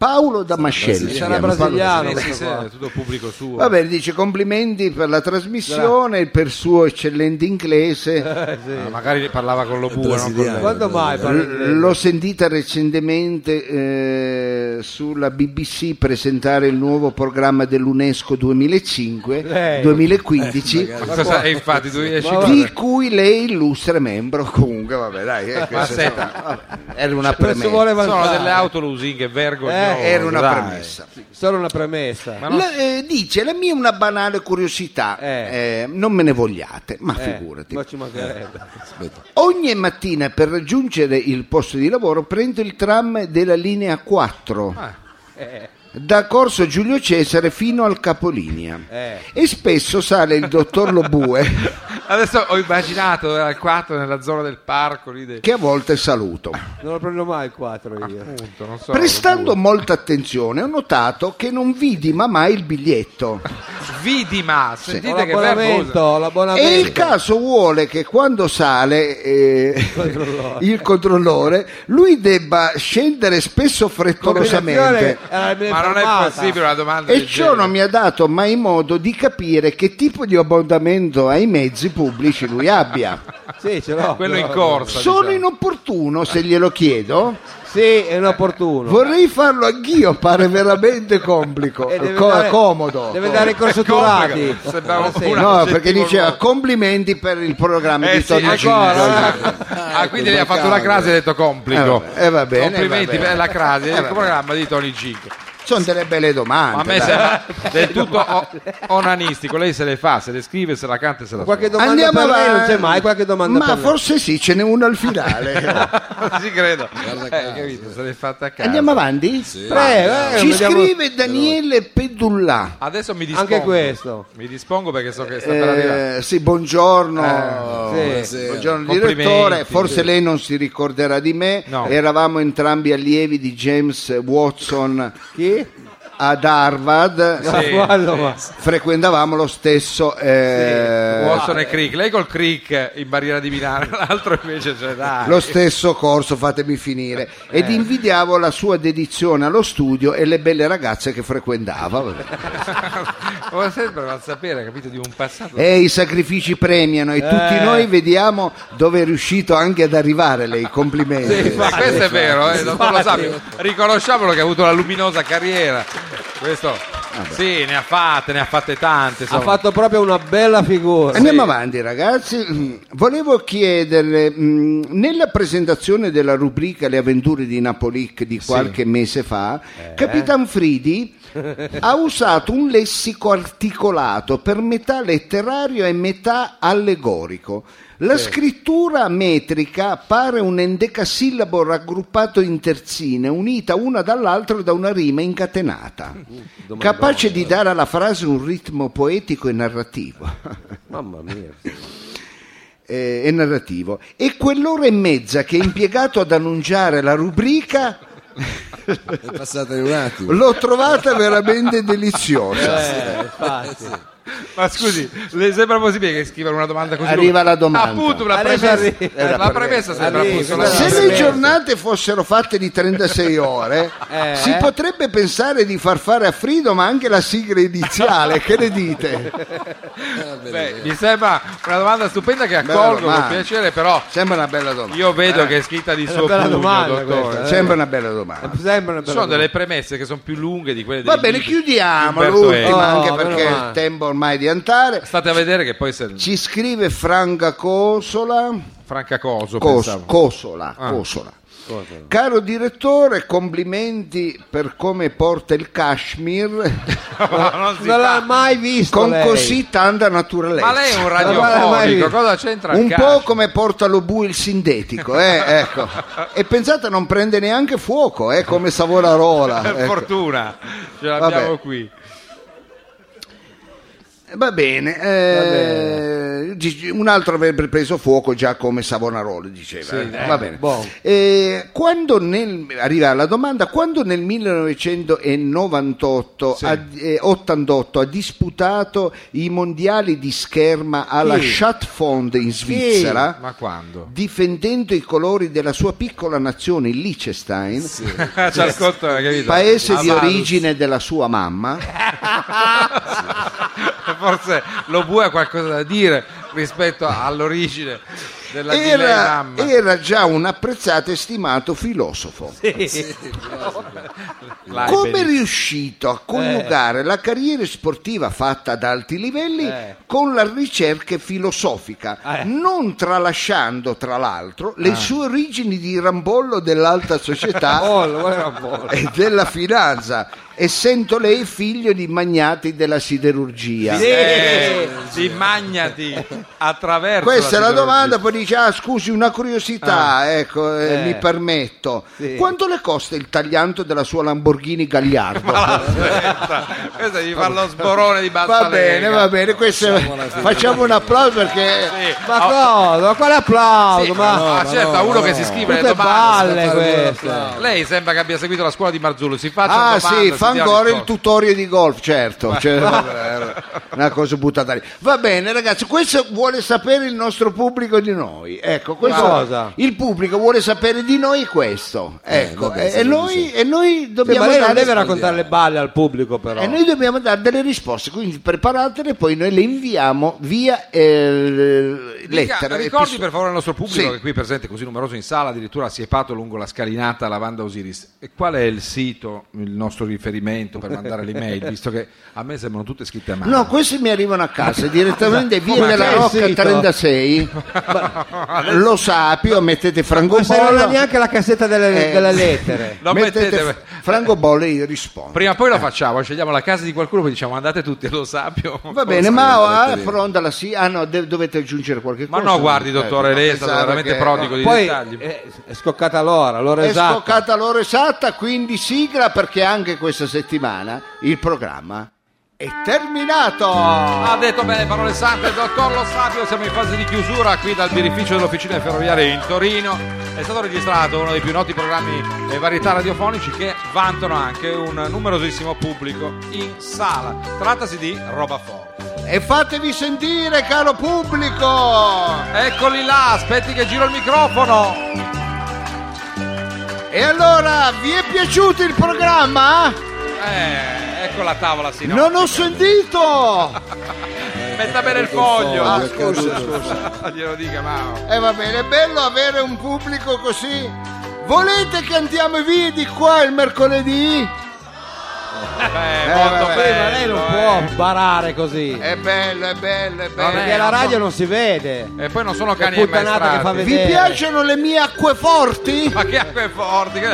Speaker 2: Paolo Damascelli.
Speaker 3: Sarà
Speaker 2: si chiama,
Speaker 3: brasiliano. Ah,
Speaker 4: sì,
Speaker 3: no,
Speaker 4: sì,
Speaker 3: questo
Speaker 4: sì,
Speaker 3: qua.
Speaker 4: è tutto pubblico suo.
Speaker 2: Paolo- Vabbè, dice complimenti per la trasmissione e per suo eccellente inglese.
Speaker 4: Ah, magari parlava con lo bue, non con
Speaker 5: Brasiliano.
Speaker 4: lei.
Speaker 3: Quando mai? parli di lei?
Speaker 2: L- L'ho sentita recentemente eh, sulla BBC presentare il nuovo programma dell'UNESCO 2005
Speaker 3: Eh.
Speaker 2: 2015
Speaker 4: Cosa- e infatti tu riesci a
Speaker 2: di cui lei illustre membro comunque vabbè dai eh, questo,
Speaker 4: senta.
Speaker 2: insomma, vabbè, era una
Speaker 3: Questo
Speaker 2: premessa
Speaker 3: vuole
Speaker 4: sono
Speaker 3: avanzare.
Speaker 4: delle auto lusinghe vergognose.
Speaker 3: Eh,
Speaker 2: era una
Speaker 4: dai.
Speaker 2: premessa
Speaker 3: Solo una premessa.
Speaker 4: Ma no-
Speaker 2: La- eh, dice la mia è una banale curiosità
Speaker 3: Eh.
Speaker 2: eh, non me ne vogliate ma
Speaker 3: Eh,
Speaker 2: figurati
Speaker 3: Ma ci mancherebbe.
Speaker 2: ogni mattina per raggiungere il posto di lavoro prendo il tram della linea 4
Speaker 3: Ah, eh.
Speaker 2: da Corso Giulio Cesare fino al capolinea
Speaker 3: Eh.
Speaker 2: e spesso sale il dottor Lobue
Speaker 4: Adesso ho immaginato era il 4 nella zona del parco lì del-
Speaker 2: che a volte saluto.
Speaker 3: Non lo prendo mai il 4 io.
Speaker 2: Ah, eh.
Speaker 4: Appunto, non so.
Speaker 2: Prestando molta attenzione ho notato che non vidi ma mai il biglietto.
Speaker 4: Vidima,
Speaker 3: Ho
Speaker 4: sentite che
Speaker 3: l'abbonamento,
Speaker 4: vergogna.
Speaker 3: ho
Speaker 2: E il
Speaker 3: l'abbonamento.
Speaker 2: caso vuole che quando sale eh,
Speaker 3: Controllore.
Speaker 2: il controllore lui debba scendere spesso frettolosamente.
Speaker 4: Ma non è possibile una domanda
Speaker 2: E
Speaker 4: del
Speaker 2: ciò non
Speaker 4: genere.
Speaker 2: mi ha dato mai modo di capire che tipo di abbonamento ai mezzi pubblici lui abbia.
Speaker 3: Sì, ce l'ho.
Speaker 4: Quello
Speaker 3: ce l'ho.
Speaker 4: in corsa.
Speaker 2: Sono
Speaker 4: diciamo.
Speaker 2: inopportuno se glielo chiedo.
Speaker 3: Sì, è inopportuno.
Speaker 2: Vorrei farlo anch'io, pare veramente complico,
Speaker 3: E Eh, deve
Speaker 2: co-
Speaker 3: dare-
Speaker 2: comodo.
Speaker 3: Deve andare in corso
Speaker 4: Complica.
Speaker 3: Turati.
Speaker 4: Sembrava
Speaker 3: Eh, sì.
Speaker 4: una-
Speaker 2: No,
Speaker 4: Sì,
Speaker 2: perché
Speaker 4: tipo
Speaker 2: diceva
Speaker 4: no.
Speaker 2: complimenti per il programma
Speaker 4: Eh
Speaker 2: di
Speaker 4: sì,
Speaker 2: Tonino
Speaker 4: ancora?
Speaker 2: Cinizzoli.
Speaker 4: Ah, quindi ha fatto la crasi e ha detto complico.
Speaker 3: Ecco.
Speaker 2: Eh, eh, va bene, va
Speaker 4: Complimenti
Speaker 2: bene.
Speaker 4: per la crasi,
Speaker 2: Eh,
Speaker 4: il
Speaker 2: va
Speaker 4: programma di Tony Ginko.
Speaker 2: Sono delle belle domande.
Speaker 4: Ma a me
Speaker 2: dai.
Speaker 4: sembra del tutto o- onanistico. Lei se le fa, se le scrive, se la canta e se la
Speaker 3: Eh, Qualche
Speaker 4: suona.
Speaker 3: domanda
Speaker 2: Andiamo
Speaker 3: per lei
Speaker 2: avanti.
Speaker 3: non c'è mai, qualche domanda
Speaker 2: Ma
Speaker 3: per lei. Eh,
Speaker 2: forse sì, ce n'è una al finale.
Speaker 4: Sì, credo.
Speaker 5: Guarda
Speaker 4: Eh,
Speaker 5: caso.
Speaker 4: capito, se l'è fatta a casa.
Speaker 2: Andiamo avanti?
Speaker 3: Prego, eh,
Speaker 2: Ci
Speaker 3: vediamo-
Speaker 2: scrive Daniele Pedullà.
Speaker 4: Adesso mi dispongo.
Speaker 3: Anche questo.
Speaker 4: Mi dispongo perché so che sta per arrivare.
Speaker 2: Eh, sì, buongiorno.
Speaker 3: Eh, sì.
Speaker 5: Buonasera.
Speaker 2: Buongiorno
Speaker 4: Complimenti.
Speaker 2: direttore, forse lei non si ricorderà di me,
Speaker 4: No.
Speaker 2: eravamo entrambi allievi di James Watson
Speaker 3: Chi?
Speaker 2: ad Harvard,
Speaker 3: Ma
Speaker 4: Sì,
Speaker 3: guarda, ma-
Speaker 2: frequentavamo lo stesso... eh,
Speaker 4: Watson e Crick. Lei col Crick in barriera di Milano, l'altro invece c'è dai.
Speaker 2: lo stesso corso, fatemi finire, ed invidiavo la sua dedizione allo studio e le belle ragazze che frequentava. vabbè.
Speaker 4: Vuole sempre far sapere, capito, di un passato.
Speaker 2: E i sacrifici premiano e tutti noi vediamo dove è riuscito anche ad arrivare lei, complimenti.
Speaker 4: Ma questo è vero, eh, dottor Lo Sapio. riconosciamolo che ha avuto una luminosa carriera. Questo,
Speaker 2: Ah,
Speaker 4: sì, ne ha fatte, ne ha fatte
Speaker 3: Ha
Speaker 4: tante. insomma.
Speaker 3: fatto proprio una bella figura.
Speaker 2: Andiamo avanti ragazzi, Mm, volevo chiederle, mm, nella presentazione della rubrica Le avventure di Napolic di qualche mese fa, Capitan Fridi ha usato un lessico articolato per metà letterario e metà allegorico. La scrittura metrica pare un endecasillabo raggruppato in terzine, unita una dall'altra da una rima incatenata, capace di dare alla frase un ritmo poetico e narrativo.
Speaker 3: Mamma mia.
Speaker 2: eh, e narrativo. E quell'ora e mezza che è impiegato ad annunciare la rubrica
Speaker 5: È passata in un attimo.
Speaker 2: l'ho trovata veramente deliziosa.
Speaker 3: Eh, infatti.
Speaker 4: Ma scusi, le sembra possibile che scrivano una domanda così? lunga?
Speaker 2: Arriva la domanda.
Speaker 4: Appunto, la
Speaker 3: Adesso
Speaker 4: premessa,
Speaker 3: arriva.
Speaker 4: eh, la premessa sembra
Speaker 3: Arriva,
Speaker 4: appunto
Speaker 3: arriva.
Speaker 4: la-
Speaker 2: Se le giornate fossero fatte di 36 ore,
Speaker 3: Eh.
Speaker 2: si potrebbe pensare di far fare a Frido ma anche la sigla iniziale, che ne dite?
Speaker 4: Beh, mi sembra una domanda stupenda che
Speaker 2: Bella
Speaker 4: accolgo con
Speaker 2: domanda. Eh.
Speaker 4: piacere, però
Speaker 2: Sembra una bella domanda.
Speaker 4: io vedo che è scritta di suo
Speaker 3: bella
Speaker 4: pugno,
Speaker 3: domanda
Speaker 4: dottore.
Speaker 3: questa, eh.
Speaker 2: Sembra una bella domanda.
Speaker 3: Sembra una
Speaker 4: Ci
Speaker 3: bella
Speaker 4: sono
Speaker 3: figura.
Speaker 4: delle premesse che sono più lunghe di quelle
Speaker 2: Va
Speaker 4: dei
Speaker 2: bene,
Speaker 4: libri.
Speaker 2: chiudiamo
Speaker 4: Umberto Eco.
Speaker 2: l'ultima,
Speaker 3: Eco.
Speaker 2: anche
Speaker 3: Oh,
Speaker 2: perché
Speaker 3: meno male.
Speaker 2: il tempo ormai di andare.
Speaker 4: State a vedere che poi se...
Speaker 2: Ci scrive Franca Cosola.
Speaker 4: Franca Coso,
Speaker 2: Cos-
Speaker 4: pensavo.
Speaker 2: Cosola,
Speaker 4: Ah.
Speaker 2: Cosola. Caro direttore, complimenti per come porta il Kashmir
Speaker 4: No, non si
Speaker 3: Non
Speaker 4: fa.
Speaker 3: l'ha mai visto
Speaker 2: con
Speaker 3: lei.
Speaker 2: così tanta naturalezza.
Speaker 4: Ma lei è un
Speaker 3: Ma guarda,
Speaker 4: radiofonico,
Speaker 3: vai.
Speaker 4: cosa c'entra il
Speaker 2: un
Speaker 4: calcio?
Speaker 2: po' come porta lo bu il sintetico, eh, ecco. E pensate, non prende neanche fuoco, eh, come Savonarola.
Speaker 4: Per
Speaker 2: ecco.
Speaker 4: fortuna, ce l'abbiamo
Speaker 2: Vabbè.
Speaker 4: qui.
Speaker 2: Va bene, eh, Gigi- un altro avrebbe preso fuoco già come Savonarola diceva. Eh, Va bene.
Speaker 3: boh.
Speaker 2: Eh, quando nel, arriva la domanda, quando nel 1998 ha, eh, 88 ha disputato i mondiali di scherma alla
Speaker 3: Chi?
Speaker 2: Schatfond in Svizzera,
Speaker 4: Ma quando?
Speaker 2: difendendo i colori della sua piccola nazione, il Liechtenstein,
Speaker 4: C'ha il conto, hai capito?
Speaker 2: paese di
Speaker 4: Ah, ma-
Speaker 2: origine della sua mamma,
Speaker 4: Forse lo bue ha qualcosa da dire rispetto all'origine della di lei
Speaker 2: era,
Speaker 4: mamma.
Speaker 2: era già un apprezzato e stimato filosofo.
Speaker 4: L'hai
Speaker 3: Ah,
Speaker 2: Come è
Speaker 4: benissimo.
Speaker 2: riuscito
Speaker 3: Eh.
Speaker 2: a coniugare la carriera sportiva fatta ad alti livelli
Speaker 3: Eh.
Speaker 2: con la ricerca filosofica,
Speaker 3: Eh. Ah.
Speaker 2: non tralasciando tra l'altro le sue origini di rambollo dell'alta società
Speaker 3: Bollo, guarda un po'.
Speaker 2: e della finanza, essendo lei figlio di magnati della siderurgia?
Speaker 3: Sì.
Speaker 4: Eh, immagnati attraverso
Speaker 2: Questa è la
Speaker 4: siderurgia.
Speaker 2: domanda, poi dice, ah scusi, una curiosità,
Speaker 4: Ah.
Speaker 2: ecco, eh,
Speaker 4: Eh.
Speaker 2: mi permetto.
Speaker 4: Sì.
Speaker 2: Quanto le costa il taglianto della sua Lamborghini Gagliardo?
Speaker 4: Ah, Aspetta, questo devi fare lo sborone di Bassa
Speaker 2: va bene, va bene, questo è- facciamo un applauso perché...
Speaker 3: Ma cosa? Ma quale applauso?
Speaker 4: Oh. Sì,
Speaker 3: ma
Speaker 4: ah, certo,
Speaker 3: no,
Speaker 4: uno che
Speaker 3: no.
Speaker 4: si scrive le
Speaker 3: Tutte
Speaker 4: domande.
Speaker 3: balle queste.
Speaker 4: Lei sembra che abbia seguito la scuola di Marzullo. Si faccia
Speaker 2: Ah
Speaker 4: domande,
Speaker 2: sì,
Speaker 4: si
Speaker 2: fa
Speaker 4: dia
Speaker 2: ancora il
Speaker 4: risposta.
Speaker 2: tutorio di golf, certo. cioè, una cosa buttata lì. Va bene ragazzi, questo vuole sapere il nostro pubblico di noi. Ecco, questo,
Speaker 3: Cosa?
Speaker 2: Il pubblico vuole sapere di noi questo. Ecco,
Speaker 5: vabbè,
Speaker 2: e-
Speaker 5: se
Speaker 2: e,
Speaker 5: lo
Speaker 2: noi, e noi
Speaker 3: Sì, Cioè, ma
Speaker 2: dobbiamo
Speaker 3: lei non
Speaker 2: dare...
Speaker 3: deve raccontare le balle al pubblico, però.
Speaker 2: E Eh, noi dobbiamo dare delle risposte, quindi preparatele, poi noi le inviamo via eh,
Speaker 4: Dica-
Speaker 2: lettera.
Speaker 4: ricordi
Speaker 2: episto-
Speaker 4: per favore al nostro pubblico
Speaker 2: Sì.
Speaker 4: che è qui presente così numeroso in sala, addirittura siepato lungo la scalinata Lavanda Osiris. E qual è il sito, il nostro riferimento per mandare l'email, visto che a me sembrano tutte scritte a mano.
Speaker 2: No, questi mi arrivano a casa direttamente via
Speaker 3: Ma
Speaker 2: della
Speaker 3: che
Speaker 2: Rocca
Speaker 3: sito?
Speaker 2: 36. Lo sapio, mettete
Speaker 3: Ma se non ha
Speaker 2: francobollo.
Speaker 3: neanche la cassetta delle,
Speaker 2: Eh.
Speaker 3: delle lettere.
Speaker 4: No,
Speaker 2: mettete
Speaker 4: mettete-
Speaker 2: fr- francobollo e io rispondo.
Speaker 4: Prima o poi lo facciamo, scegliamo la casa di qualcuno poi diciamo andate tutti allo sappio.
Speaker 2: Va bene, ma affronta la sì. Ah no, de- dovete aggiungere qualche
Speaker 4: Ma
Speaker 2: cosa.
Speaker 4: no, guardi, dottore,
Speaker 2: Eh,
Speaker 4: lei è stato
Speaker 2: pensavo
Speaker 4: veramente
Speaker 2: che-
Speaker 4: prodigo di
Speaker 3: Poi
Speaker 4: dettagli.
Speaker 3: eh, è scoccata l'ora, l'ora
Speaker 2: È
Speaker 3: esatta.
Speaker 2: scoccata l'ora esatta, quindi sigla perché anche questa settimana il programma è terminato.
Speaker 4: Ha detto bene parole sante, dottor Lo Sapio, siamo in fase di chiusura qui dal birrificio dell'Officina Ferroviaria in Torino. È stato registrato uno dei più noti programmi e varietà radiofonici che vantano anche un numerosissimo pubblico in sala. Trattasi di roba forte.
Speaker 2: E fatevi sentire, caro pubblico.
Speaker 4: Eccoli là, aspetti che giro il microfono.
Speaker 2: E allora, vi è piaciuto il programma?
Speaker 4: Eh, ecco la tavola, sì. no?
Speaker 2: Non ho sentito!
Speaker 4: Metta bene il foglio.
Speaker 2: Ah,
Speaker 5: È caduto
Speaker 2: scusa,
Speaker 5: il
Speaker 2: scusa.
Speaker 4: Glielo dica, Mao.
Speaker 2: E Eh, va bene, è bello avere un pubblico così. Volete che andiamo via di qua il mercoledì?
Speaker 4: Eh, molto
Speaker 2: vabbè.
Speaker 4: bello.
Speaker 3: Eh, ma lei non può barare così.
Speaker 2: È bello, è bello, è
Speaker 3: perché
Speaker 2: bello.
Speaker 3: la radio non si vede.
Speaker 4: E poi non sono
Speaker 3: Che
Speaker 4: cani e
Speaker 3: puttanata che fa
Speaker 4: maestrati.
Speaker 2: Vi
Speaker 3: vedere.
Speaker 2: piacciono le mie acque forti?
Speaker 4: Ma che acqueforti, che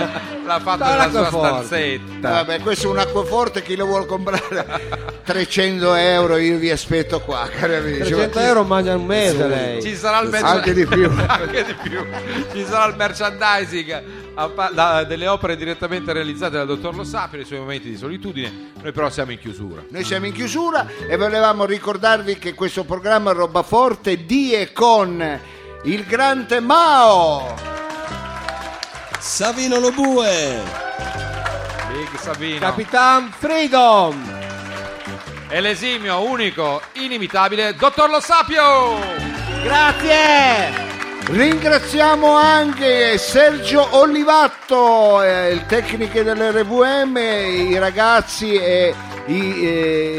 Speaker 4: l'ha fatto
Speaker 3: Dai,
Speaker 4: nella sua
Speaker 3: l'acqueforti.
Speaker 4: stanzetta.
Speaker 2: Vabbè, questo è un acquaforte, chi lo vuole comprare? 300 euro, io vi aspetto qua, cari amici.
Speaker 3: 300 euro mangia un mese lei.
Speaker 4: Ci sarà il merchandising.
Speaker 2: Anche di più.
Speaker 4: Anche di più. Ci sarà il merchandising a pa- da- delle opere direttamente realizzate dal dottor Lo Sapio, nei suoi momenti di solitudine. Noi però siamo in chiusura.
Speaker 2: Noi siamo in chiusura e volevamo ricordarvi che questo programma Roba Forte di e con il grande Mao.
Speaker 5: Savino Lobue,
Speaker 4: Big Sabino.
Speaker 3: Capitan Freedom.
Speaker 4: e l'esimio unico, inimitabile, dottor Lo Sapio.
Speaker 3: Grazie.
Speaker 2: Ringraziamo anche Sergio Olivatto, eh, il tecnico dell'RVM, i ragazzi e i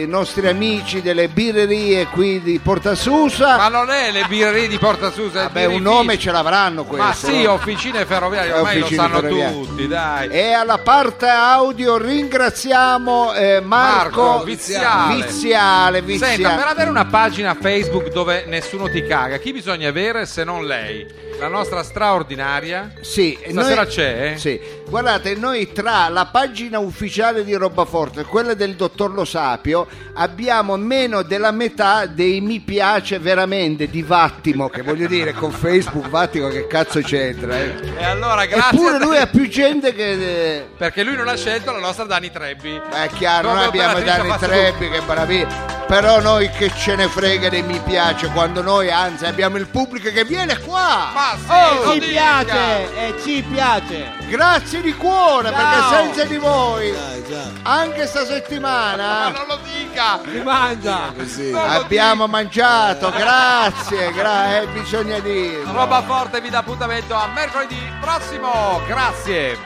Speaker 2: eh, nostri amici delle birrerie qui di Portasusa.
Speaker 4: Ma non è le birrerie Cioè, di Porta Susa. è il
Speaker 2: Vabbè, un
Speaker 4: birrificio.
Speaker 2: nome ce l'avranno questo.
Speaker 4: Ma sì,
Speaker 2: no?
Speaker 4: officine ferroviarie, ormai
Speaker 2: Officine
Speaker 4: lo sanno
Speaker 2: ferroviarie.
Speaker 4: tutti, dai.
Speaker 2: E alla parte audio ringraziamo eh, Marco,
Speaker 4: Marco Viziale.
Speaker 2: Viziale, Viziale.
Speaker 4: Senta, per avere una pagina Facebook dove nessuno ti caga, chi bisogna avere se non lei? La nostra straordinaria.
Speaker 2: Sì, e
Speaker 4: Stasera c'è, eh?
Speaker 2: Sì. Guardate, noi tra la pagina ufficiale di Robaforte e quella del dottor Lo Sapio abbiamo meno della metà dei mi piace veramente di Vattimo, che voglio dire con Facebook Vattimo che cazzo c'entra. eh?
Speaker 4: E allora grazie.
Speaker 2: Eppure
Speaker 4: a te-
Speaker 2: lui ha più gente che... eh,
Speaker 4: Perché lui non ha scelto la nostra Dani Trebbi.
Speaker 2: Ma è chiaro,
Speaker 4: Come
Speaker 2: noi abbiamo
Speaker 4: operatrice
Speaker 2: Dani
Speaker 4: Facebook.
Speaker 2: Trebbi che bravi. Però noi che ce ne frega dei mi piace quando noi anzi abbiamo il pubblico che viene qua.
Speaker 4: Ma sì,
Speaker 3: Eh,
Speaker 4: lo
Speaker 3: ci
Speaker 4: dica.
Speaker 3: piace e ci piace.
Speaker 2: Grazie di cuore
Speaker 3: Ciao.
Speaker 2: perché senza di voi
Speaker 5: dai già,
Speaker 2: anche sta
Speaker 4: Ma
Speaker 2: settimana
Speaker 4: non lo dica.
Speaker 3: Si mangia.
Speaker 5: così.
Speaker 2: abbiamo mangiato. Grazie, gra- eh, bisogna dirlo.
Speaker 4: Roba forte vi dà appuntamento a mercoledì prossimo. Grazie.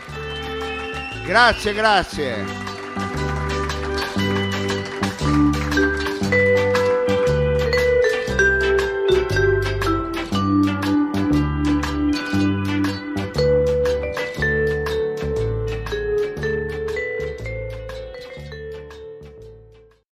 Speaker 2: Grazie, grazie.